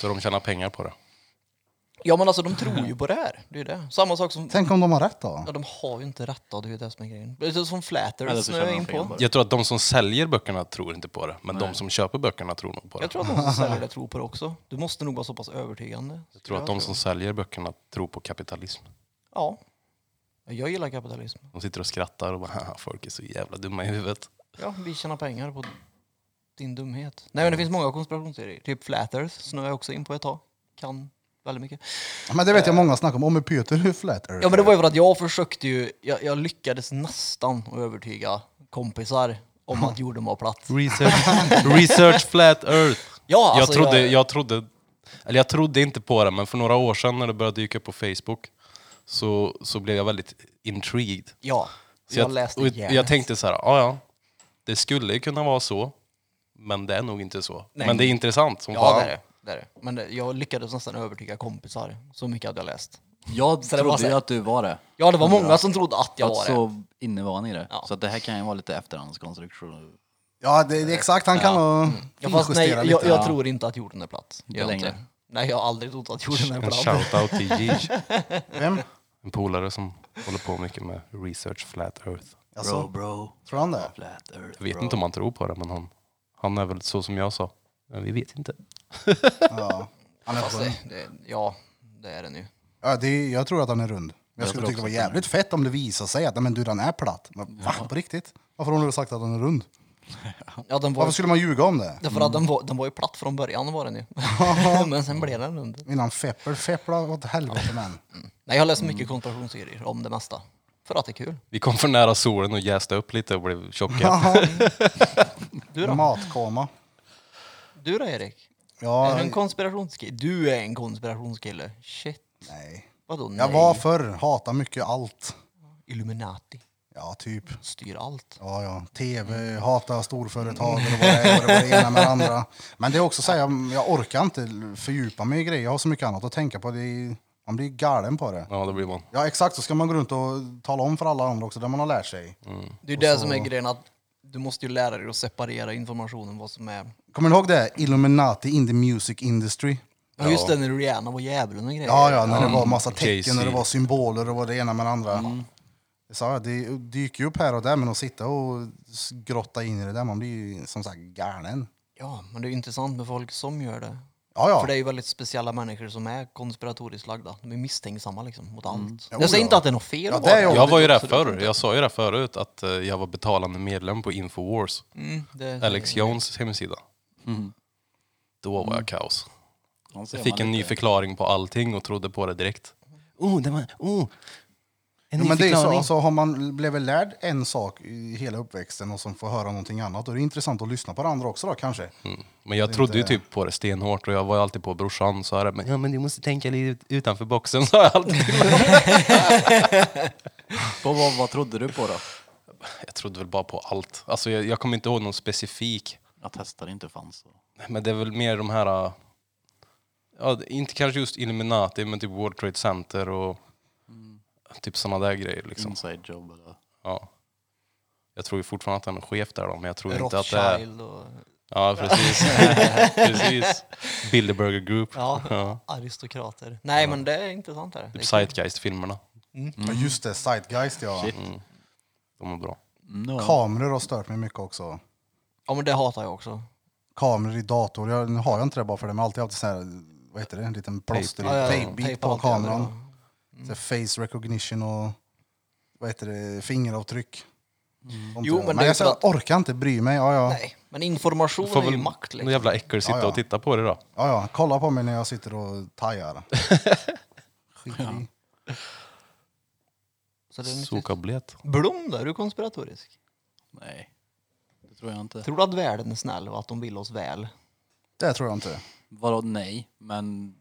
S7: Så de tjänar pengar på det.
S6: Ja men alltså de tror ju på det här. Det är ju det. Samma sak som...
S1: Tänk om de har rätt då?
S6: Ja, de har ju inte rätt då, det är ju det som är grejen. Det är som Flatter
S4: Eller så tjänar
S6: snöar
S4: de
S6: in
S4: pengar
S6: på.
S4: bara.
S7: Jag tror att de som säljer böckerna tror inte på det. Men de som köper böckerna tror nog på det.
S6: Jag tror att de som säljer det tror på det också. Du måste nog vara så pass övertygande.
S7: Jag tror att de som säljer böckerna tror på kapitalism.
S6: Ja. Jag gillar kapitalism.
S7: De sitter och skrattar och bara "Haha, folk är så jävla dumma i huvudet.
S6: Ja, vi tjänar pengar på din dumhet. Nej men det finns många konspirationsteorier. Typ Flat Earth snöar jag också in på ett tag. Kan väldigt mycket.
S1: Ja, Men det vet jag många snackar om. Om med Peter hur flat earth
S6: Ja men det
S1: är.
S6: var ju för att jag försökte ju, jag, jag lyckades nästan att övertyga kompisar om att jorden var platt.
S7: Research, research flat earth.
S6: Ja, alltså,
S7: jag, trodde,
S6: jag-
S7: jag... trodde, eller jag trodde inte på det, men för några år sedan när det började dyka upp på Facebook så, så blev jag väldigt intrigued.
S6: Ja,
S7: Så
S6: jag, läste
S7: och
S6: järnet.
S7: Jag tänkte så här, ja ja, det skulle ju kunna vara så, men det är nog inte så.
S6: Nej.
S7: Men det är intressant som
S6: Ja
S7: fan.
S6: det är det. det, är det. Men det, jag lyckades nästan övertyga kompisar. Så mycket hade jag läst.
S4: Jag
S6: det var
S4: trodde
S6: så
S4: ju
S6: här-
S4: att du var det.
S6: Ja det var många som trodde att jag
S4: Jag var
S6: var det.
S4: så inne var han i det.
S6: Ja.
S4: Så att det här kan ju vara lite efterhandskonstruktion.
S1: Ja, det, det är exakt. Han kan nog
S6: Ja, fast nej,
S1: finjustera
S6: jag,
S1: lite.
S6: jag tror inte att jorden är platt. Gör jag
S4: längre.
S6: inte. Nej jag har aldrig trott att jorden är
S7: En
S6: platt.
S7: shout-out till Jej,
S1: Vem?
S7: en polare som håller på mycket med research flat earth.
S1: Alltså,
S4: bro.
S1: tror han det?
S4: Flat earth,
S7: Jag vet
S4: bro.
S7: inte om han tror på det, men han, han är väl så som jag sa. Men Vi vet inte.
S1: Ja. Han är
S6: Fast
S1: rund.
S6: Alltså, det, det, ja, det är den ju.
S1: Ja, det är, jag tror att han är rund. Men jag, skulle tycka det var jävligt fett om det visar sig att nej, men du, den är platt. Men, va, på riktigt? Varför har du sagt att den är rund?
S6: Ja, den var,
S1: Varför skulle man ljuga om det?
S6: därför att den, var, den var ju platt från början var den ju. Men sen blev den rund.
S1: Innan Fepper, Feppla åt helvete man.
S6: Nej, jag läser
S1: Mm.
S6: mycket konspirationsserier om det mesta. För att det är kul.
S7: Vi kom för nära solen och jäste upp lite och blev tjocka.
S6: Du då?
S1: Matkoma.
S6: Du då Erik? Är
S1: Ja,
S6: du en konspirationskille? Du är en konspirationskille. Shit.
S1: nej.
S6: Vadå nej?
S1: Jag var förr, hatar mycket allt.
S6: Illuminati.
S1: Ja, typ.
S6: Styr allt.
S1: Ja, ja. Tv, hata storföretag och vad det är, och det var det ena med det andra. Men det är också så här, jag- jag orkar inte fördjupa mig i grejer. Jag har så mycket annat att tänka på. Det är, man blir galen på det.
S7: Ja, det blir man.
S1: Ja, exakt. Så ska man gå runt och tala om för alla andra också, det man har lärt sig.
S6: Det är ju det som är grejen att du måste ju lära dig att separera informationen vad som är...
S1: Kommer ni ihåg det? Illuminati in the music industry.
S6: Ja. Just det när Rihanna var djävulen och grejer.
S1: Ja, ja, när det var massa tecken
S7: Jay-Z.
S1: och det var symboler och vad det ena med det andra. Det sa jag, det dyker ju upp här och där, men att sitta och s- grotta in i det där, man blir ju som sagt galen.
S6: Ja, men det är ju intressant med folk som gör det.
S1: Ja,
S6: För det
S1: ja.
S6: är ju väldigt speciella människor som är konspiratoriskt lagda. De är misstänksamma liksom mot allt.
S1: Mm. Jo,
S6: jag säger
S1: ja.
S6: inte att det är något fel
S1: Ja,
S6: att
S1: det
S6: vara
S1: är jag.
S7: Jag var ju där
S6: absolut
S7: förr.
S6: inte.
S7: Jag sa ju det förut att eh, jag var betalande medlem på Infowars,
S6: Mm, det-
S7: Alex Jones hemsida.
S4: Mm.
S7: Då var jag kaos.
S4: Han ser
S7: Jag fick
S4: man
S7: en ny
S4: lite.
S7: förklaring på allting och trodde på det direkt. Oh, det var... Oh. En
S1: Jo,
S7: ny
S1: men det är ju så,
S7: förklaring.
S1: alltså, har man blivit lärd en sak i hela uppväxten och sen får höra någonting annat, då är det intressant att lyssna på det andra också då, kanske.
S7: Men jag trodde ju typ på det stenhårt och jag var ju alltid på brorsan så här, men, ja, men du måste tänka lite ut- utanför boxen sa jag alltid.
S4: Vad, vad, vad trodde du på då?
S7: jag trodde väl bara på allt. Alltså jag, jag kommer inte ihåg någon specifik.
S4: Jag testade inte fanns. Så.
S7: Men det är väl mer de här, äh, ja, det- inte kanske just Illuminati men typ World Trade Center och typ sådana där grejer liksom.
S4: Inside job eller?
S7: Ja. Jag tror ju fortfarande att han är chef där då, men jag tror inte att det är...
S6: Rothschild och
S7: Ja, precis. precis. Bilderberger Group.
S6: ja,
S7: Ja.
S6: aristokrater. Nej, men det är intressant. Här. Liksom. Det är
S7: Typ
S6: kul.
S7: Zeitgeist-filmerna.
S1: Ja, just det, Zeitgeist ja.
S4: Shit.
S7: De är bra.
S4: No.
S1: Kameror har stört mig mycket också.
S6: Ja, men det hatar jag också.
S1: kameror i dator. Jag, nu har jag inte det bara för det, men alltid haft sån här, vad heter det, en liten plåster,
S6: Ja, ja, ja.
S1: tejpbit
S6: Tejpa
S1: på
S6: allt jävla bra.
S1: kameran. Så här face recognition och vad heter det, fingeravtryck. Sånt
S6: Mm. Jo,
S1: där.
S6: men
S1: men
S6: det är
S1: jag,
S6: för
S1: jag
S6: att-
S1: orkar inte bry mig. Ja, ja.
S6: Nej, men information
S7: Du får
S6: är ju
S7: väl
S6: makt.
S7: någon
S6: Liksom.
S7: jävla äckel sitta
S1: Ja, ja.
S7: och titta på det då.
S1: Ja, ja. Kolla på mig när jag sitter och tajar. Skit i.
S6: Så det är nyttigt.
S7: Sokablet.
S6: Blom då, är du konspiratorisk?
S4: Nej, det tror jag inte.
S6: Tror du att världen är snäll och att de vill oss väl?
S1: Det tror jag inte.
S4: Vadå nej? Men...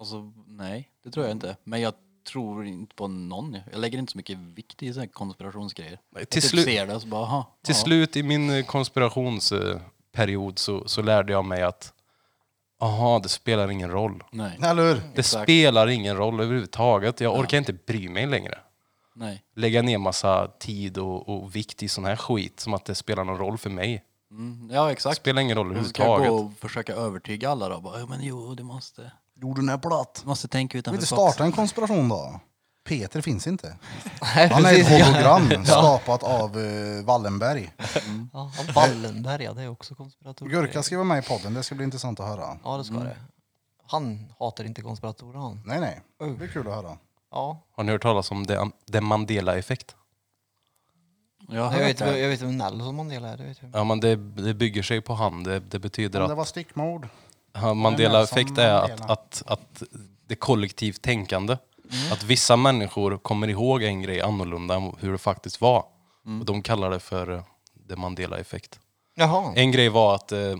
S4: Alltså nej, det tror jag inte. Men jag tror inte på någon. Jag lägger inte så mycket vikt i såna här konspirationsgrejer.
S7: Nej,
S4: Jag
S7: till
S4: typ
S7: slut-
S4: ser det och så bara, aha,
S7: Till
S4: ja.
S7: slut i min eh, konspirationsperiod så, så lärde jag mig att aha, det spelar ingen roll.
S4: Nej,
S1: Eller hur?
S7: Det spelar ingen roll överhuvudtaget. Jag orkar inte bry mig längre.
S4: nej.
S7: Lägga ner massa tid och, och vikt i sån här skit som att det spelar någon roll för mig.
S4: Mm, ja
S7: Det
S4: exakt.
S7: spelar ingen roll
S4: Du ska jag gå
S7: överhuvudtaget.
S4: och försöka övertyga alla då. Bara, "Ja, men jo, du måste,
S1: Jorden är platt.
S4: du måste tänka
S1: Kan vi inte
S4: utanför
S1: starta en konspiration då? Peter finns inte.
S6: Nej,
S1: Han är ett
S6: precis.
S1: hologram skapat av eh, Wallenberg.
S6: Ja, ja, Wallenberg, ja, det är också konspiratorer.
S1: Gurka ska vara med i podden, det ska bli intressant att höra.
S6: Ja, det ska det.
S7: Mm.
S6: Han hatar inte konspiratorer han.
S1: Nej, nej. Det blir kul att höra.
S6: Ja,
S7: Har ni hört talas om det, det Mandela-effekt?
S4: Jag har
S6: jag vet,
S4: hört
S6: jag
S4: det.
S6: vet vem Nelson Mandela är. Det vet jag.
S7: Ja, men det, det bygger sig på han. Det, det betyder
S1: Om
S7: att
S1: det var stickmord.
S7: Ja,
S1: som
S7: Mandela-effekt är att,
S1: Mandela. Mm.
S7: att, att det kollektivt tänkande. Att vissa människor kommer ihåg en grej annorlunda än hur det faktiskt var.
S1: Mm.
S7: Och de kallar det för eh, det Mandela-effekt.
S6: Jaha.
S7: En grej var att, eh,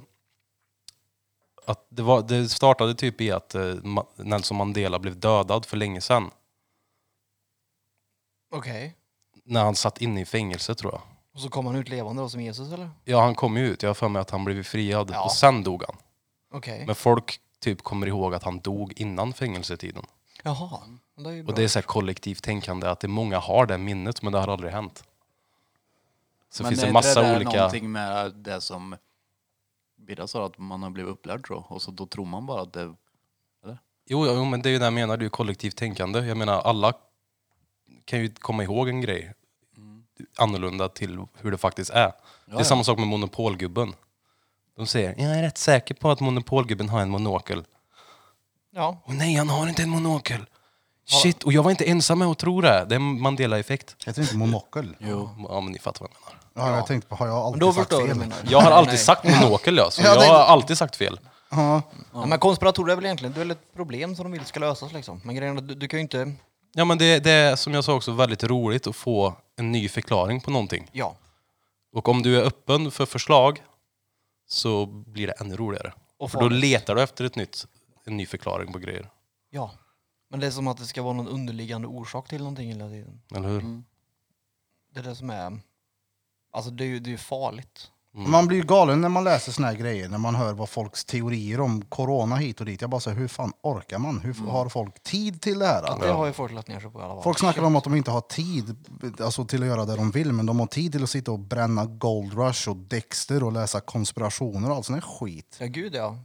S7: att det, var, det startade typ i att eh, Ma- Nelson Mandela blev dödad för länge sedan.
S6: Okej.
S7: När han satt inne i fängelse tror jag.
S6: Och så kom han ut levande då som Jesus eller?
S7: Ja, han kom ju ut. Jag har för mig att han blev friad
S6: Ja.
S7: och sen dog han.
S6: Okej.
S7: Men folk typ kommer ihåg att han dog innan fängelsetiden.
S6: Jaha. Det är ju bra.
S7: Och det är så här kollektivt tänkande att det många har det minnet men det har aldrig hänt. Så
S4: Men
S7: finns
S4: är
S7: det
S4: inte
S7: massa
S4: där
S7: olika...
S4: någonting med det som Birra sa att man har blivit upplärd så. Och så då tror man bara att det...
S7: Jo, jo, men det är ju det jag menar, det är ju kollektivt tänkande. Jag menar alla kan ju komma ihåg en grej annorlunda till hur det faktiskt är. det är
S4: ja.
S7: samma sak med monopolgubben. De säger, jag är rätt säker på att monopolgubben har en monokel.
S6: Ja.
S7: Och nej, han har inte en monokel. Shit, och jag var inte ensam med att tro det. Det är Mandela-effekt.
S1: Heter det inte monokel? Ja,
S7: Ja, men ni fattar vad jag menar.
S1: jag tänkte på, har jag
S6: Men då
S1: alltid sagt
S6: förstår du.
S1: fel?
S6: menar
S7: Jag har alltid
S6: Nej.
S7: sagt monokel, ja, så
S1: Jag
S7: jag,
S1: tänkte-
S7: har alltid sagt fel.
S1: Ja.
S6: Ja, men konspiratorer är väl egentligen det är väl ett problem som de vill ska lösas liksom. Men grejen är att du, du kan ju inte...
S7: Ja, men det, det är som jag sa också väldigt roligt att få en ny förklaring på någonting.
S6: Ja.
S7: Och om du är öppen för förslag så blir det ännu roligare.
S6: Och
S7: För då
S6: farligt.
S7: letar du efter ett nytt, en ny förklaring på grejer.
S6: Ja. Men det är som att det ska vara någon underliggande orsak till någonting hela tiden.
S7: Eller hur?
S6: Det är det som är... Alltså det är ju det är ju farligt.
S1: Man blir ju galen när man läser såna här grejer, när man hör vad folks teorier om corona hit och dit. Jag bara säger, hur fan orkar man? Hur f- har folk tid till det här?
S6: Att Mm. det har ju folk lagt ner sig på i alla fall.
S1: Folk snackar om att de inte har tid alltså, till att göra det de vill, men de har tid till att sitta och bränna Gold Rush och Dexter och läsa konspirationer och allt sån här skit.
S6: Ja gud ja.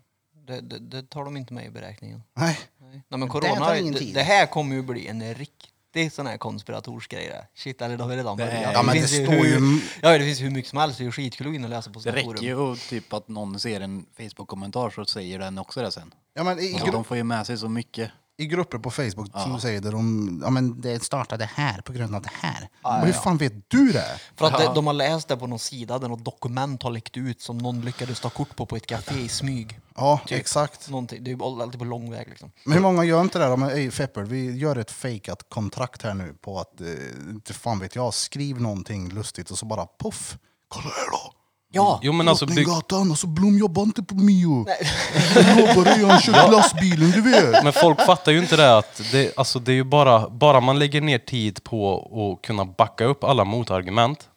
S6: Det, det, det tar de inte med i beräkningen.
S1: Nej,
S6: Nej, Nej men
S1: där
S6: corona,
S1: tar ingen
S6: det,
S1: tid.
S6: det här kommer ju bli en riktig sån här konspiratorsgrej det. Shit, eller det har ju redan börjat.
S1: ja, men det
S6: finns
S1: står ju-
S6: hur- Ja, det finns hur mycket som helst. Det är ju skitkul att gå in och läsa på
S4: Det
S6: såna
S4: räcker
S6: forum.
S4: ju och typ att någon ser en Facebook-kommentar så säger den också det sen.
S1: ja, men i,
S4: Alltså,
S1: gru-
S4: de får ju med sig så mycket.
S1: i grupper på Facebook som du säger där de, ja men det startade här på grund av det här.
S6: ja,
S1: men hur
S6: ja.
S1: fan vet du det?
S6: För att de, de har läst det på någon sida där något dokument har läckt ut som någon lyckades ta kort på på ett café i smyg.
S1: Ja,
S6: Typ.
S1: exakt.
S6: Någonting. Det är ju alltid på lång väg liksom.
S1: Men hur många gör inte det då? Men ey Fepper, vi gör ett fejkat kontrakt här nu på att, eh, inte fan vet jag, skriv någonting lustigt och så bara poff. Kolla här då!
S6: Ja!
S7: Jo, men alltså, bygg,
S1: Drottninggatan, alltså Blom jobbar inte på Mio. Han jobbar i, han kör glassbilen du vet.
S7: men folk fattar ju inte det att det, alltså det är ju bara, bara man lägger ner tid på att kunna backa upp alla motargument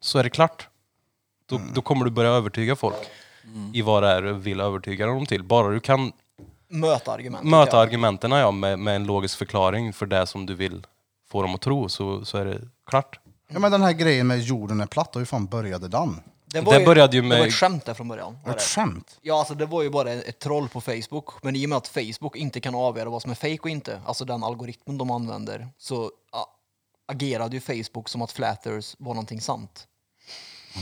S7: så är det klart. Då, då kommer du börja övertyga folk i vad det är du vill övertyga dem till. Bara du kan
S6: Möta argument.
S7: möta argumenten ja, med, med en logisk förklaring för det som du vill få dem att tro så, så är det klart.
S1: Ja men den här grejen med jorden är platt, hur fan började den?
S6: Det,
S7: det började ju
S6: Det var
S7: med-
S6: ett skämt där från början. var
S1: Ett
S6: det.
S1: skämt?
S6: Ja, alltså det var ju bara ett troll på Facebook. Men i och med att Facebook inte kan avgöra vad som är fake och inte, alltså den algoritmen de använder, så a- agerade ju Facebook som att flatters var någonting sant.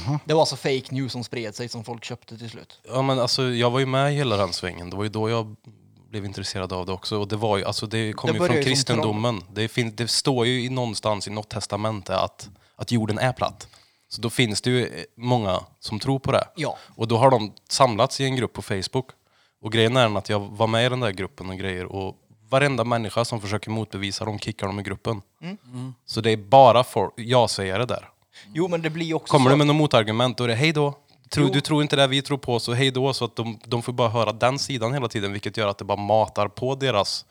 S7: Mhm.
S6: Det var alltså fake news som spred sig som folk köpte till slut.
S7: Ja, men alltså, jag var ju med i hela den svängen. Det var ju då jag blev intresserad av det också. Och det, var ju, alltså, det kom
S6: Det
S7: ju
S6: börjar
S7: från
S6: ju som
S7: kristendomen. Det, fin- det står ju i någonstans i något testamente att, att jorden är platt. Så då finns det ju eh, många som tror på det.
S6: Ja.
S7: Och då har de samlats i en grupp på Facebook. Och grejen är den att jag var med i den där gruppen och grejer. Och varenda människa som försöker motbevisa dem kickar dem i gruppen.
S6: Mm.
S7: Så det är bara folk, jag säger det där.
S6: Jo, men det blir ju också
S7: Kommer
S6: så.
S7: du med något motargument då är det hej då. Tror, du tror inte det vi tror på, så hej då. Så att de, de får bara höra den sidan hela tiden, vilket gör att det bara matar på deras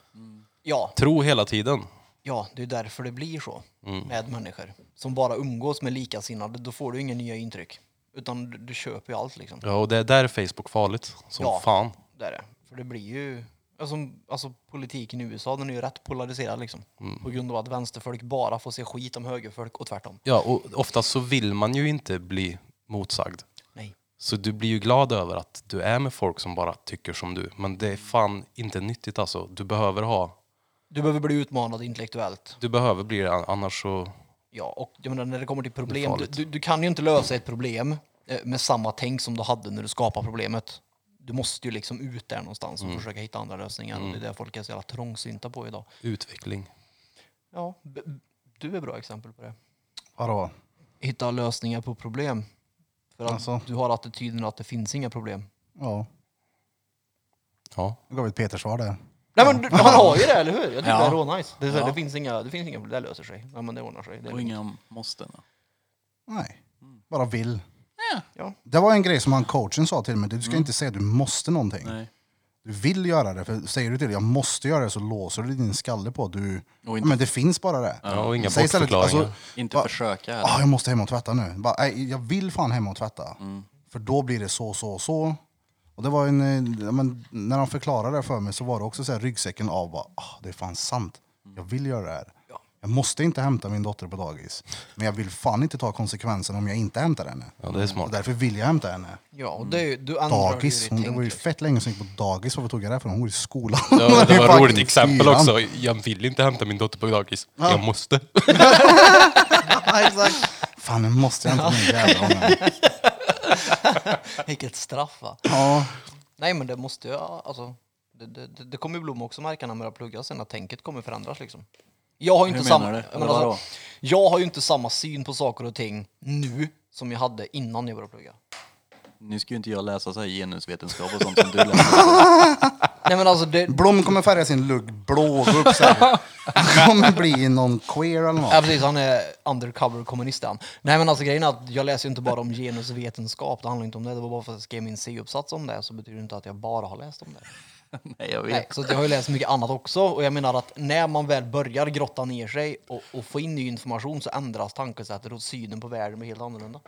S6: Ja,
S7: tro hela tiden.
S6: ja, det är därför det blir så
S7: Mm.
S6: med människor som bara umgås med likasinnade. Då får du inga nya intryck, utan du, du köper ju allt liksom.
S7: Ja, och det är där är Facebook farligt. Som
S6: Ja.
S7: fan.
S6: Det är det. För det blir ju... Alltså, alltså politiken i USA den är ju rätt polariserad liksom.
S7: Mm.
S6: På grund av att vänsterfolk bara får se skit om högerfolk och tvärtom.
S7: Ja, och oftast så vill man ju inte bli motsagd.
S6: Nej.
S7: Så du blir ju glad över att du är med folk som bara tycker som du. Men det är fan inte nyttigt alltså. Du behöver ha,
S6: Du behöver bli utmanad intellektuellt.
S7: du behöver bli det, annars så...
S6: Ja, och jag menar, när det kommer till problem, du,
S7: farligt.
S6: du, du kan ju inte lösa ett problem eh, med samma tänk som du hade när du skapade problemet. Du måste ju liksom ut där någonstans
S7: Mm.
S6: och försöka hitta andra lösningar. Och det är det folk är så jävla trångsynta på idag.
S7: Utveckling.
S6: Ja, b- b- du är bra exempel på det.
S1: Vadå?
S6: Hitta lösningar på problem. För att
S1: Alltså.
S6: du har attityden att det finns inga problem.
S1: Ja,
S7: Ja.
S1: jag gav ett Petersvar där.
S6: Nej men du- man har ju det, eller hur? Jag tycker
S4: Ja.
S6: det är rånice. Det, är så här,
S4: Ja.
S6: det finns inga, det finns inga, det löser sig. Ja men det ordnar sig. Det är
S4: Och inga måsten.
S1: Nej, bara vill.
S6: Ja.
S1: Det var en grej som han coachen sa till mig, du ska inte säga att du måste någonting.
S4: Mm. Nej.
S1: Du vill göra det, för säger du till dig jag måste göra det så låser du din skalle på att du...
S4: Och
S1: Ja,
S4: inte,
S1: men det finns bara det.
S7: Ja, och inga
S1: Säg istället,
S7: bortförklaringar.
S1: alltså,
S4: inte
S1: va-
S4: försöka.
S1: ah, jag måste hem och tvätta nu. Bara, nej, jag vill fan hem och tvätta.
S4: Mm.
S1: För då blir det så, så, så. Och det var en, eh, ja, men, när han förklarade det för mig så var det också så här, ryggsäcken av. Bara, ah, det är fan sant. Jag vill göra det här. Jag måste inte hämta min dotter på dagis. Men jag vill fan inte ta konsekvenserna om jag inte hämtar henne.
S7: Ja, det är
S1: Och
S7: smart.
S1: därför vill jag hämta henne.
S6: Ja, och det, är ju- du ändrar
S1: Mm. Dagis.
S6: ju
S1: Hon, det
S6: ditt
S1: var ju
S6: tänk. typ.
S1: fett länge sedan jag gick på dagis. Varför tog jag det här från? Hon går i skolan.
S7: Det var, det
S1: Hon är
S7: var ett
S1: fucking
S7: roligt exempel
S1: fyran.
S7: också. Jag vill inte hämta min dotter på dagis. Jag måste.
S1: Fan, nu måste jag hämta min jävla unge.
S6: Vilket straff va?
S1: Ja.
S6: Nej men det måste ju, alltså, det, det, det det kommer ju Blom också märka när han börjar plugga sen, att tänket kommer förändras liksom. Jag har ju inte
S4: Hur
S6: samma,
S4: menar du?
S6: jag,
S4: Eller
S6: menar,
S4: vadå?
S6: alltså, jag har ju inte samma syn på saker och ting nu som jag hade innan jag började plugga.
S4: Nu ska ju inte jag läsa så här genusvetenskap och sånt som du läser.
S6: Nej men alltså det,
S1: Blom kommer färga sin lugg blå och gå upp så här. Han kommer bli någon queer eller
S6: ja,
S1: något.
S6: precis, han är undercover kommunist han. Nej men alltså grejen är att jag läser ju inte bara om genusvetenskap, det handlar inte om det. Det var bara för att jag skrev min C-uppsats om det så betyder det inte att jag bara har läst om det.
S4: Nej, jag vet.
S6: Nej, så att jag har ju läst mycket annat också och jag menar att när man väl börjar grotta ner sig och, och få in ny information så ändras tankesättet och synen på världen blir helt annorlunda.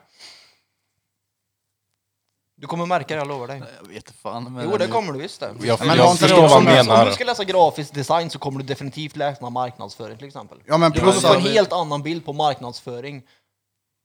S6: Du kommer märka det, jag lovar dig.
S4: Jag vet fan. Men
S6: Jo, det kommer du visst det.
S7: Jag,
S1: men har
S7: jag
S1: inte
S7: förstår vad han
S1: Robson läst
S6: Om du
S7: menar.
S6: ska läsa grafisk design så kommer du definitivt läsa marknadsföring till exempel.
S1: Ja, men
S6: Du kommer
S1: plus
S6: få en
S1: att,
S6: helt annan bild på marknadsföring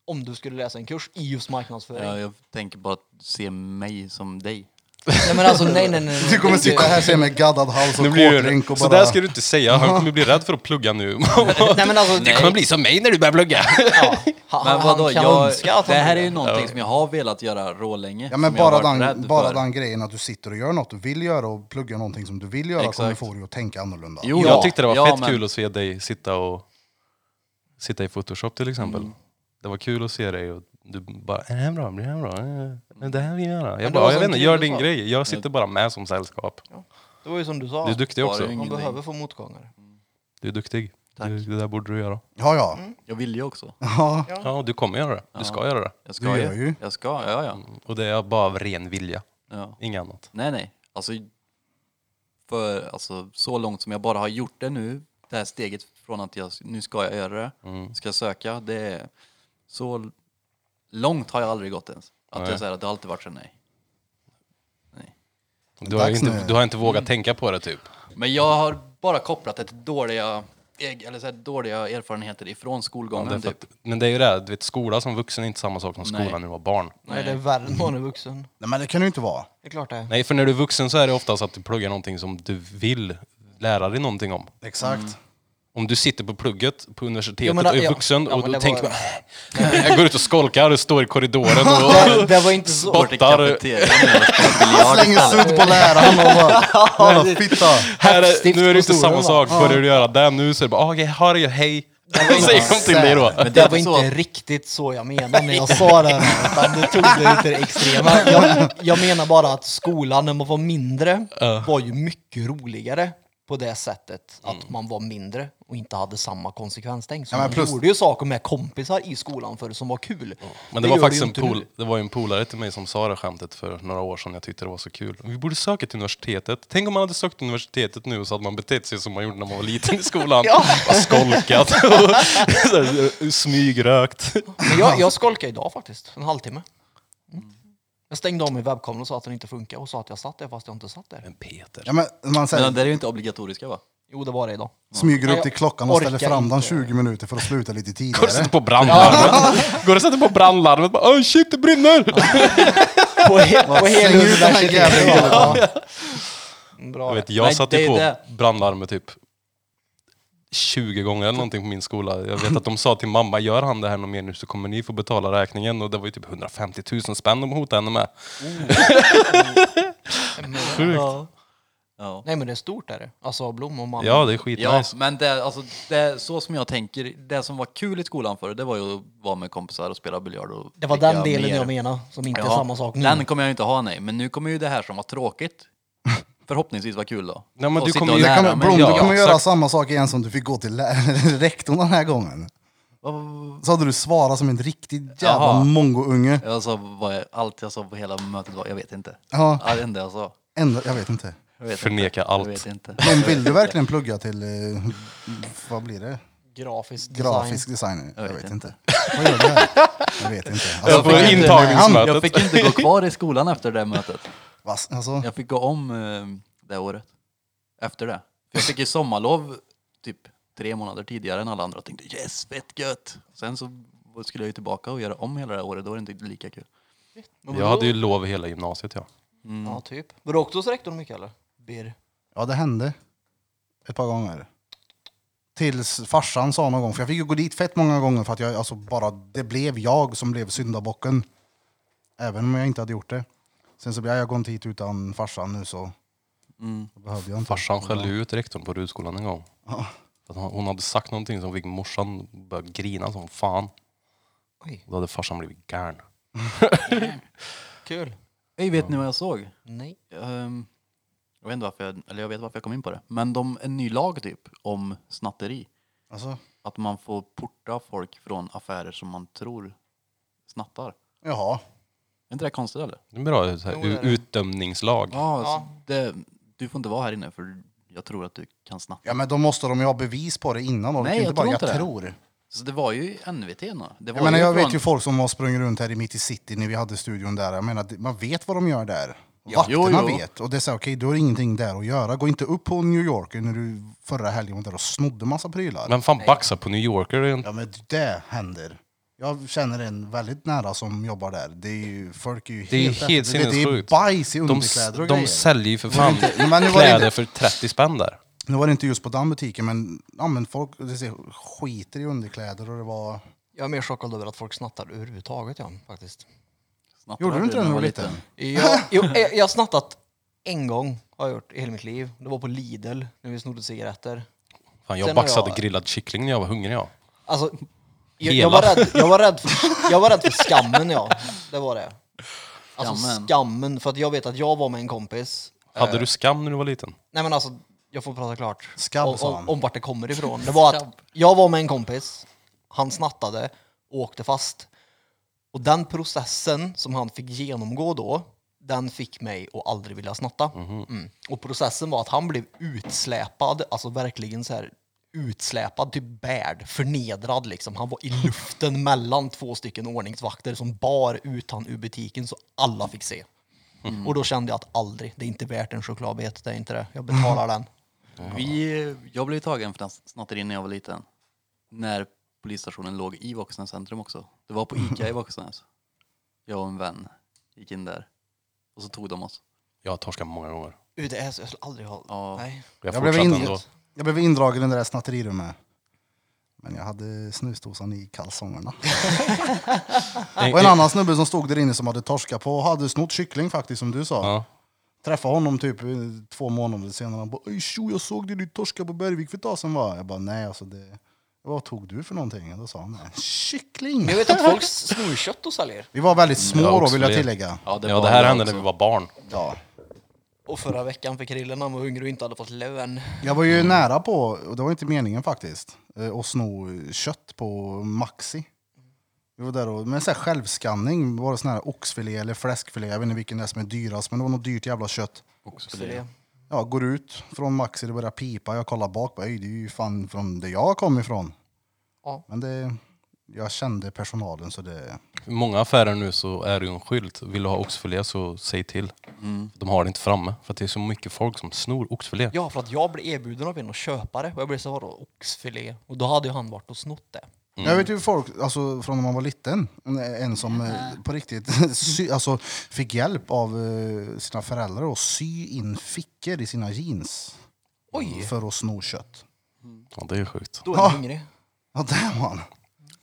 S6: om du skulle läsa en kurs i just marknadsföring.
S4: Ja, jag tänker bara att se mig som dig.
S6: Nej men alltså nej nej nej. nej.
S1: du kommer
S6: Det-
S1: sitta här sen med gaddad hals och
S7: Nu blir
S1: kåtrink
S7: det,
S1: och
S7: så där
S1: bara...
S7: ska du inte säga, han kommer bli rädd för att plugga nu.
S6: Nej men alltså,
S7: Du kommer bli som mig när du börjar plugga.
S6: ja. han,
S4: Men vadå,
S6: han kan
S4: jag,
S6: önska att
S4: det
S6: han
S4: här är
S6: gjorde
S4: ju någonting som jag har velat göra rålänge.
S1: Ja men
S4: som jag har
S1: bara,
S4: varit rädd
S1: den, bara
S4: för.
S1: den grejen att du sitter och gör något du vill göra och pluggar någonting som du vill göra kommer få dig att tänka annorlunda.
S4: Jo,
S7: jag tyckte det var
S4: ja,
S7: fett
S4: men-
S7: kul att se dig sitta och sitta i Photoshop till exempel. Det var kul att se dig och du bara, är det här bra? Blir det här bra? Eh, Det här vill jag göra. Jag
S6: det var
S7: bara, jag
S6: som
S7: vet inte,
S6: kul
S7: gör
S6: du
S7: din
S6: sa.
S7: grej. Jag sitter bara med som sällskap.
S6: Det var ju som du sa.
S7: Du är duktig
S4: Var
S7: också.
S4: det ju-
S6: Man
S4: Ingen
S6: behöver
S4: länk.
S6: få motgångar.
S7: Du är duktig. Du, det där borde du göra.
S1: Ja ja.
S4: Jag vill ju också.
S1: ja.
S7: Ja, och du kommer göra det. Du ska göra det.
S4: Jag ska
S1: Du gör ju.
S4: Jag ska, ja ja.
S7: Mm. Och det är bara av ren vilja,
S4: ja.
S7: inget annat.
S4: Nej nej. Alltså, för, alltså så långt som jag bara har gjort det nu, det här steget från att jag, nu ska jag göra det,
S7: Mm.
S4: ska jag söka, det är så långt har jag aldrig gått ens. Att
S7: Nej.
S4: jag säger att det har alltid varit så nej.
S7: Du har, ju
S1: Dags
S7: inte,
S1: nu. Mm.
S7: du har inte vågat tänka på det typ.
S4: Men jag har bara kopplat det till dåliga, eller så här, dåliga erfarenheter ifrån
S7: Ja, det är
S4: skolgången.
S7: för
S4: typ.
S7: att, men det är ju det, här, du vet, skola som vuxen är inte samma sak som skola
S4: Nej.
S7: när du var barn.
S6: Nej, det är värre när man är vuxen.
S1: Nej men det kan det ju inte vara.
S6: Det är klart det.
S7: Nej, för när du är vuxen så är det oftast att du pluggar någonting som du vill lära dig någonting om.
S1: Exakt.
S7: Om du sitter på plugget på universitetet
S6: Ja, men
S7: och är
S6: ja.
S7: vuxen
S6: Ja, men
S7: och
S6: det
S7: då
S6: var-
S7: tänker man, "Äh." jag går ut och skolkar och står i korridoren
S6: Det,
S7: och
S6: det var inte så.
S4: Bort i
S7: spottar.
S4: kafeterian nu och spelar biljard
S1: Slänger
S4: istället.
S1: sudd på läraren och bara... Jävla fitta.
S7: Här är,
S6: Häftstift
S7: nu är det
S6: på
S7: inte samma
S6: stolen,
S7: sak, börjar du göra det nu så är det bara, "Ah, okej, ha det, hej. Säger de till dig då.
S4: Men
S6: Det
S4: är
S6: var
S4: så-
S6: inte riktigt så jag menade när jag sa det här, utan du tog det till det extrema. Jag, jag menar bara att skolan när man var mindre var ju mycket roligare på det sättet
S7: Mm.
S6: att man var mindre och inte hade samma konsekvenstänk. Så
S1: Ja, men
S6: man
S1: plus-
S6: gjorde ju saker med kompisar i skolan förr som var kul.
S7: Men det,
S6: gör
S7: var
S6: du
S7: faktiskt
S6: ju
S7: en,
S6: inte
S7: pol,
S6: nu.
S7: det var ju en polare till mig som sa det skämtet för några år sedan. Jag tyckte det var så kul. Vi borde söka till universitetet. Tänk om man hade sökt till universitetet nu så hade man betett sig som man gjorde när man var liten i skolan. Bara skolkat och så här, smygrökt.
S6: Men jag, jag skolkade idag faktiskt, en halvtimme. Mm.
S7: Mm.
S6: Jag stängde av min webbkamera och sa att den inte funkar och sa att jag satt där fast jag inte satt där.
S7: Men Peter.
S1: Ja, men man
S4: Men
S1: säger,
S4: den där är ju inte obligatoriska va?
S6: Jo, det var det idag.
S1: smyger upp
S6: Jag
S1: till klockan och ställer
S6: orkar
S1: fram den
S6: inte.
S1: 20 minuter för att sluta lite
S7: Går och
S1: tidigare.
S7: sätter på brandlarmet. Går och sätter på brandlarmet. Bara, oh shit, det brinner!
S6: På, he, på
S1: Släng ut den här
S6: heluniversitetet.
S1: jäveln. Ja.
S6: Bra.
S7: Jag, vet,
S4: Nej,
S7: jag satte
S4: det är
S7: på
S4: det.
S7: brandlarmet typ 20 gånger eller någonting på min skola. Jag vet att de sa till mamma, gör han det här något mer nu så kommer ni få betala räkningen. Och det var ju typ 150 000 spänn de hotade henne med. Sjukt.
S6: Ja.
S4: Ja.
S6: Nej men det är stort är det. Alltså Blom och mamma.
S7: Ja, det är
S4: Ja,
S7: skitnice.
S4: men det, alltså, det, så som jag tänker, det som var kul i skolan förr, det var ju att vara med kompisar och spela biljard och
S6: det var
S4: dricka
S6: den delen
S4: mer.
S6: jag menade som inte är
S4: Ja,
S6: samma sak nu.
S4: Den kommer jag ju inte ha nej, men nu kommer ju det här som var tråkigt förhoppningsvis vara kul då.
S7: Nej, men
S4: Och
S7: du
S4: sitta
S7: kommer
S4: och
S7: ju-
S1: Det
S4: lära
S1: kan,
S4: mig.
S1: Blom,
S7: ja,
S1: du kommer göra
S7: exakt.
S1: samma sak igen som du fick gå till lä- rektorn den här gången. Så hade du svarat som en riktig jävla
S4: Jaha.
S1: mongo-unge.
S4: Jag sa, vad jag, allt jag sa på hela mötet var, jag vet inte.
S1: Ja,
S4: Ja, det enda jag sa.
S1: ändå, jag vet inte.
S4: Jag vet
S7: Förneka
S4: inte. Jag vet
S7: allt.
S4: inte.
S1: Blom, vill du verkligen plugga till, eh, vad blir det?
S6: Grafisk design.
S1: Grafisk designer? Jag
S4: vet
S1: vet
S4: inte.
S1: inte. Vad gör du här? Jag vet inte.
S7: Jag
S1: vad
S7: får
S1: händer med
S7: intagningsmötet.
S1: han?
S4: Jag fick inte gå kvar i skolan efter det mötet.
S1: Va, Alltså,
S4: Jag fick gå om eh, det året. Efter det. För jag fick ju sommarlov typ tre månader tidigare än alla andra och tänkte yes, fett gött. Sen så skulle jag ju tillbaka och göra om hela det här året, då var det inte lika kul. Mm.
S6: Men
S7: Jag hade ju lov hela gymnasiet ja.
S6: Ja, typ. Var du också hos rektorn mycket eller? Bir.
S1: ja, det hände ett par gånger. Tills farsan sa någon gång, för jag fick ju gå dit fett många gånger för att jag, alltså bara, det blev jag som blev syndabocken. Även om jag inte hade gjort det. Sen så, ja, jag kom hit utan farsan nu så
S4: Mm.
S1: då behövde jag inte.
S7: Farsan skällde ju ut rektorn på Rudskolan en gång.
S1: Ja.
S7: För att hon- hon hade sagt någonting som fick morsan att börja grina som fan.
S6: Oj.
S7: Då hade farsan blivit gärn.
S6: Kul.
S4: Hej, vet ni vad jag såg?
S6: Nej.
S4: Ehm, jag vet inte varför jag, eller jag vet varför jag kom in på det. Men de, en ny lag typ om snatteri.
S1: Alltså,
S4: Att man får porta folk från affärer som man tror snattar. Är
S1: jaha.
S4: inte det konstigt eller?
S7: Det är en bra så här,
S6: Jo, det är det.
S7: utdömningslag.
S4: Ja, alltså,
S6: Ja.
S4: Det, du får inte vara här inne för jag tror att du kan snatta.
S1: Ja men då måste de ju ha bevis på det innan. då. Det kan
S4: Nej,
S1: ju
S4: jag
S1: inte bara,
S4: tror
S1: jag
S4: inte det.
S1: tror.
S4: Så det var ju NVT nå. Det var
S1: Jag, menar, jag
S4: från-
S1: vet ju folk som har sprungit runt här i mitt i city när vi hade studion där. Jag menar, det- man vet vad de gör där. Vakterna
S4: Jo, jo.
S1: vet. Och det är så här, okej, du har ingenting där att göra. Gå inte upp på New Yorker när du förra helgen var där och snodde massa prylar.
S7: Men fan baxar på New Yorker? Det är en-
S1: Ja men det händer. Jag känner en väldigt nära som jobbar där. Det är ju, folk är ju
S7: Det är ju
S1: helt,
S7: helt
S1: efter- du vet, Det är
S7: sinnessjukt.
S1: bajs i
S7: De,
S1: underkläder och
S7: de
S1: grejer.
S7: säljer ju för fan
S1: inte- men nu var det
S7: kläder
S1: inte-
S7: för 30 spänn där.
S1: Nu var det inte just på den butiken men, ja, men folk det ser, skiter i underkläder och det var...
S6: Jag är mer chockad över att folk snattar överhuvudtaget, ja, faktiskt.
S4: snattade
S1: Gjorde du inte det när du var
S4: liten?
S1: liten?
S6: Jag, jo, eh, jag jag har snattat en gång har jag gjort i hela mitt liv. Det var på Lidl när vi snodde cigaretter.
S7: Fan, jag
S6: Sen har
S7: baxade
S6: jag-
S7: grillad kyckling när jag var hungrig. Ja.
S6: Alltså, jag,
S7: Hela.
S6: jag, var rädd, jag, var rädd för, jag var rädd för skammen, ja. Det var det. Alltså
S4: Skammen.
S6: skammen. för att jag vet att jag var med en kompis.
S1: Äh.
S7: Hade du skam när du var liten?
S6: Nej men alltså, jag får prata klart.
S1: Skam,
S6: om,
S1: sa han.
S6: om, om vart det kommer ifrån. Det var att jag var med en kompis, han snattade och åkte fast. Och den processen som han fick genomgå då, den fick mig att aldrig vilja snatta.
S1: Mhm.
S6: Mm. Och processen var att han blev utsläpad, alltså verkligen så här utsläpad, typ bärd, förnedrad liksom. Han var i luften mellan två stycken ordningsvakter som bar ut han ur butiken så alla fick se. Och då kände jag att aldrig, det är inte värt en chokladbit, det är inte det. Jag betalar den.
S4: Vi, jag blev tagen för snatteri när jag var liten. När polisstationen låg i Voxnäs centrum också. Det var på Ica i Voxnäs. Jag och en vän gick in där. Och så tog de oss.
S7: Jag har torskat många gånger.
S6: Uh, det är så, jag skulle aldrig ha...
S4: Ja.
S6: Nej.
S7: Jag,
S1: Jag
S7: jag
S1: blev
S7: fortsatte
S1: in-
S7: ändå.
S1: Jag blev indragen i det där snatterirummet. Men jag hade snusdosan i kalsongerna.
S7: En,
S1: Och en
S7: en,
S1: annan snubbe som stod där inne som hade torskat på och hade snott kyckling faktiskt som du sa.
S7: ja.
S1: Träffade honom typ eh, två månader senare. Han bara "Oj, tjo, jag såg dig du torskade på Bergvik för ett tag sedan va? Jag bara nej alltså det... Vad tog du för någonting? Och då sa han "En kyckling.
S6: Men jag vet att folk snor kött och säljer.
S1: Vi var väldigt små
S7: Jag har
S1: då
S7: också
S1: vill jag
S7: det.
S1: tillägga.
S4: Ja, det,
S7: ja,
S4: var
S7: det här
S4: jag
S7: hände
S4: också.
S7: när vi var barn.
S1: Ja.
S6: Och förra veckan fick Krillen han var hungrig och inte hade fått lön.
S1: Jag var ju nära på, och det var inte meningen faktiskt, eh, att sno kött på Maxi. Vi var där och, men så här självskanning, var det sån här oxfilé eller fläskfilé, jag vet inte vilken det är som är dyrast, men det var något dyrt jävla kött.
S6: Oxfilé.
S1: Ja, går ut från Maxi, det börjar pipa, jag kollar bak, bara, "Oj, det är ju fan från där jag kom ifrån.
S6: Ja.
S1: Men det, jag kände personalen så det...
S7: I många affärer nu så är det ju en skylt. Vill du ha oxfilé så säg till. De har det inte framme. För att det är så mycket folk som snor oxfilé.
S6: Ja, för att jag blev erbjuden av en att köpa det och jag blev så här, vadå oxfilé? Och då hade ju han varit och snott det.
S4: Mm.
S1: Jag vet ju folk, alltså från när man var liten, en- en som eh, på riktigt sy, alltså, fick hjälp av eh, sina föräldrar att sy in fickor i sina jeans
S6: Oj,
S1: för att sno kött.
S7: Ja, det är sjukt.
S6: då är han hungrig.
S1: Ja, där var han.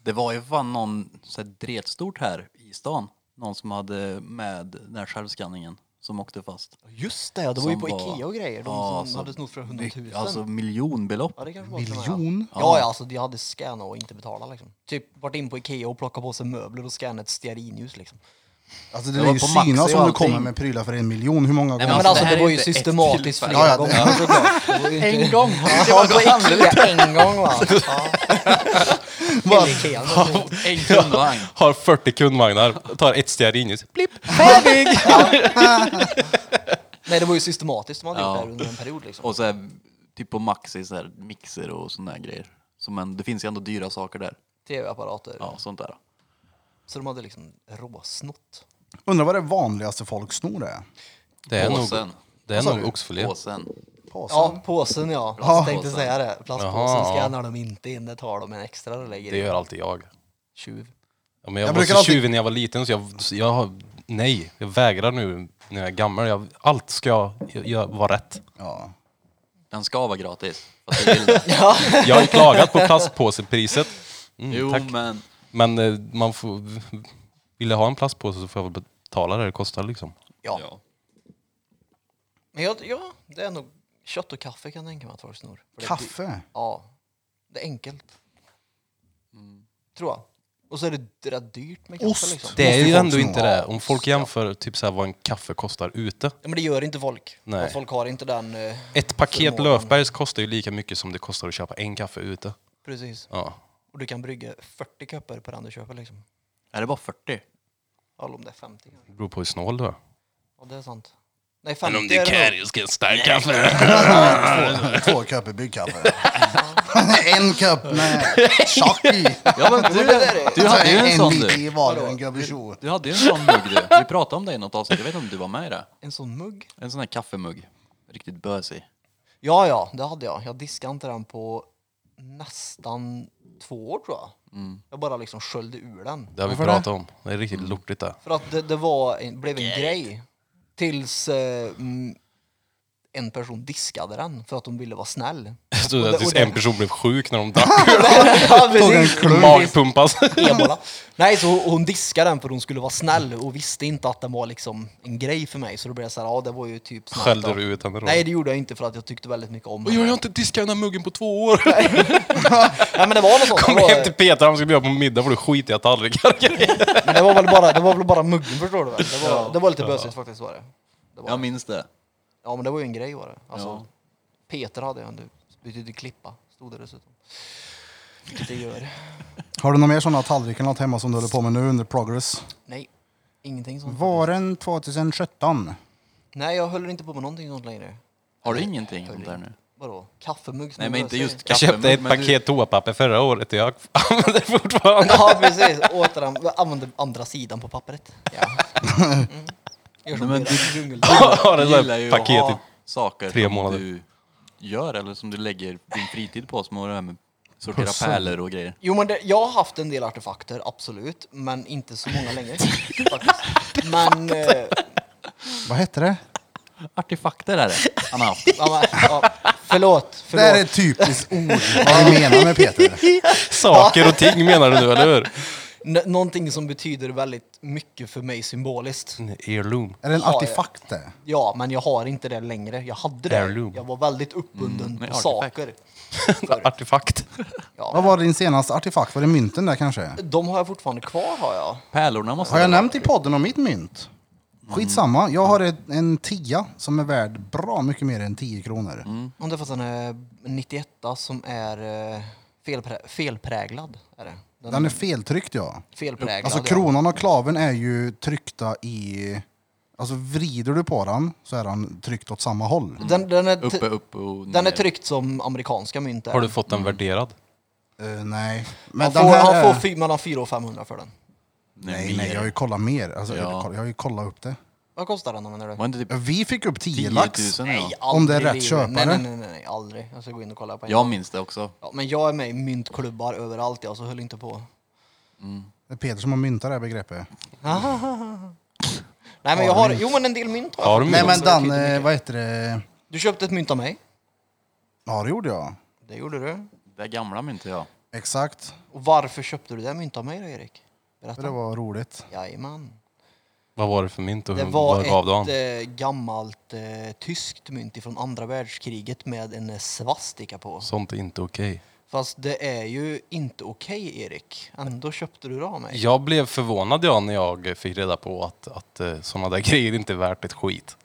S4: Det var ju fan någon så här dretstort här i stan. Någon som hade med den här självskanningen som åkte fast.
S6: Just det, det var alltså, ju
S4: Som
S6: på
S4: var-
S6: Ikea och grejer. De
S4: Ja,
S6: som
S4: så
S6: hade snott för hundratusen.
S4: Mycket, alltså miljonbelopp.
S6: ja, det kanske var till och med, ja.
S1: Miljon.
S6: Ja, ja, alltså de hade scannat och inte betalat liksom. Typ varit in på Ikea och plockat på sig möbler och scannat ett stearinljus liksom.
S1: Alltså det
S4: Det
S1: är
S4: var
S1: ju
S4: på Maxi
S1: synas
S4: och
S1: om du
S4: allting.
S1: kommer med prylar för en miljon. Hur många
S4: Nej,
S6: Ja,
S1: gånger?
S4: alltså,
S6: men alltså
S4: det
S6: det,
S4: här är
S6: var ju
S4: inte ett
S6: systematiskt
S4: tillfälle.
S6: flera
S1: Ja, ja, det-
S6: gånger såklart. Det var ju inte...
S4: En gång!
S6: Det var på Ikea en gång va? Ja. Eller Ikea.
S4: En kundvagn.
S7: Har 40 kundvagnar, tar ett stearinljus. Blipp!
S6: Nej det var ju systematiskt man hade
S4: Ja.
S6: gjort det här under en period liksom.
S4: Och så här, typ på Maxi så här, mixer och såna här grejer. Så, men det finns ju ändå dyra saker där.
S6: Tv-apparater.
S4: Ja, sånt där.
S6: Så de hade liksom råsnott.
S4: alltså-
S1: Undrar vad det vanligaste folk snor är?
S7: Det är nog,
S4: Påsen.
S7: det är
S1: sa
S7: nog
S1: du?
S7: oxfilé.
S4: Påsen.
S1: Påsen?
S6: Ja, påsen ja. Jag tänkte
S4: Plastpåsen.
S6: säga det. Plastpåsen
S7: Jaha, ja.
S6: scannar de inte in, det tar de en extra och lägger
S7: Det
S6: i.
S7: gör alltid jag.
S6: Tjuv.
S7: Ja, men jag,
S1: Jag
S7: var
S1: brukar
S7: så
S1: alltid-
S7: tjuvig när jag var liten så jag, så jag har, nej, jag vägrar nu när jag är gammal. Jag, allt ska jag, jag, jag vara rätt.
S1: Ja.
S4: Den ska vara gratis. Fast det vill det.
S7: Jag har klagat på plastpåsepriset. Mm,
S4: Jo,
S7: tack.
S4: men
S7: Men eh, man får, vill jag ha en plastpåse så får jag väl betala det det kostar liksom.
S6: Ja. Men jag, ja, det är nog kött och kaffe kan jag tänka mig att folk snor. För det är dy-
S1: Kaffe?
S6: Ja. Det är enkelt. Tror jag. Och så är det rätt dyrt med kaffe
S1: Ost.
S6: liksom.
S1: Det
S7: Det
S1: måste
S7: är
S1: ju
S7: ju
S1: folk
S7: ändå
S1: som
S7: inte
S1: har-
S7: det. Om folk jämför typ så här vad en kaffe kostar ute.
S6: Ja, men det gör inte folk.
S7: Nej.
S6: Och folk har inte den... eh,
S7: Ett paket
S6: Förmågan.
S7: Löfbergs kostar ju lika mycket som det kostar att köpa en kaffe ute.
S6: Precis.
S7: Ja.
S6: Och du kan brygga 40 koppar på den du köper liksom.
S4: Är det bara 40?
S6: Eller om det är 50 kanske.
S7: Det beror på hur snål du är.
S6: Ja, det är sant. Nej, 50 är det nog.
S7: ska en stark kaffe.
S1: Två köper byggkaffe. en kopp med tjock i.
S4: Ja men du, du hade ju en sån
S1: bit
S4: du.
S1: i var och en gubbe tjo.
S4: Du hade ju en sån mugg du. Vi pratade om det i något avsnitt, jag vet inte om du var med i det.
S6: En sån mugg?
S4: En sån här kaffemugg. Riktigt bösig.
S6: Ja, ja, det hade jag. Jag diskade inte den på nästan två år tror jag. Jag bara liksom sköljde ur den.
S7: Det Mm. har vi pratat om. Det är riktigt lortigt det.
S6: För att det, det var en, blev en grej. Tills eh, mm, en person diskade den för att de ville vara snäll.
S7: Så det
S6: det-
S7: är tills
S6: och det-
S7: en person blev sjuk när de drack.
S6: Ja, precis.
S7: Magpumpas.
S6: Ebola. Nej, så hon diskade den för hon skulle vara snäll och visste inte att den var liksom en grej för mig. Så då blev jag så här, ja det var ju typ snällt
S7: Skällde
S6: av-
S7: du ut henne då?
S6: Nej, det gjorde jag inte för att jag tyckte väldigt mycket om
S7: Och jag har inte diskat den här muggen på två år.
S6: Nej, men det var något sånt. Det
S7: Kom hem
S6: var,
S7: till Peter, han ska bjuda på middag för du skiter i att tallrikar och grejer.
S6: men det var väl bara, det var väl bara muggen förstår du väl? Det var, det var lite bösigt faktiskt var det. det var,
S4: Jag minns det.
S6: Ja, men det var ju en grej var det. Alltså,
S4: Ja.
S6: Peter hade jag nu. Betydde klippa, stod det dessutom. Det gör
S1: Har du några mer sådana tallrikar något hemma som du håller på med nu under progress?
S6: Nej, ingenting sånt.
S1: Våren 2017.
S6: Nej, jag håller inte på med någonting sånt längre.
S4: Har du ingenting sånt där nu?
S6: Vadå? Kaffemugg? som
S4: Nej
S6: är
S4: men inte
S6: bösig?
S4: just
S7: Jag
S4: kaffemugg.
S7: köpte ett
S4: men du-
S7: paket toapapper förra året och jag använder det fortfarande.
S6: Ja, precis. Återan- använder andra sidan på papperet. Ja. Mm. Gör som
S4: Nej, men
S6: i
S4: du-
S6: djungeln.
S7: Har en
S4: Du
S7: sån
S4: gillar ju
S7: här paket
S4: att
S7: i
S4: ha saker
S7: tre
S4: som
S7: månader.
S4: du gör eller som du lägger din fritid på som har det här med sortera pärlor och grejer.
S6: Jo, men det, jag har haft en del artefakter, absolut. Men inte så många längre. faktiskt. Men... eh,
S1: Vad hette det?
S4: Artefakter är det han har haft.
S6: ja, men, ja, förlåt,
S1: Det här är
S6: förlåt.
S1: ett typiskt ord. Vad vi menar med Peter.
S7: saker och ting menar du nu, eller hur?
S6: N- någonting som betyder väldigt mycket för mig symboliskt.
S7: En Heirloom.
S1: Är det en
S6: Ja, ja.
S1: artefakt det?
S6: Ja, men jag har inte det längre. Jag hade det.
S7: Heirloom.
S6: Jag var väldigt uppbunden
S4: med
S6: på
S4: artefakt.
S6: saker.
S7: Artefakt.
S1: Vad
S6: Ja.
S1: var din senaste artefakt? Var det mynten där kanske?
S6: De har jag fortfarande kvar, har jag.
S4: Pärlorna måste
S1: Har jag
S4: det vara.
S1: nämnt typ i podden om mitt mynt? Skitsamma, jag har ett- en tia som är värd bra mycket mer än 10 kronor.
S6: Om det är fast en eh, 91 som är eh, felprä- felpräglad. Är det. Den,
S1: Den är feltryckt ja.
S6: felpräglad.
S1: Alltså
S6: ja.
S1: kronan och klaven är ju tryckta i... Alltså vrider du på den så är den tryckt åt samma håll.
S6: Den, den, är t-
S4: Uppe, uppe och ner.
S6: den är tryckt som amerikanska mynt. är.
S7: Har du fått den värderad?
S1: Eh, nej. Men
S6: han
S1: den
S6: får, han
S1: här
S6: får
S1: är...
S6: fy, mellan 400 och 500 för den.
S1: Nej, nej, jag har ju kollat mer. Alltså, jag, har ju kollat- jag har ju kollat upp det.
S6: Vad kostar den menar du?
S4: Var inte typ
S1: Vi fick upp 10
S4: 10
S1: lax.
S4: 000 ja.
S6: aldrig
S1: Om det är
S6: i
S1: rätt
S6: livet.
S1: köpare.
S6: Nej, nej, nej, nej, nej, aldrig. Jag ska gå in och kolla på en
S4: Jag minns det också.
S6: Ja, men jag är med i myntklubbar överallt, jag så höll inte på.
S1: Det är Peter som har myntat det här begreppet.
S6: Mm. Nej, men jag har, jo men en del mynt har jag.
S7: Har du
S1: Nej
S7: mynt?
S1: men
S6: Så det
S1: Dan,
S6: betyder
S1: eh,
S6: mycket.
S1: vad heter det?
S6: Du köpte ett mynt av mig.
S1: Ja det gjorde jag.
S6: Det gjorde du.
S4: Det gamla myntet ja.
S1: Exakt.
S6: Och varför köpte du det myntet av mig då, Erik?
S1: För det
S6: Berätta.
S1: var roligt.
S6: Jajamän.
S7: Vad var det för mynt och
S6: Det
S7: hur,
S6: var
S7: Mm, vad gav du han?
S6: ett eh, gammalt eh, tyskt mynt från andra världskriget med en eh, svastika på.
S7: Sånt är inte okej.
S6: Fast det är ju inte okej, Erik. Ändå köpte du det av mig.
S7: Jag blev förvånad jag när jag fick reda på att, att eh, såna där grejer inte är värt ett skit.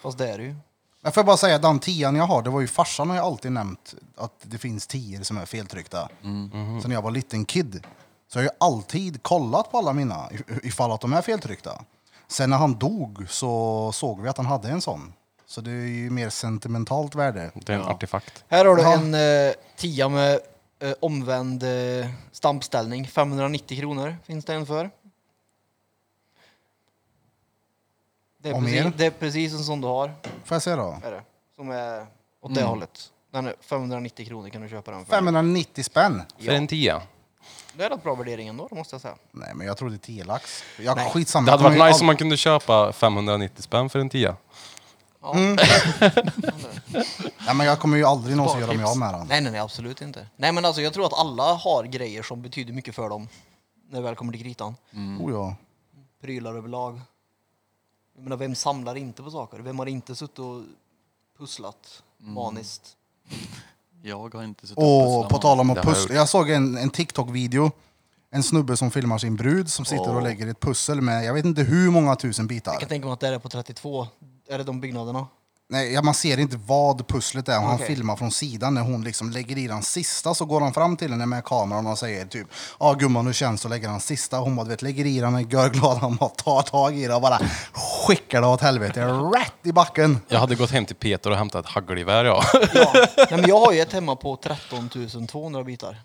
S6: Fast det är det ju.
S1: Men får jag bara säga, den tian jag har, det var ju farsan har ju alltid nämnt att det finns tior som är feltryckta. Så när jag var liten kid så har jag ju alltid kollat på alla mina i- ifall att de är feltryckta. Sen när han dog så såg vi att han hade en sån. Så det är ju mer sentimentalt värde.
S7: Det är en artefakt.
S6: Här har du
S1: Ja.
S6: en eh, tia med eh, omvänd eh, stampställning. 590 kronor finns det en för. Det är,
S1: Och
S6: precis,
S1: mer?
S6: det är precis en sån du har.
S1: Får jag se då?
S6: Är det, som är åt
S1: Mm.
S6: det hållet. Den är 590 kronor kan du köpa den för.
S1: 590 spänn!
S7: För en tia.
S6: Det är rätt bra värdering ändå, det måste jag säga.
S1: Nej men jag trodde 10 lax. Jag,
S6: Nej.
S1: skitsamma.
S7: Det hade
S1: jag
S7: varit
S1: kommer ju
S7: nice om
S1: all-
S7: man kunde köpa 590 spänn för en tia.
S6: Ja.
S1: Mm. Nej, men jag kommer ju aldrig någonsin göra mig av med den.
S6: Nej, nej, nej, absolut inte. Nej, men alltså jag tror att alla har grejer som betyder mycket för dem. När det väl kommer till kritan.
S1: Oh, ja.
S6: Prylar överlag. Jag menar, vem samlar inte på saker? Vem har inte suttit och pusslat
S1: Mm.
S6: maniskt?
S4: Jag har inte suttit
S1: Och på tal om
S7: Det
S1: att
S7: har jag
S1: pussla,
S7: gjort.
S1: jag såg en, en TikTok-video. En snubbe som filmar sin brud som sitter och lägger ett pussel med jag vet inte hur många tusen bitar.
S6: Jag kan tänka mig att det är på 32. Är det de byggnaderna?
S1: Nej, ja, man ser inte vad pusslet är. och Han
S6: Okej.
S1: filmar från sidan när hon liksom lägger i den sista. Så går han fram till henne med kameran och säger typ Ja gumman hur känns det att lägga den sista? Hon bara du vet, lägger i den och är görglad. Han bara tar tag i den och bara skickar det åt helvete. Rätt i backen.
S7: Jag hade gått hem till Peter och hämtat ett hagelgevär ja.
S6: Ja. Nej, men jag har ju ett hemma på 13 200 bitar.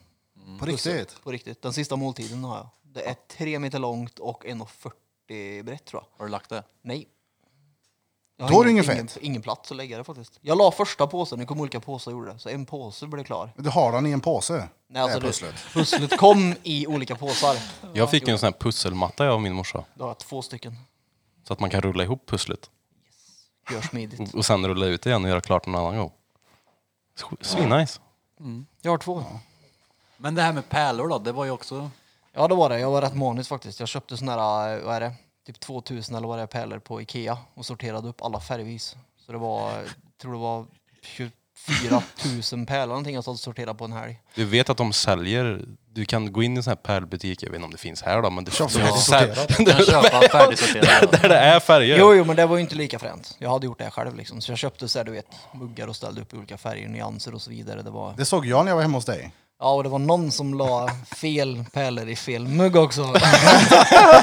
S1: På riktigt.
S6: På riktigt. Den sista måltiden har jag. Det är tre meter långt och 1,40 brett tror jag.
S4: Har du lagt det?
S6: Nej. Jag har
S1: Då är det
S6: ingen-
S1: ingen
S6: ingen, ingen plats att lägga det faktiskt. Jag la första påsen, det kom olika påsar och gjorde det. Så en påse blev klar.
S1: Du har den i en påse.
S6: Nej, alltså
S1: det är
S6: det-
S1: pusslet.
S6: Pusslet kom i olika påsar.
S7: Jag fick ju en sån här pusselmatta jag av min morsa.
S6: Då har jag två stycken.
S7: Så att man kan rulla ihop pusslet.
S6: Gör smidigt.
S7: Och- Och sen rulla ut det igen och göra klart någon annan gång. Sj- Svinnice.
S6: Jag har två.
S4: Men det här med pärlor då, det var ju också...
S6: Ja det var det. Jag var rätt manisk faktiskt. Jag köpte såna här, eh, vad är det, typ 2000 eller vad det är, pärlor på Ikea och sorterade upp alla färgvis. Så det var, jag tror det var 24 000 pärlor någonting jag satt och sorterade på en helg.
S7: Du vet att de säljer, du kan gå in i en sån här pärlbutik, jag vet inte om det finns här då, men det
S1: Kör
S7: finns
S1: som är sorterat.
S4: Kan köpa färdigsorterade.
S7: där det är färger.
S6: Jo, jo, men det var ju inte lika fränt. Jag hade gjort det här själv liksom. Så jag köpte så här, du vet, muggar och ställde upp i olika färger, nyanser och så vidare. Det var...
S1: Det såg jag när jag var hemma hos dig.
S6: Ja, och det var någon som la fel pärlor i fel mugg också.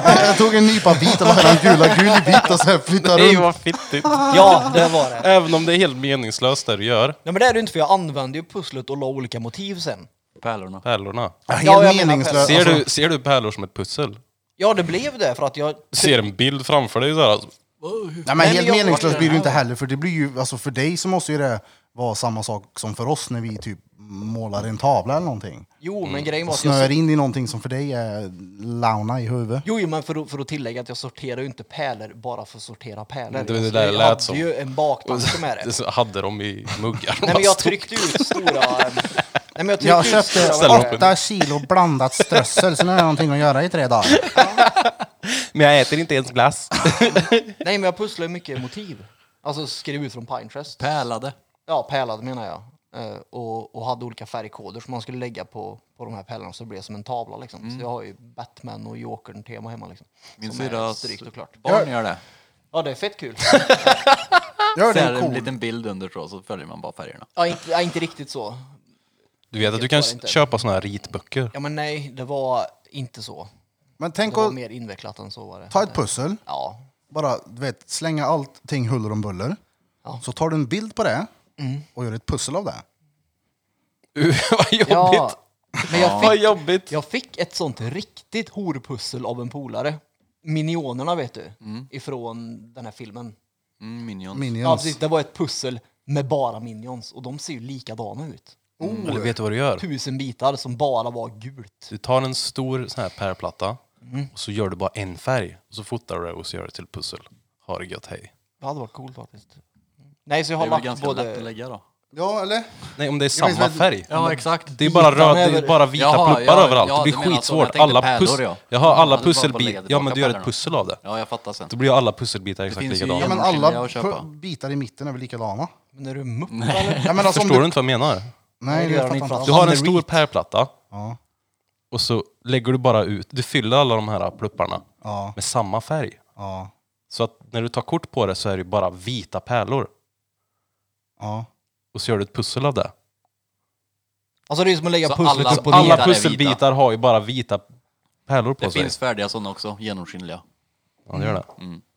S1: Jag tog en nypa vit och la den gula gul i vit och så här flyttade
S7: Nej
S1: runt.
S7: vad fittigt.
S6: ja, det var det.
S7: Även om det är helt meningslöst det du gör,
S6: Nej, men det är det ju inte, för jag använde ju pusslet och la olika motiv sen.
S4: Pärlorna.
S7: pärlorna.
S1: Ja,
S6: Ja, jag
S1: Helt
S6: menar
S1: meningslöst.
S7: Ser
S1: Alltså,
S7: du, ser du pärlor som ett pussel?
S6: Ja, det blev det, för att jag...
S7: Du ser en bild framför dig såhär.
S1: Nej, men
S6: Nej, men
S1: helt
S6: jag-
S1: meningslöst blir det ju inte heller, för det blir ju, alltså för dig så måste ju det vara samma sak som för oss när vi typ målar en tavla eller någonting.
S6: Jo,
S7: Mm.
S6: men grejen var
S1: Och
S6: att jag...
S1: snöar in i någonting som för dig är launa i huvudet.
S6: Jo, jo, men för att, för att tillägga att jag sorterar ju inte pärlor bara för att sortera pärlor.
S7: Det var det
S6: Jag-
S7: där det
S6: jag
S7: lät
S6: hade
S7: som.
S6: ju en baktanke med det.
S7: Det hade de i muggar.
S6: Nej, men jag tryckte ut stora... eh, Nej, men jag tryckte
S1: Jag
S6: ut
S1: köpte
S6: stora...
S7: Ställ upp en-
S1: åtta kilo blandat strössel, så nu har jag någonting att göra i tre dagar.
S7: Men jag äter inte ens glass.
S6: Nej, men jag pusslar ju mycket motiv. Alltså skrev ut från Pinterest.
S4: Pärlade.
S6: Ja, pärlad menar jag. Eh, och, och hade olika färgkoder som man skulle lägga på, på de här pärlorna så det blev som en tavla liksom.
S7: Mm.
S6: Så jag har ju Batman och Jokern-tema hemma liksom.
S4: Min
S6: som är
S4: syrras
S6: strykt och klart.
S4: barn gör det.
S6: Ja, det är fett kul.
S1: Gör
S4: Så
S1: det
S4: är det
S1: en
S4: en
S1: cool.
S4: liten bild under tror jag, så följer man bara färgerna.
S6: ja, inte, ja, inte riktigt så.
S7: Du vet att du kan köpa såna här ritböcker.
S6: Ja, men nej, det var inte så.
S1: Men
S6: Det
S1: tänk
S6: var
S1: att
S6: mer invecklat än så var det.
S1: ta ett pussel,
S6: Ja.
S1: bara du vet, slänga allting huller om buller.
S6: Ja.
S1: Så tar du en bild på det och gör ett pussel av det.
S7: Vad jobbigt.
S6: ja. Men jag
S7: Vad
S6: fick,
S7: jobbigt.
S6: jag fick ett sånt riktigt horpussel av en polare. Minionerna vet du, ifrån den här filmen.
S4: Mm, Minions.
S6: Ja,
S1: Minions.
S6: precis. Det var ett pussel med bara minions och de ser ju likadana ut.
S1: Mm.
S7: Oh. Eller vet du vad du gör?
S6: Tusen bitar som bara var gult.
S7: Du tar en stor sån här pärlplatta
S6: Mm.
S7: och så gör du bara en färg. Och så fotar du det och så gör det till ett pussel. Ha det gött, hej.
S6: Det hade varit coolt faktiskt. Nej, så jag
S4: Det
S6: har
S4: är väl
S6: lagt
S4: ganska lätt att
S6: både...
S4: lägga då.
S1: Ja, eller?
S7: Nej, om det är samma färg.
S4: Ja, exakt.
S7: Det är bara, röd, det är
S6: över-
S7: bara vita
S4: Jaha,
S7: pluppar
S4: ja,
S7: överallt.
S4: ja,
S7: det blir
S4: du menar så. Jag
S7: skitsvårt.
S4: tänkte
S7: Alla
S4: pärlor,
S7: puss...
S4: ja.
S7: Jag har alla
S4: Ja, du bara får lägga
S7: pusselbitar. Ja,
S4: tillbaka
S7: men du gör ett
S4: pärlorna.
S7: pussel av det.
S4: Ja, jag fattar sen.
S7: Då blir alla pusselbitar exakt
S4: finns ju
S7: likadana.
S1: Ja, men
S4: Genomskinliga
S1: alla
S4: att köpa.
S1: pu- bitar i mitten är väl likadana?
S6: Men är du mupp eller?
S1: Ja, men alltså, om
S7: Förstår du inte vad jag menar?
S1: Nej, det
S6: gör
S1: fattar inte
S6: de inte.
S1: alls.
S7: Du har en stor pärlplatta
S1: Ja.
S7: och så lägger du bara ut, du fyller alla de här plupparna
S1: Ja,
S7: med samma färg.
S1: ja,
S7: Så att när du tar kort på det så är det ju bara vita pärlor.
S1: ja.
S7: Och så gör du ett pussel av det.
S6: Alltså det är som att lägga
S4: Så
S6: pusslet
S4: alla-
S6: upp och
S7: Alla
S4: Bitar är vita.
S7: pusselbitar har ju bara vita pärlor på
S4: Det
S7: sig.
S4: finns Mm. färdiga sådana också, genomskinliga.
S7: Ja, det gör det.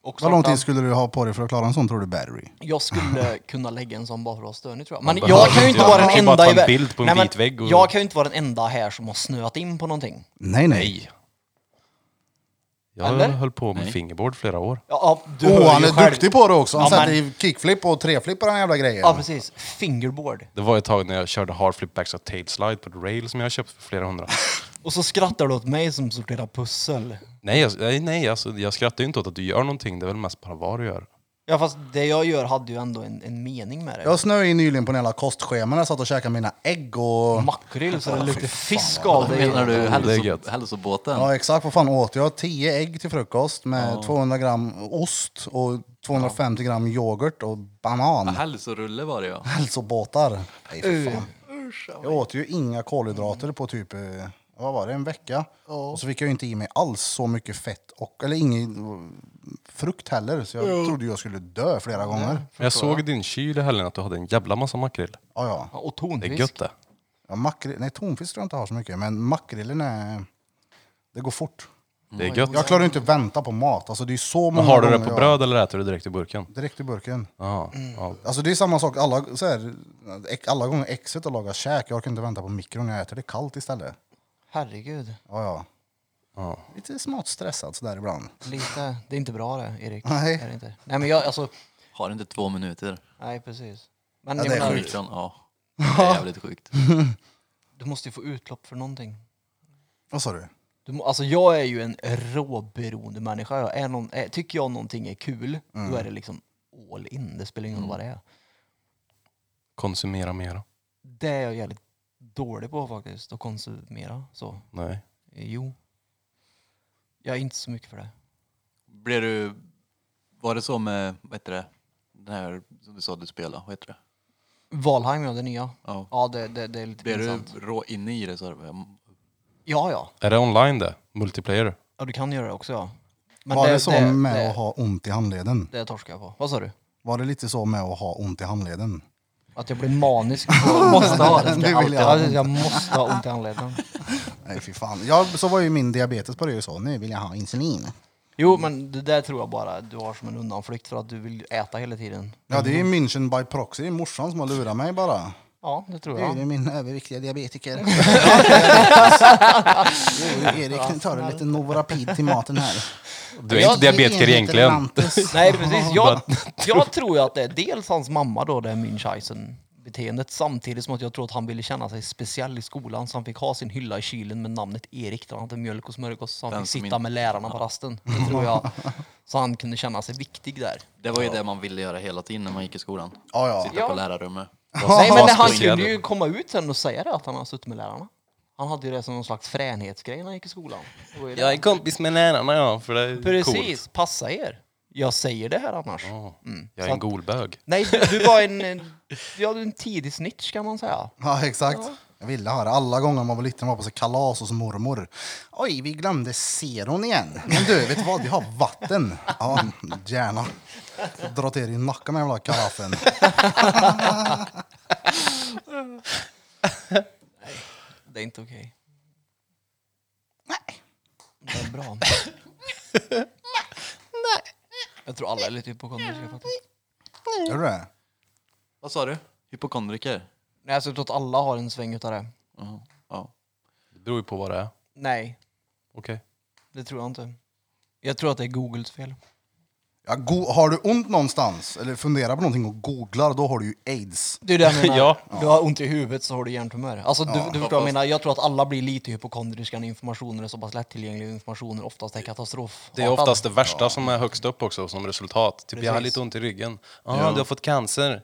S6: och
S1: Vad lång
S6: svarta.
S1: tid skulle du ha på dig för att klara en sån tror du, battery?
S6: Jag skulle kunna lägga en sån bara för att vara stönig tror jag. Men
S7: behöver
S6: jag kan ju
S7: inte
S6: inte vara
S7: göra
S6: den
S7: det. Man kan bara
S6: enda
S7: ta
S6: i vär-
S7: en bild på en
S6: Nej, men
S7: vit vägg och-
S6: Jag kan ju inte vara den enda här som har snöat in på någonting.
S1: Nej, nej.
S7: Nej. Jag
S6: Eller?
S7: höll på med fingerboard flera år.
S6: Ja, ja, du
S1: Åh,
S6: hör
S1: han
S6: ju
S1: är
S6: själv.
S1: duktig på det också. Han
S6: Ja,
S1: sätter
S6: men-
S1: i kickflip och treflip på den jävla grejen.
S6: Ja, precis. Fingerboard.
S7: Det var ett tag när jag körde hard flip backside tail slide på ett rail som jag köpt för flera hundra.
S6: Och så skrattar du åt mig som sorterar pussel.
S7: nej, jag, nej, nej alltså, jag skrattar ju inte åt att du gör någonting. Det är väl mest bara vad du gör.
S6: Ja fast det jag gör hade ju ändå en, en mening med det.
S1: Jag snöade in nyligen på en jävla kostschema när jag satt och käkade mina ägg och...
S6: Makrill så det luktar fisk av det.
S4: Menar du
S7: Det är
S4: hälso,
S7: gött.
S4: hälsobåten?
S1: Ja exakt, vad fan åt jag? 10 ägg till frukost med 200 gram ost och 250 gram yoghurt och banan.
S4: Ja, Hälsorulle var det ja.
S1: Hälsobåtar. Nej, för fan. Jag åt ju inga kolhydrater på typ eh, vad var det, en vecka. Och så fick jag ju inte i mig alls så mycket fett, och, eller ingen eh, frukt heller. Så jag trodde jag skulle dö flera gånger.
S7: Men jag såg i din kyl i helgen att du hade en jävla massa makrill.
S1: Ja, ja.
S9: Ja, Och
S7: Det är
S9: tonfisk.
S7: gött det.
S1: ja makri- nej, tonfisk tror jag inte har så mycket, men makrillen är... Det går fort.
S7: Det är gött.
S1: Jag klarar ju inte att vänta på mat. Alltså, det är så många
S7: Men har du det
S1: gånger
S7: på
S1: jag-
S7: bröd eller äter du direkt i burken?
S1: Direkt i burken.
S7: Ja. ja.
S1: Alltså det är samma sak alla, så här, ek- alla gånger exet och laga käk. Jag orkar inte vänta på mikron när jag äter det kallt istället.
S6: Herregud.
S1: Ja, ja.
S7: Ja.
S1: Lite smått stressad sådär ibland.
S6: Lite. Det är inte bra det Erik.
S1: Nej.
S6: Är det inte. Nej men jag alltså.
S4: Har inte två minuter.
S6: Nej precis. Men
S1: Ja,
S6: jag
S1: det är
S6: menar,
S4: Sjukt. Ja. Det är jävligt sjukt.
S6: du måste ju få utlopp för någonting.
S1: Vad sa du?
S6: Du, må- alltså jag är ju en råberoende människa. Jag är någon, är, tycker jag någonting är kul,
S1: Mm.
S6: då är det liksom all in. Det spelar ingen roll vad det är.
S7: Konsumera mera.
S6: Det är jag jävligt dålig på faktiskt, att konsumera så.
S7: Nej.
S6: Eh, Jo. Jag är inte så mycket för det.
S4: Blev du... Var det så med, vad heter det, den här som du sa du spelade, vad heter det?
S6: Valheim, ja, det nya.
S4: Ja.
S6: Ja, det, det, det är lite
S4: Blev du
S6: pinsamt.
S4: rå inne i det så? här,
S6: Ja, ja.
S7: Är det online det? Multiplayer?
S6: Ja, du kan göra det också, ja. Men
S1: Var det, så med
S6: det,
S1: att ha ont i handleden?
S6: det torskar jag på. Vad sa du?
S1: Var det lite så med att ha ont i handleden?
S6: Att jag blir manisk. på- måste ha det.
S1: Nu vill
S6: alltid-
S1: jag ha
S6: ja,
S1: ont.
S6: jag måste ha ont i handleden.
S1: Nej fy fan. Ja, så var ju min diabetes på det så. Nu vill jag ha insulin.
S6: Jo, men det där tror jag bara du har som en undanflykt för att du vill äta hela tiden.
S1: Ja det är München by proxy. Det är morsan som har lurat mig bara.
S6: Ja, det tror
S1: Det är
S6: jag.
S1: ju min överviktiga diabetiker. Jo, Erik, tar du lite Novorapid till maten här?
S7: Du är inte diabetiker egentligen.
S6: Nej, precis. Jag, jag tror ju att det är dels hans mamma då, det här Münchhausen-beteendet, samtidigt som att jag tror att han ville känna sig speciell i skolan så han fick ha sin hylla i kylen med namnet Erik där han hade mjölk och smörgås så han
S4: Den
S6: fick
S4: som
S6: sitta
S4: inte-
S6: med lärarna på rasten. Det tror jag. Så han kunde känna sig viktig där.
S4: Det var ju det man ville göra hela tiden när man gick i skolan.
S1: Ja, ja.
S4: Sitta på lärarrummet.
S6: Nej, men han
S7: speciell.
S6: kunde ju komma ut sen och säga det att han har suttit med lärarna. Han hade ju det som någon slags fränhetsgrej när han gick i skolan. Det var ju det.
S7: Jag är kompis med lärarna ja, för det är
S6: Precis, passa er. Jag säger det här annars.
S7: coolt. Jag är en golbög.
S6: Nej, du, du var en, en, du hade en tidig snitch kan man säga.
S1: Ja, exakt. Jag ville ha det alla gånger man var liten var på så kalas hos mormor. Oj, vi glömde seron igen. Men du, vet du vad? Vi har vatten. Ja, gärna. Dra till er i nacken med den jävla karaffen.
S6: Det är inte okej. Nej. Det är bra. Jag tror alla är lite hypokondriska faktiskt.
S1: Gör du det?
S4: Vad sa du? Hypokondriker?
S6: Nej, alltså, jag tror att alla har en sväng utav det.
S4: Ja. ja.
S7: Det beror ju på vad det är.
S6: Nej,
S7: Okej.
S6: det tror jag inte. Jag tror att det är Googles fel.
S1: Ja, go- har du ont någonstans eller funderar på någonting och googlar, då har du ju aids.
S6: Det är det jag menar.
S7: Ja.
S6: Du har ont i huvudet så har du hjärntumör. Alltså, du, du förstår vad jag menar. Jag tror att alla blir lite hypokondriska när informationen är så pass lättillgänglig och informationen oftast är katastrof.
S7: Det är oftast det värsta som är högst upp också som resultat. Typ jag har
S6: Precis.
S7: lite ont i ryggen. Ja, du har fått cancer.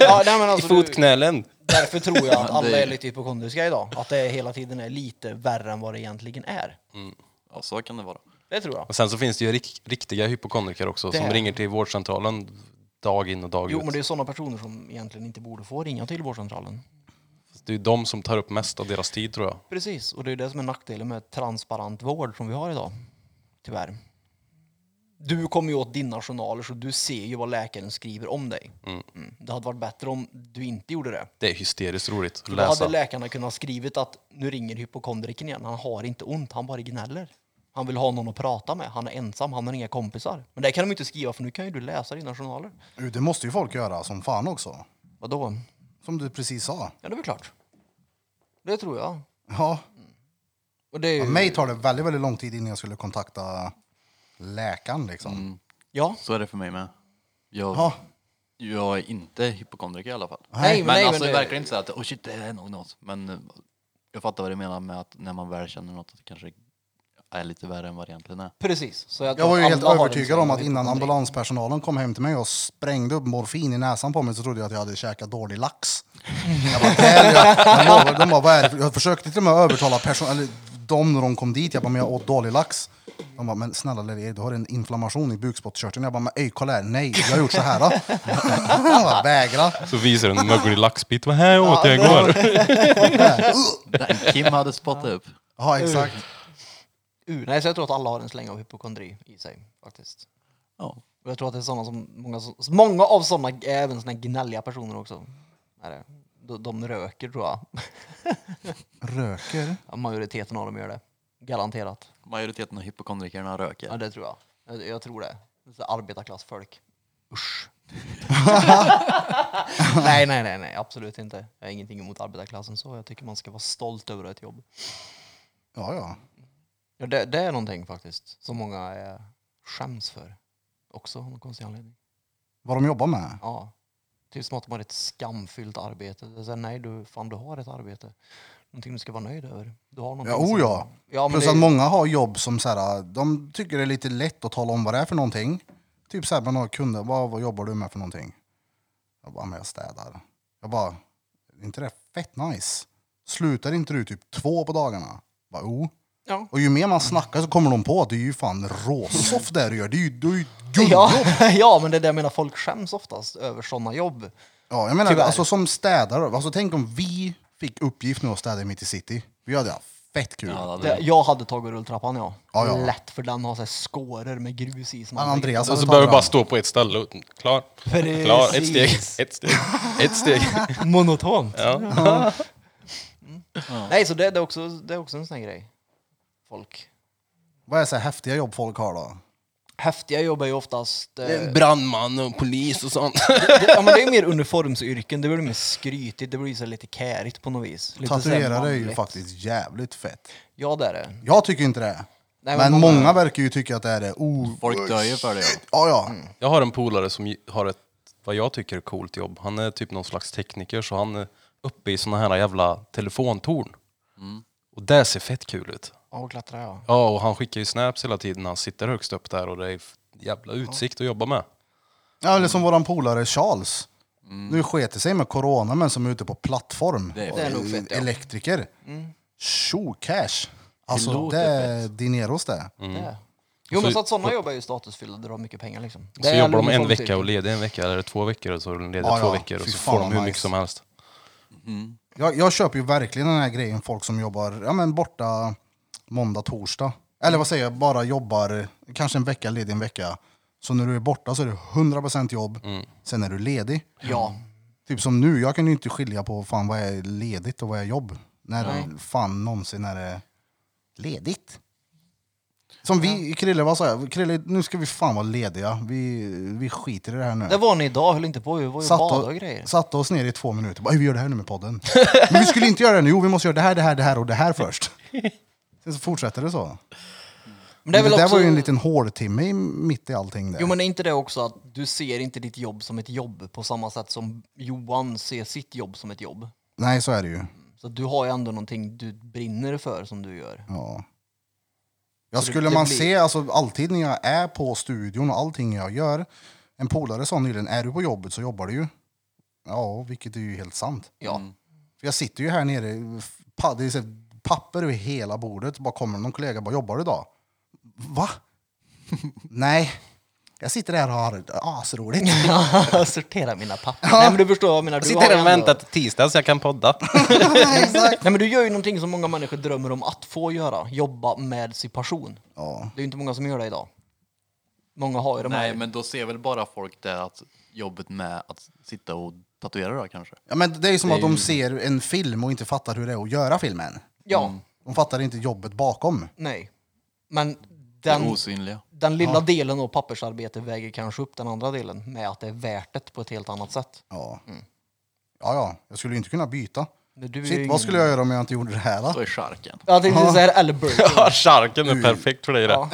S6: ja, nej, men
S7: I
S6: alltså, du-
S7: fotknölen.
S6: Därför tror jag att alla
S4: Det-
S6: är lite hypokondriska idag. Att det hela tiden är lite värre än vad det egentligen är.
S4: ja, så kan det vara.
S6: Det tror jag.
S7: Och sen så finns det ju rik- riktiga hypokondriker också som
S6: Det.
S7: ringer till vårdcentralen dag in och dag
S6: Jo,
S7: ut.
S6: men det är sådana personer som egentligen inte borde få ringa till vårdcentralen.
S7: Det är ju de som tar upp mest av deras tid tror jag.
S6: Precis, och det är det som är nackdelen med transparent vård som vi har idag. Tyvärr. Du kommer ju åt dina journaler så du ser ju vad läkaren skriver om dig. Mm. Det hade varit bättre om du inte gjorde det.
S7: Det är hysteriskt roligt att
S6: För då hade
S7: läsa.
S6: läkarna kunnat skrivit att nu ringer hypokondriken igen. Han har inte ont, han bara gnäller. Han vill ha någon att prata med. Han är ensam, han har inga kompisar. Men det kan de inte skriva för nu kan ju du läsa dina journaler.
S1: Uh, Det måste ju folk göra som fan också.
S6: Vadå?
S1: Som du precis sa.
S6: Ja, det är väl klart. Det tror jag.
S1: Ja.
S6: Och det är ju...
S1: För mig tar det väldigt, väldigt lång tid innan jag skulle kontakta läkaren liksom.
S6: Ja.
S4: Så är det för mig med. Jag,
S1: Ja.
S4: jag är inte hypokondriker i alla fall.
S6: Nej, men,
S4: men
S6: nej,
S4: alltså
S6: men
S4: det
S6: det-
S4: verkar inte så att oh shit, det är nog något. Men eh, jag fattar vad du menar med att när man väl känner något att det kanske är lite värre än vad det egentligen är.
S6: Precis. Så jag, tror
S1: Jag var ju
S6: alla
S1: helt
S6: har liksom, en
S1: övertygad
S6: sån
S1: om att innan
S6: rekommendation.
S1: ambulanspersonalen kom hem till mig och sprängde upp morfin i näsan på mig så trodde jag att jag hade käkat dålig lax. Jag bara, "Det här är jag." de bara, de bara, vad är det? för-" Jag försökte till och med övertala person, eller de när de kom dit, jag bara, men jag åt dålig lax. De bara, men snälla Larry, du har en inflammation i bukspottkörteln. Jag bara, men ey kolla här, nej, jag har gjort så här. Då. De bara, vägra.
S7: Så visar en möglig laxbit. Vad här åt jag igår?
S4: Den Kim hade spottat upp.
S1: Ja, exakt.
S6: Uh, nej, så jag tror att alla har en släng av hypokondri i sig faktiskt.
S4: Ja.
S6: Och jag tror att det är sådana som, många, som- många av sådana är även sådana gnälliga personer också. Är det. De, de röker tror jag.
S1: Röker?
S6: Ja, Majoriteten av dem gör det. Garanterat.
S4: Majoriteten av hypokondrikerna
S6: Ja,
S4: röker.
S6: det tror jag. Jag, jag tror det. Så arbetarklassfolk. Usch. nej, nej, nej, nej, absolut inte. Jag har ingenting emot arbetarklassen så. Jag tycker man ska vara stolt över ett jobb.
S1: Ja, ja.
S6: Ja, det, det är någonting faktiskt som många eh, skäms för. Också av någon konstig anledning.
S1: Vad de jobbar med?
S6: Ja. Typ som att de har ett skamfyllt arbete. Det är så här, nej, du, fan du har ett arbete. Någonting du ska vara nöjd över. Du har någonting
S1: Ja, oh
S6: som-
S1: ja.
S6: ja men
S1: Plus
S6: det,
S1: att många har jobb som så här, de tycker det är lite lätt att tala om vad det är för någonting. Typ så här, man har kunder, vad, vad jobbar du med för någonting? Jag bara, men jag städar. Jag bara, är inte det fett nice? Slutar inte du typ två på dagarna? Jag bara, oh.
S6: Ja.
S1: Och ju mer man snackar så kommer de på att det är ju fan råsoft det du gör. Det är ju, det är ju guldjobb.
S6: ja, ja, men det är det jag menar. Folk skäms oftast över sådana jobb.
S1: Ja, jag menar,
S6: Tyvärr.
S1: alltså, som städare, alltså, tänk om vi fick uppgift nu att städa mitt i city. Vi hade haft fett kul.
S4: Ja, det
S6: Det,
S4: hade
S6: jag hade tagit rulltrappan ja.
S1: Mm. Ja, ja.
S6: Lätt för den har så här skåror med grus i. Som
S1: Men
S6: man-
S1: Andreas
S7: Sen
S1: hade
S7: så
S1: tagit
S7: behöver
S1: den.
S7: bara stå på ett ställe. och- Klar.
S6: Precis.
S7: Klar. Ett steg. Ett steg. Ett steg.
S6: Monotont.
S7: Ja.
S6: Nej, så det, det, är också, det är också en sån här grej. Folk.
S1: Vad är så här häftiga jobb folk har då?
S6: Häftiga jobb är ju oftast... Eh, det,
S7: Brandman och polis och sånt.
S6: ja, men det är ju mer uniformsyrken, det blir mer skrytigt, det blir så här lite kärigt på något vis. Lite så här
S1: Tatuerare är ju
S6: manligt.
S1: faktiskt jävligt fett.
S6: Ja, det är det.
S1: Jag tycker inte det.
S6: Nej,
S1: men
S6: men
S1: många...
S6: många-
S1: verkar ju tycka att det är det. Oh,
S4: Folk dör ju för det. Ja.
S1: ja, ja.
S7: Jag har en polare som har ett, vad jag tycker är coolt jobb. Han är typ någon slags tekniker så han är uppe i såna här jävla telefontorn.
S6: Mm.
S7: Och det ser fett kul ut.
S6: Ja, och klättra ja.
S7: Ja, och han skickar ju snaps hela tiden när han sitter högst upp där och det är f- jävla utsikt att jobba med.
S1: ja eller som våran polare Charles. Nu sket det sig med corona men som är ute på plattform.
S4: Det är Mm.
S1: Och
S6: Det är nog fett, ja.
S1: Elektriker. Tjo, cash.
S4: Det
S1: Alltså
S4: låter
S1: det är dineros det.
S6: Det. Jo,
S7: Mm. Så-
S6: men så att sådana jobb är ju statusfyllda, drar mycket pengar liksom. typ-
S7: Så
S6: Det är
S7: jobbar de en
S6: uniformsyrken.
S7: vecka och leder en vecka eller två veckor och så leder
S1: Ja,
S7: två
S1: ja.
S7: veckor och
S1: Fy
S7: så
S1: fan
S7: får de
S1: vad
S7: hur mycket
S1: nice.
S7: som helst.
S1: Jag, jag köper ju verkligen den här grejen folk som jobbar ja, men borta måndag, torsdag. Eller vad säger jag, bara jobbar kanske en vecka, ledig en vecka. Så när du är borta så är det 100% jobb, sen är du ledig.
S6: Ja,
S1: Typ som nu, jag kan ju inte skilja på fan vad är ledigt och vad är jobb. När fan någonsin är det ledigt. Som vi, Krille, vad sa jag? Krille, nu ska vi fan vara lediga. Vi, vi skiter i det här nu.
S6: det var ni idag, höll inte på. Vi var ju och badade och grejer.
S1: och, satte oss ner i två minuter. Bara, "Ey, vi gör det här nu med podden. Men vi skulle inte göra det nu. Jo, vi måste göra det här, det här, det här och det här först. Sen så fortsätter det så.
S6: Men
S1: Det,
S6: väl
S1: där
S6: också-
S1: var ju en liten håltimme i- mitt i allting. Där.
S6: Jo men är inte det också att du ser inte ditt jobb som ett jobb på samma sätt som Johan ser sitt jobb som ett jobb?
S1: Nej, så är det ju.
S6: Så du har ju ändå någonting du brinner för som du gör.
S1: Ja. Ja,
S6: Så det-
S1: skulle
S6: det
S1: man
S6: blir-
S1: se, alltså, alltid när jag är på studion och allting jag gör. En polare sa nyligen, är du på jobbet så jobbar du ju. Ja, vilket är ju helt sant.
S6: Ja.
S4: Mm.
S1: För jag sitter ju här nere, pa- det är så här papper över hela bordet. Bara kommer någon kollega och bara, jobbar du idag? Va? Nej. Jag sitter här och har asroligt.
S6: Sortera mina papper. Nej men du förstår vad jag menar. Du har ju ändå-
S7: till tisdag så jag kan podda.
S6: Nej men du gör ju någonting som många människor drömmer om att få göra. Jobba med sin passion.
S1: Ja.
S6: Det är ju inte många som gör det idag. Många har ju de här...
S4: Nej, men då ser väl bara folk det att jobbet med att sitta och tatuera då kanske.
S1: ja, men det är ju som
S4: Det är
S1: att de
S4: ju-
S1: ser en film och inte fattar hur det är att göra filmen.
S6: Ja,
S4: Mm.
S1: De fattar inte jobbet bakom.
S6: nej. Men
S4: Den...
S6: den,
S4: osynliga.
S6: den lilla delen av pappersarbete väger kanske upp den andra delen med att det är värt det på ett helt annat sätt.
S1: Ja. ja, ja. Jag skulle ju inte kunna byta.
S6: Men Du är ju
S1: Shit,
S6: ingen-
S1: vad skulle jag göra om jag inte gjorde det här?
S4: Då
S1: Då?
S4: är charken.
S6: Ja, det är såhär, eller burger.
S7: Charken är perfekt för dig det.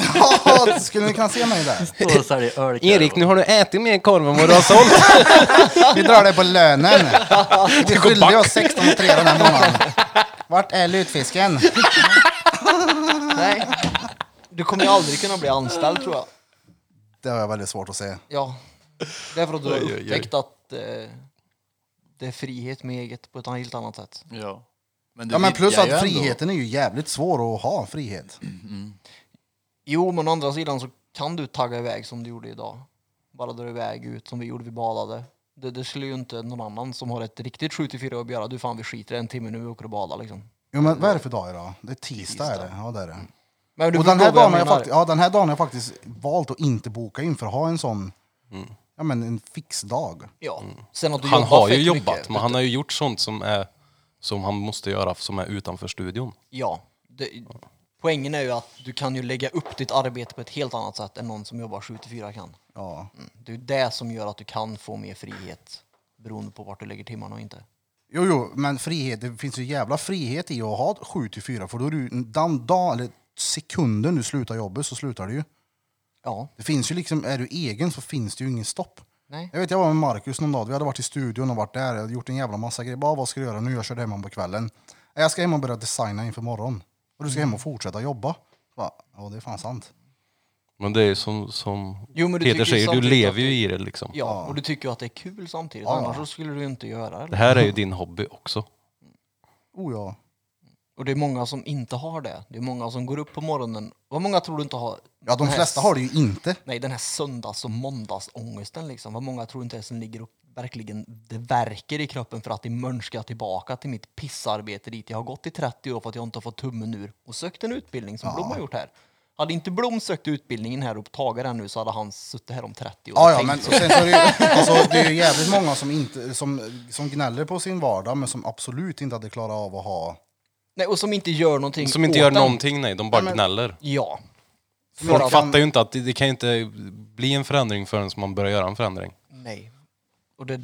S6: Ja.
S1: skulle ni kunna se mig där?
S4: Då säljer ölkorv.
S7: har du ätit mer korv än vad du har sålt.
S1: Vi drar det på lönen. Vi skyllde oss 16 och 3 den här månaden. Vart är lutfisken?
S6: Nej. Du kommer ju aldrig kunna bli anställd tror jag.
S1: Det har jag väldigt svårt att se.
S6: Ja. Det är för att du har
S7: Oj, oj, oj.
S6: upptäckt att eh, det är frihet med eget på ett helt annat sätt.
S4: Ja. Men, det
S1: Ja, men
S4: vidgar
S1: plus att
S4: ju
S1: friheten är ju jävligt svår att ha, frihet.
S6: Jo, men å andra sidan så kan du tagga iväg som du gjorde idag. Bara dra iväg ut som vi gjorde, vi badade. Det, det skulle ju inte någon annan som har ett riktigt 7-4 jobb göra. Du fan vi skiter i en timme nu och åker och badar liksom.
S1: Jo, men vad är det för dag idag? Det är tisdag, är det. Ja, det är det.
S6: Men du
S1: Och den
S6: förstår
S1: här, dagen
S6: vad
S1: har jag
S6: menar.
S1: faktiskt, ja, den här dagen har jag faktiskt valt att inte boka in för att ha en sån, ja men en fix dag.
S6: Ja. Sen att du
S7: Mm. Han
S6: jobbar
S7: har ju
S6: fett
S7: jobbat,
S6: mycket.
S7: men han har ju gjort sånt som, är, som han måste göra, som är utanför studion.
S6: Ja. Det, poängen är ju att du kan ju lägga upp ditt arbete på ett helt annat sätt än någon som jobbar 7-4 kan.
S1: Ja.
S6: Mm. Det är ju det som gör att du kan få mer frihet beroende på vart du lägger timmarna och inte.
S1: Jo, jo, men frihet, det finns ju jävla frihet i att ha 7 till 4 för då är du, den dag, eller sekunden du slutar jobbet så slutar du ju.
S6: Ja,
S1: Det finns ju liksom, är du egen så finns det ju ingen stopp.
S6: nej.
S1: Jag vet, jag var med Marcus någon dag, vi hade varit i studion och varit där, jag hade gjort en jävla massa grejer. Bara, vad ska du göra nu? Jag körde hem på kvällen. "Nej, Jag ska hem och börja designa inför morgon. Och du ska hem och fortsätta jobba. Bara, Ja, det är fan sant.
S7: Men det är ju som, som
S6: Jo, men du
S7: Peter
S6: tycker
S7: säger, du
S6: samtidigt
S7: lever
S6: att
S7: ju
S6: det-
S7: i det liksom.
S6: Ja, och du tycker ju att det är kul samtidigt, annars så skulle du ju inte göra
S7: Det
S6: det.
S7: här är ju din hobby också.
S1: Oh ja.
S6: Och det är många som inte har det. Det är många som går upp på morgonen. Vad många tror du inte har?
S1: Ja, de
S6: den här
S1: flesta har det ju inte.
S6: Nej, den här söndags och måndagsångesten liksom. Vad många tror inte ens den ligger och verkligen det verkar i kroppen för att imorgon ska jag tillbaka till mitt pissarbete dit jag har gått i 30 år för att jag inte har fått tummen ur och sökt en utbildning som Blom har gjort här. Hade inte Blom sökt utbildningen här och tagit den nu så hade han suttit här om 30 år.
S1: Ja, ja,
S6: Tänk
S1: men
S6: så.
S1: sen så är det, ju, alltså, det är ju jävligt många som, inte, som, som gnäller på sin vardag men som absolut inte hade klarat av att ha...
S6: Nej, och som inte gör någonting
S7: Som inte
S6: åt
S7: gör
S6: den.
S7: någonting, nej. De bara gnäller.
S6: Ja.
S7: Folk
S6: Medan-
S7: fattar ju inte att det, det kan ju inte bli en förändring förrän man börjar göra en förändring.
S6: Nej. Och det,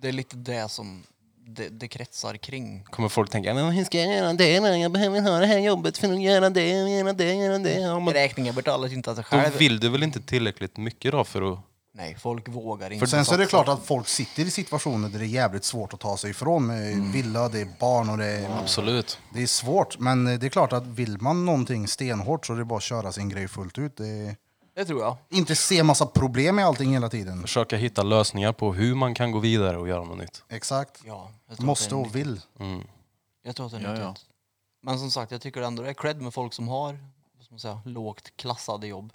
S6: det är lite det som det, det kretsar kring.
S7: kommer folk tänka, men hur ska jag göra det? när Jag behöver ha det här jobbet för att göra det, göra det, göra det. Ja, men
S6: Räkningar betalas inte av sig
S7: då
S6: själv.
S7: vill du väl inte tillräckligt mycket då för att...
S6: Nej, folk vågar inte.
S1: För sen så är det
S6: satsa.
S1: klart att folk sitter i situationer där det är jävligt svårt att ta sig ifrån. med Villa, det är barn och det är,
S7: Absolut.
S1: det är svårt. Men eh, det är klart att vill man någonting stenhårt så är det bara att köra sin grej fullt ut. Det är...
S6: Det tror jag.
S1: Inte se massa problem i allting hela tiden.
S7: Försöka hitta lösningar på hur man kan gå vidare och göra något nytt.
S1: Exakt.
S6: Ja, jag tror att
S1: Måste
S6: det är
S1: och vill.
S6: Jag tror att det är
S4: Ja,
S6: nyttigt.
S4: ja.
S6: Men som sagt, jag tycker ändå det är cred med folk som har vad ska man säga, lågt klassade jobb.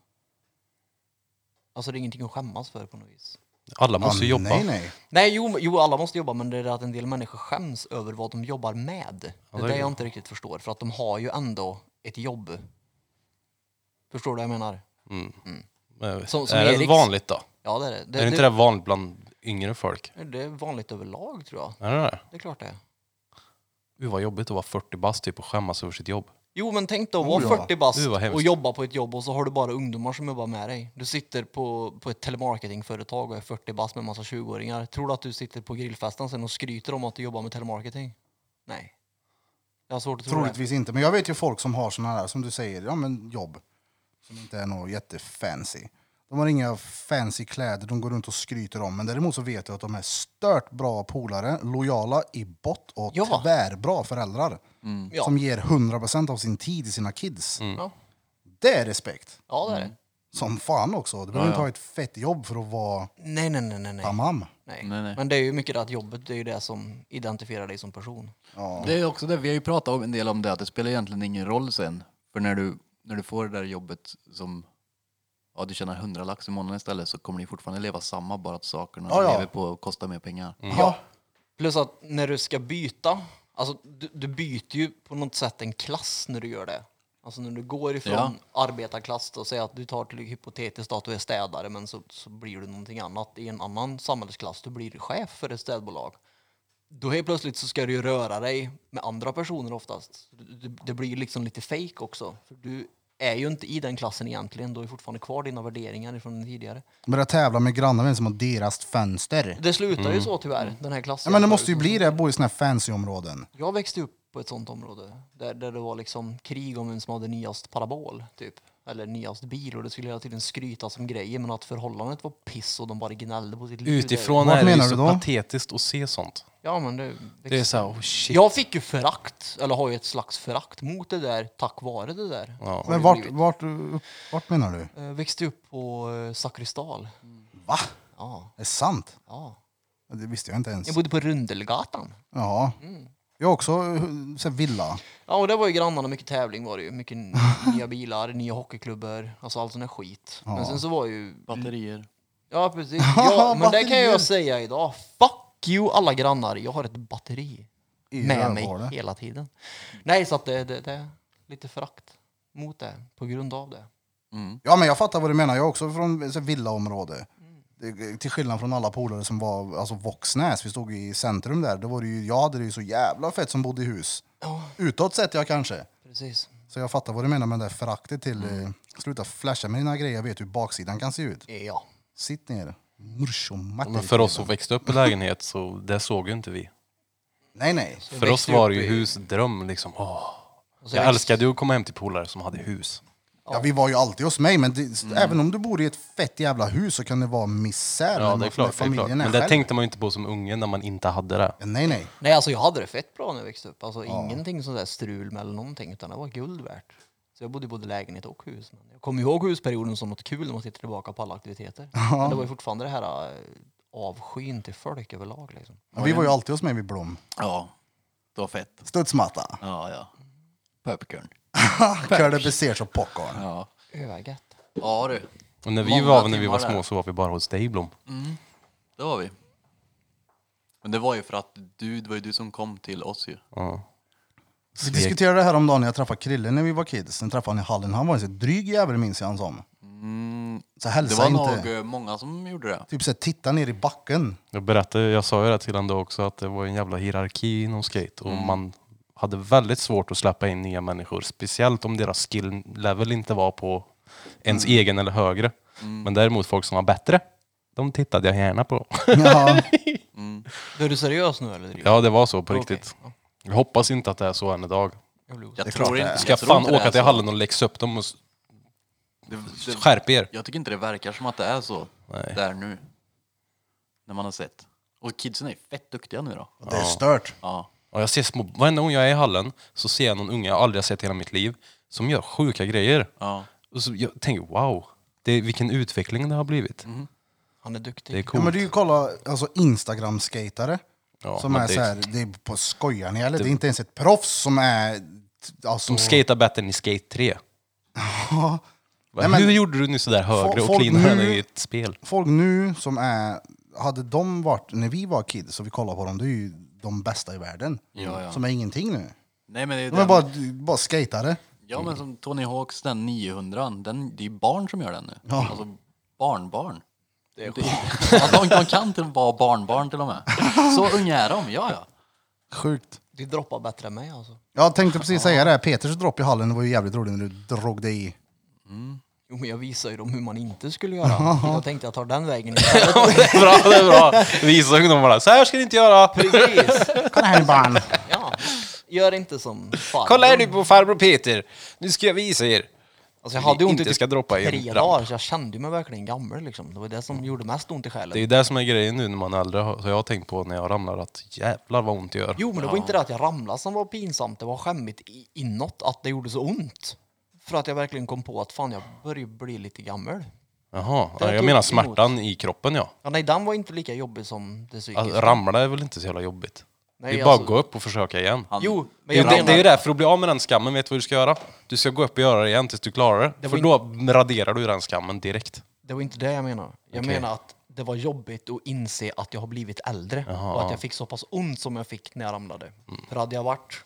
S6: Alltså det är ingenting att skämmas för på något vis.
S7: Alla måste
S1: Ja,
S7: jobba.
S1: Nej, nej.
S6: Nej, jo, jo, alla måste jobba, men det är det att en del människor skäms över vad de jobbar med. Det är
S7: det är
S6: det jag
S7: klart.
S6: inte riktigt förstår, för att de har ju ändå ett jobb. Förstår du vad jag menar?
S7: Eh,
S6: Som- som
S7: är det
S6: Eriks.
S7: vanligt då?
S6: Ja, det är det. Det,
S7: är det inte det vanligt bland yngre folk?
S6: det, det är vanligt överlag, tror jag.
S7: Är det det?
S6: Det är klart det är.
S7: Gud vad jobbigt att vara 40 bast typ och skämmas över sitt jobb.
S6: Jo men tänk dig att vara
S1: ja.
S6: 40 bast
S7: Det var hemskt.
S6: och jobba på ett jobb och så har du bara ungdomar som jobbar med dig. Du sitter på, på ett telemarketingföretag och är 40 bast med en massa 20-åringar. Tror du att du sitter på grillfesten sen och skryter om att du jobbar med telemarketing? Nej. Jag har svårt att tro det.
S1: Troligtvis inte. Men jag vet ju folk som har såna här, som du säger, ja, men jobb. Som inte är något jättefancy. De har inga fancy kläder de går runt och skryter om. Men däremot så vet jag att de är stört bra polare, lojala i bott och
S6: Ja.
S1: tvärbra föräldrar.
S6: Ja.
S1: Som ger 100% av sin tid till sina kids.
S6: Mm. Ja.
S1: Det är respekt.
S6: Ja det är det.
S1: Som fan också. Du behöver inte ha ett fett jobb för att vara
S6: Nej nej nej nej nej.
S1: tamam.
S6: nej.
S4: Nej, nej.
S6: Men det är ju mycket det att jobbet det är ju det som identifierar dig som person.
S1: Ja.
S4: Det är också det, vi har ju pratat om en del om det, att det spelar egentligen ingen roll sen. För när du, när du får det där jobbet som, ja du tjänar 100 lax i månaden istället så kommer ni fortfarande leva samma, bara att sakerna
S1: Ja,
S4: du
S1: ja.
S4: lever på kostar mer pengar.
S7: Mm.
S1: Ja.
S6: Plus att när du ska byta, alltså du, du byter ju på något sätt en klass när du gör det. Alltså när du går ifrån
S4: Ja.
S6: arbetarklass och säger att du tar till hypotetiskt att du är städare men så, så blir du någonting annat i en annan samhällsklass. Du blir chef för ett städbolag. Då helt plötsligt så ska du ju röra dig med andra personer oftast. Det, det- det blir ju liksom lite fake också. För du är ju inte i den klassen egentligen. Du har ju fortfarande kvar dina värderingar från tidigare.
S1: Börja tävla med grannarna som har deras fönster.
S6: Det slutar ju så tyvärr, den här
S1: Mm. Ja,
S6: klassen.
S1: men det måste ju
S6: Förut.
S1: bli det, bo i såna här fancy-områden.
S6: Jag växte upp på ett sånt område där, där det var liksom krig om vem som hade nyast parabol. Typ. eller nyast bil och det skulle hela tiden skrytas som grejer men att förhållandet var piss och de bara gnällde på sitt liv.
S7: Utifrån
S1: Vad
S7: är det ju
S1: menar du
S7: så
S1: då?
S7: patetiskt att se sånt.
S6: Ja, men det,
S7: Det är så här, oh shit.
S6: Jag fick ju förakt, eller har ju ett slags förakt mot det där tack vare det där.
S7: Ja.
S6: Har
S1: Men
S6: det
S1: vart,
S6: blivit.
S1: vart, vart menar du?
S6: Eh, Växte upp på eh, Sakristal.
S1: Va?
S6: Ja,
S1: Det är sant?
S6: ja.
S1: Det visste jag inte ens.
S6: Jag Mm. bodde på Rundelgatan.
S1: Ja. Jag har också eh, så här, villa.
S6: Ja, och det var ju grannarna. Mycket tävling var det ju. Mycket nya bilar, nya hockeyklubbor, alltså all sån här skit. Men sen så var ju...
S4: Batterier.
S6: Ja, precis. Ja, men det kan
S1: batterier.
S6: jag säga idag. Fuck you alla grannar. Jag har ett batteri
S1: i
S6: med
S1: rövhålet.
S6: mig hela tiden. Nej, så att det, det, det är lite förakt mot det på grund av det.
S1: Ja, men jag fattar vad du menar. Jag är också från så, villaområde. Det- Till skillnad från alla polare som var alltså Våxnäs, vi stod i centrum där. Då var det ju, jag hade det ju så jävla fett som bodde i hus.
S6: Ja,
S1: Utåt sett jag kanske.
S6: precis.
S1: Så jag fattar vad du menar med det där föraktet till...
S7: Mm.
S1: eh, Sluta flasha med dina grejer, jag vet hur baksidan kan se ut.
S6: Ja.
S1: Sitt ner. Mors och matte.
S7: Men för oss som växte upp i lägenhet så det såg ju inte vi.
S1: Nej, nej.
S7: För oss
S6: växte
S7: var det
S6: upp
S7: ju
S6: i-
S7: husdröm liksom. Åh.
S6: Och så
S7: Jag
S6: växte-
S7: älskade ju att komma hem till polare som hade hus.
S1: Ja, vi var ju alltid hos mig, men det,
S7: Mm.
S1: även om du bor i ett fett jävla hus så kan det vara misär när
S7: Ja, det är
S1: man- när
S7: klart. Det är
S1: familjen
S7: klart. Men
S1: är
S7: det
S1: själv.
S7: tänkte man ju inte på som unge när man inte hade det.
S1: Nej, nej.
S6: Nej, alltså jag hade det fett bra när jag växte upp. Alltså ingenting sånt där strul med eller någonting, utan det var guld värt. Så jag bodde i både lägenhet och hus. Men jag kommer ihåg husperioden som något kul när man sitter tillbaka på alla aktiviteter. Men det var ju fortfarande det här eh, avskyn till folk överlag liksom.
S1: Men vi var ju alltid hos mig vid Blom.
S4: Ja, det var fett.
S1: Studsmatta.
S4: Ja, ja. Popcorn.
S1: Körde besers och popcorn.
S4: Ja.
S6: Ögat.
S4: ja du,
S7: Och när vi
S4: Många
S7: var, när vi
S4: timmar
S7: var
S4: där.
S7: små så var vi bara hos dig Blom.
S4: det var vi. Men det var ju för att du, det var ju du som kom till oss ju.
S7: Ja.
S1: Vi
S7: Svek.
S1: diskuterade det här om dagen när jag träffade Krille när vi var kids. Sen träffade han i hallen. Han var en så dryg jävel minns jag han som.
S7: Mm.
S1: Så
S4: Det
S1: hälsa
S4: var
S1: inte.
S4: nog eh, många som gjorde det.
S1: Typ så här, titta ner i backen.
S7: Jag berättade, jag sa ju det till honom då också, att det var en jävla hierarki inom skate och man hade väldigt svårt att släppa in nya människor, speciellt om deras skill level inte var på ens egen eller högre. Men däremot folk som var bättre, de tittade jag gärna på.
S1: Ja,
S6: Är du seriös nu eller? driver du?
S7: ja, det var så på
S6: Okej.
S7: riktigt. Jag hoppas inte att det är så än idag.
S6: Jag blir osäker.
S4: Jag tror inte,
S7: Ska
S4: jag
S7: jag
S4: tror
S7: fan
S4: inte det är
S7: åka till
S4: så.
S7: hallen och läxa upp dem och s-
S4: Det, det,
S7: skärp er.
S4: jag tycker inte det verkar som att det är så
S7: Nej.
S4: där nu. När man har sett. Och kidsen är fett duktiga nu då.
S1: det är stört.
S4: Ja.
S7: Ja, jag ser små, varenda gång jag är i hallen så ser jag någon unge jag aldrig har sett i hela mitt liv som gör sjuka grejer.
S4: ja.
S7: Och så jag tänker wow, det, vilken utveckling det har blivit.
S6: Han är
S7: Det är
S6: duktig.
S1: Ja,
S7: coolt.
S1: men du kolla alltså Instagram-skatare.
S7: Ja,
S1: som
S7: men
S1: är
S7: det-
S1: så här, det är på skojar ni eller? Det är inte ens ett proffs som är... Alltså,
S7: Som skatar bättre än i Skate 3. Va,
S1: Nej, men-
S7: Hur gjorde du nu sådär högre och
S1: folk
S7: cleanare än
S1: nu-
S7: i ett spel?
S1: folk nu som är... Hade de varit, när vi var kids och vi kollade på dem, det är ju de bästa i världen.
S4: Ja, ja.
S1: Som är ingenting nu.
S4: Nej men det är
S1: De är
S4: den,
S1: bara, bara skatare.
S4: Ja men som Tony Hawks, den 900 den, det är ju barn som gör den nu.
S1: Ja.
S4: Alltså barnbarn. Det är ja, de, de kan inte vara barnbarn till och med. Så unga är de, ja ja.
S1: Sjukt.
S6: Du droppar bättre än mig alltså.
S1: Jag tänkte precis säga det, här. Peters dropp i hallen var ju jävligt roligt när du drog dig i.
S6: Jo, men jag visar ju dem hur man inte skulle göra. Jag tänkte jag tar den vägen istället.
S7: bra, det är bra. Visa ungdomarna, så här ska ni inte göra.
S6: Precis.
S1: Kolla här barn!
S6: Ja. Gör inte som farbror.
S7: Kolla här nu på farbror Peter. Nu ska jag visa er.
S6: Alltså jag
S7: Vi
S6: hade ju ont i
S7: inte
S6: typ
S7: ska droppa i en
S6: tre
S7: ramp. Mm.
S6: dagar så jag kände mig verkligen gammal liksom. Det var det som gjorde mest ont i själen.
S7: Det är ju det som är grejen nu när man är äldre. Så jag har tänkt på när jag ramlar att jävlar vad ont det gör.
S6: Jo men det var inte det att jag ramlade som var pinsamt, det var skämmigt i- inåt att det gjorde så ont. För att jag verkligen kom på att fan jag börjar bli lite gammal.
S7: Jaha,
S6: Det
S7: ja, jag
S6: tog
S7: menar
S6: emot.
S7: smärtan i kroppen ja.
S6: Ja, nej den var inte lika jobbig som det psykiska.
S7: Alltså, ramla är väl inte så jävla jobbigt.
S6: Nej,
S7: det är bara
S6: alltså-
S7: att gå upp och försöka igen.
S6: Jo, men
S7: Det är,
S6: jag
S7: ju det, det är ju
S6: menar,
S7: därför, att bli av med den skammen, vet du vad du ska göra? Du ska gå upp och göra det igen tills du klarar det.
S6: Det
S7: för
S6: var
S7: då raderar du den skammen direkt.
S6: det var inte det jag menar. Jag
S7: Okej.
S6: menar att det var jobbigt att inse att jag har blivit äldre och att jag fick så pass ont som jag fick när jag ramlade.
S7: Mm.
S6: För hade jag varit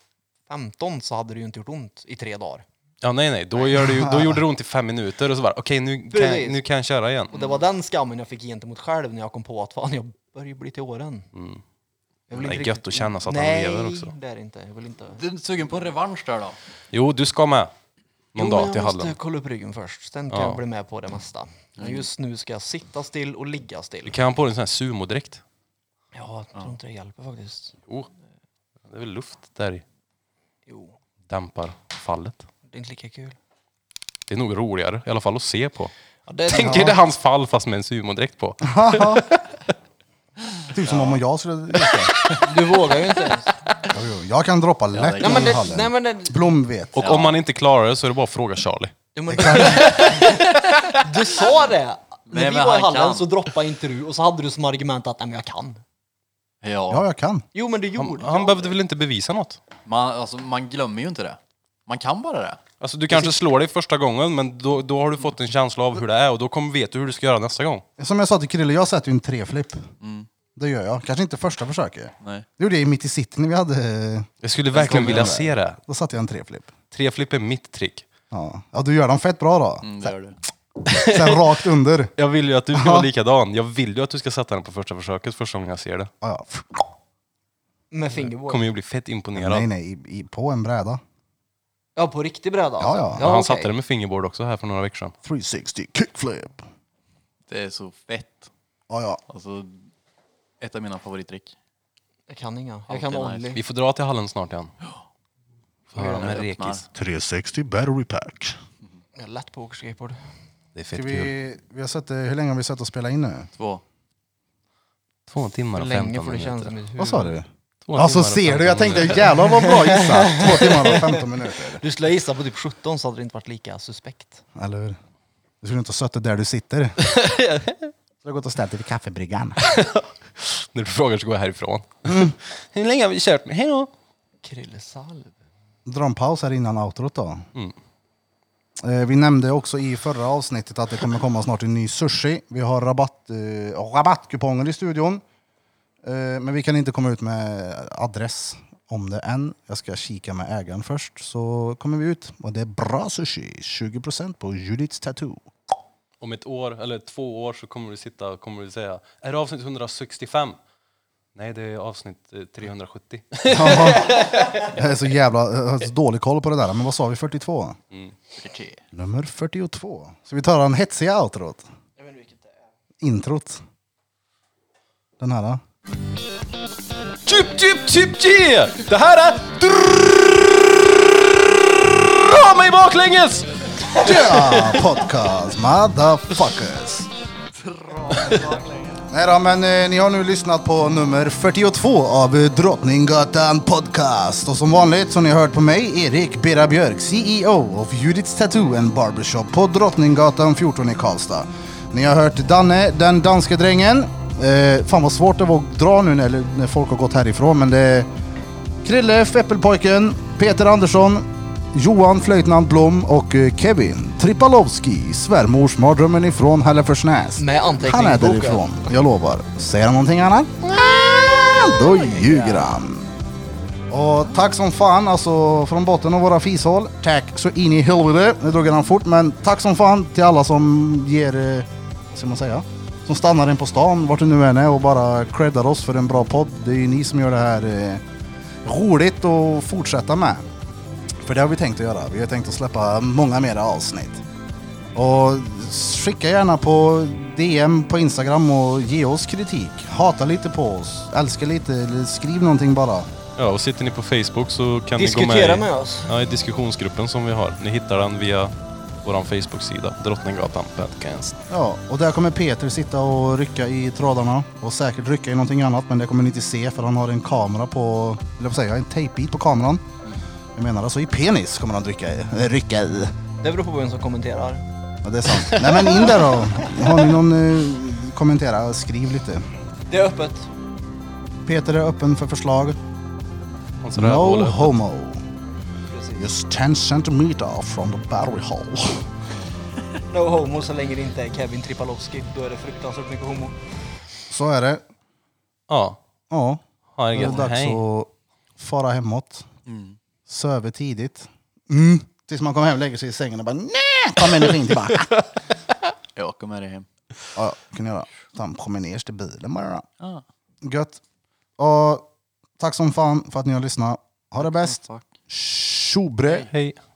S6: 15 så hade det ju inte gjort ont i tre dagar.
S7: Ja, nej, nej. Då, gör det ju, då gjorde det ont i fem minuter och så bara, okej, nu, kan jag-
S6: Precis.
S7: nu kan jag köra igen.
S6: Och det var den skammen jag fick gentemot själv när jag kom på att fan, jag börjar bli till åren. Jag vill
S7: Mm. Det är
S6: inte
S7: gött att känna så att han
S6: Nej,
S7: lever också.
S6: det är det inte. Jag vill inte.
S4: Du är sugen på en revansch där då?
S7: Jo, du ska med. Någon
S6: men
S7: dag till
S6: jag måste
S7: hallen.
S6: kolla upp ryggen först, sen kan
S7: Ja. Mm.
S6: jag bli med på det mesta. Men just nu ska jag sitta still och ligga
S7: Du
S6: still.
S7: kan ha på dig en sån här sumodräkt.
S6: Ja, jag tror inte det hjälper faktiskt.
S7: Jo. Oh. Det är väl luft där i.
S6: Jo,
S7: Dämpar fallet.
S6: det är inte lika kul.
S7: Det är nog roligare, i alla fall att se på.
S10: Ja, det,
S7: Tänker det är hans fall fast med en sumodräkt på.
S1: Typ som om jag skulle...
S10: Du vågar ju inte ens.
S1: Jo, jo, Jag kan droppa lätt
S10: Nej men
S1: i
S10: det...
S1: hallen.
S10: Nej, men det
S1: Blom vet.
S7: Och om man inte klarar det så är det bara att fråga Charlie.
S10: ja, men, du sa det! När
S4: Nej,
S10: vi
S4: men
S10: var i
S4: han
S10: hallen
S4: kan.
S10: så droppade inte du och så hade du som argument att nej men jag kan.
S1: Ja,
S4: Ja,
S1: jag kan.
S10: Jo men du gjorde
S7: Han behövde väl inte bevisa något?
S4: man, alltså, man glömmer ju inte det. Man kan bara det.
S7: Alltså du kanske slår dig första gången men då, då har du fått en känsla av hur det är och då kommer, vet du hur du ska göra nästa gång.
S1: Som jag sa till Krille, jag sätter ju en treflipp. Det gör jag. Kanske inte första försöket.
S4: Nej.
S1: Det gjorde jag i mitt i city när vi hade...
S7: Jag skulle verkligen vilja
S1: vilja
S7: se det.
S1: Då satte jag en treflipp.
S7: Treflipp är mitt trick.
S1: Ja. ja, du gör dem fett bra då.
S4: Mm, det gör du.
S1: Sen rakt under.
S7: Jag vill ju att du ska vara likadan. Jag vill ju att du ska sätta den på första försöket första gången jag ser det.
S1: Ja, ja.
S10: med fingerboard.
S7: Kommer ju bli fett imponerad.
S1: Nej, nej, i, i, på en bräda.
S10: Ja på riktig bräda
S1: Ja, ja.
S7: han
S10: okej.
S7: satte det med fingerboard också här för några veckor sedan.
S1: 360 kickflip.
S4: Det är så fett.
S1: Ja, ja.
S4: Alltså, ett av mina favorittrick.
S10: Jag kan inga. Jag
S4: Alltid
S10: kan
S4: nice.
S10: only.
S7: Vi får dra till hallen snart igen. Får höra med
S4: Öppnar.
S7: rekis.
S1: 360 battery pack.
S10: Jag är lätt på att åka skateboard.
S7: Det är fett
S1: Ska
S7: kul.
S1: vi, vi har sett, eh, hur länge har vi suttit och spelat in nu?
S4: Två.
S7: Två timmar
S10: Hur
S7: och
S10: länge
S7: femton
S10: får det kännas i
S7: minuter.
S10: mitt huvud?
S1: Vad sa du?
S7: Två
S1: Ja, så
S7: timmar och
S1: ser du.
S7: 15
S1: Jag tänkte
S7: minuter.
S1: jävlar vad bra gissat. Två timmar och 15 minuter.
S10: Du skulle gissa på typ 17 så hade det inte varit lika suspekt.
S1: Eller hur? Du skulle inte ha suttit där du sitter. Så jag gått och ställt dig vid kaffebryggan.
S7: När du frågar så går jag härifrån. Hur länge har vi kört? Hej då!
S10: Krillesalv.
S1: Dra en paus här innan outrot då. Eh, Vi nämnde också i förra avsnittet att det kommer komma snart en ny sushi. Vi har rabatt, eh, rabattkuponger i studion. Eh, Men vi kan inte komma ut med adress om det än. Jag ska kika med ägaren först så kommer vi ut. Och det är bra sushi. 20% på Judiths Tattoo.
S7: Om ett år eller två år så kommer du sitta och kommer du säga Är det avsnitt 165? Nej, det är avsnitt eh, 370.
S1: Jag är så jävla jag har så dålig koll på det där. Men vad sa vi? 42?
S10: Mm,
S1: Nummer 42. Ska vi ta den hetsiga outrot?
S10: Jag vet inte vilket det är.
S1: Introt. Den här. Då.
S7: Chip, chip, chip, chip! typ, Det här är... Dra mig baklänges!
S1: Ja, podcast motherfuckers. Nej då, men eh, ni har nu lyssnat på nummer 42 av eh, Drottninggatan Podcast. Och som vanligt så har ni hört på mig, Erik Bera Björk, CEO of Judiths Tattoo and Barbershop på Drottninggatan 14 i Karlstad. Ni har hört Danne, den danske drängen. Eh, fan vad svårt det var att dra nu när, när folk har gått härifrån, men det... Krille, Feppelpojken, Peter Andersson, Johan Flöjtnant Blom och eh, Kevin Tripalowski, svärmorsmardrömmen ifrån Hälleforsnäs.
S10: Med
S1: Han är
S10: anteckningsboken.
S1: därifrån, jag lovar. Säger han någonting annat? Då ljuger han. Och tack som fan, alltså från botten av våra fishål. Tack så in i helvete. Nu drog jag den fort, men tack som fan till alla som ger, eh, vad ska man säga, som stannar in på stan, vart du nu än är och bara creddar oss för en bra podd. Det är ju ni som gör det här eh, roligt att fortsätta med. För det har vi tänkt att göra. Vi har tänkt att släppa många mera avsnitt. Och skicka gärna på DM på Instagram och ge oss kritik. Hata lite på oss, älska lite, eller skriv någonting bara.
S7: Ja, och sitter ni på Facebook så kan ni gå
S10: Diskutera
S7: med,
S10: med
S7: i,
S10: oss.
S7: ja, i diskussionsgruppen som vi har. Ni hittar den via vår Facebook-sida, Drottninggatan Podcast.
S1: Ja, och där kommer Peter sitta och rycka i trådarna och säkert rycka i någonting annat men det kommer ni inte se för han har en kamera på, eller vad säger jag, en tejpbit på kameran. Jag menar alltså i penis kommer han rycka i. eh, Rycka i.
S10: Det beror på vem som kommenterar.
S1: Ja, det är sant. Nej men in där då. Har ni någon, eh, kommentera, skriv lite.
S10: Det är öppet.
S1: Peter är öppen för förslag.
S7: Hans
S1: No
S7: rövhål är-
S1: homo.
S10: Precis.
S1: Just 10 centimeter from the battery hole.
S10: No homo så länge det inte är Kevin Tripalowski. Då är det fruktansvärt mycket homo.
S1: Så är det.
S7: Ja,
S1: Ja,
S7: har
S1: nu är det
S7: inget.
S1: dags
S7: Hej.
S1: att fara hemåt. Söva tidigt. Mm. Tills man kommer hem och lägger sig i sängen och bara nej, ta energin tillbaka. ja,
S4: Jag åker med dig hem.
S1: ja, kan jag göra. Ta en promenage till bilen bara.
S4: Ah,
S1: Gött. Och tack som fan för att ni har lyssnat. Ha det bäst.
S4: fuck.
S1: Tjobre.
S7: Hej.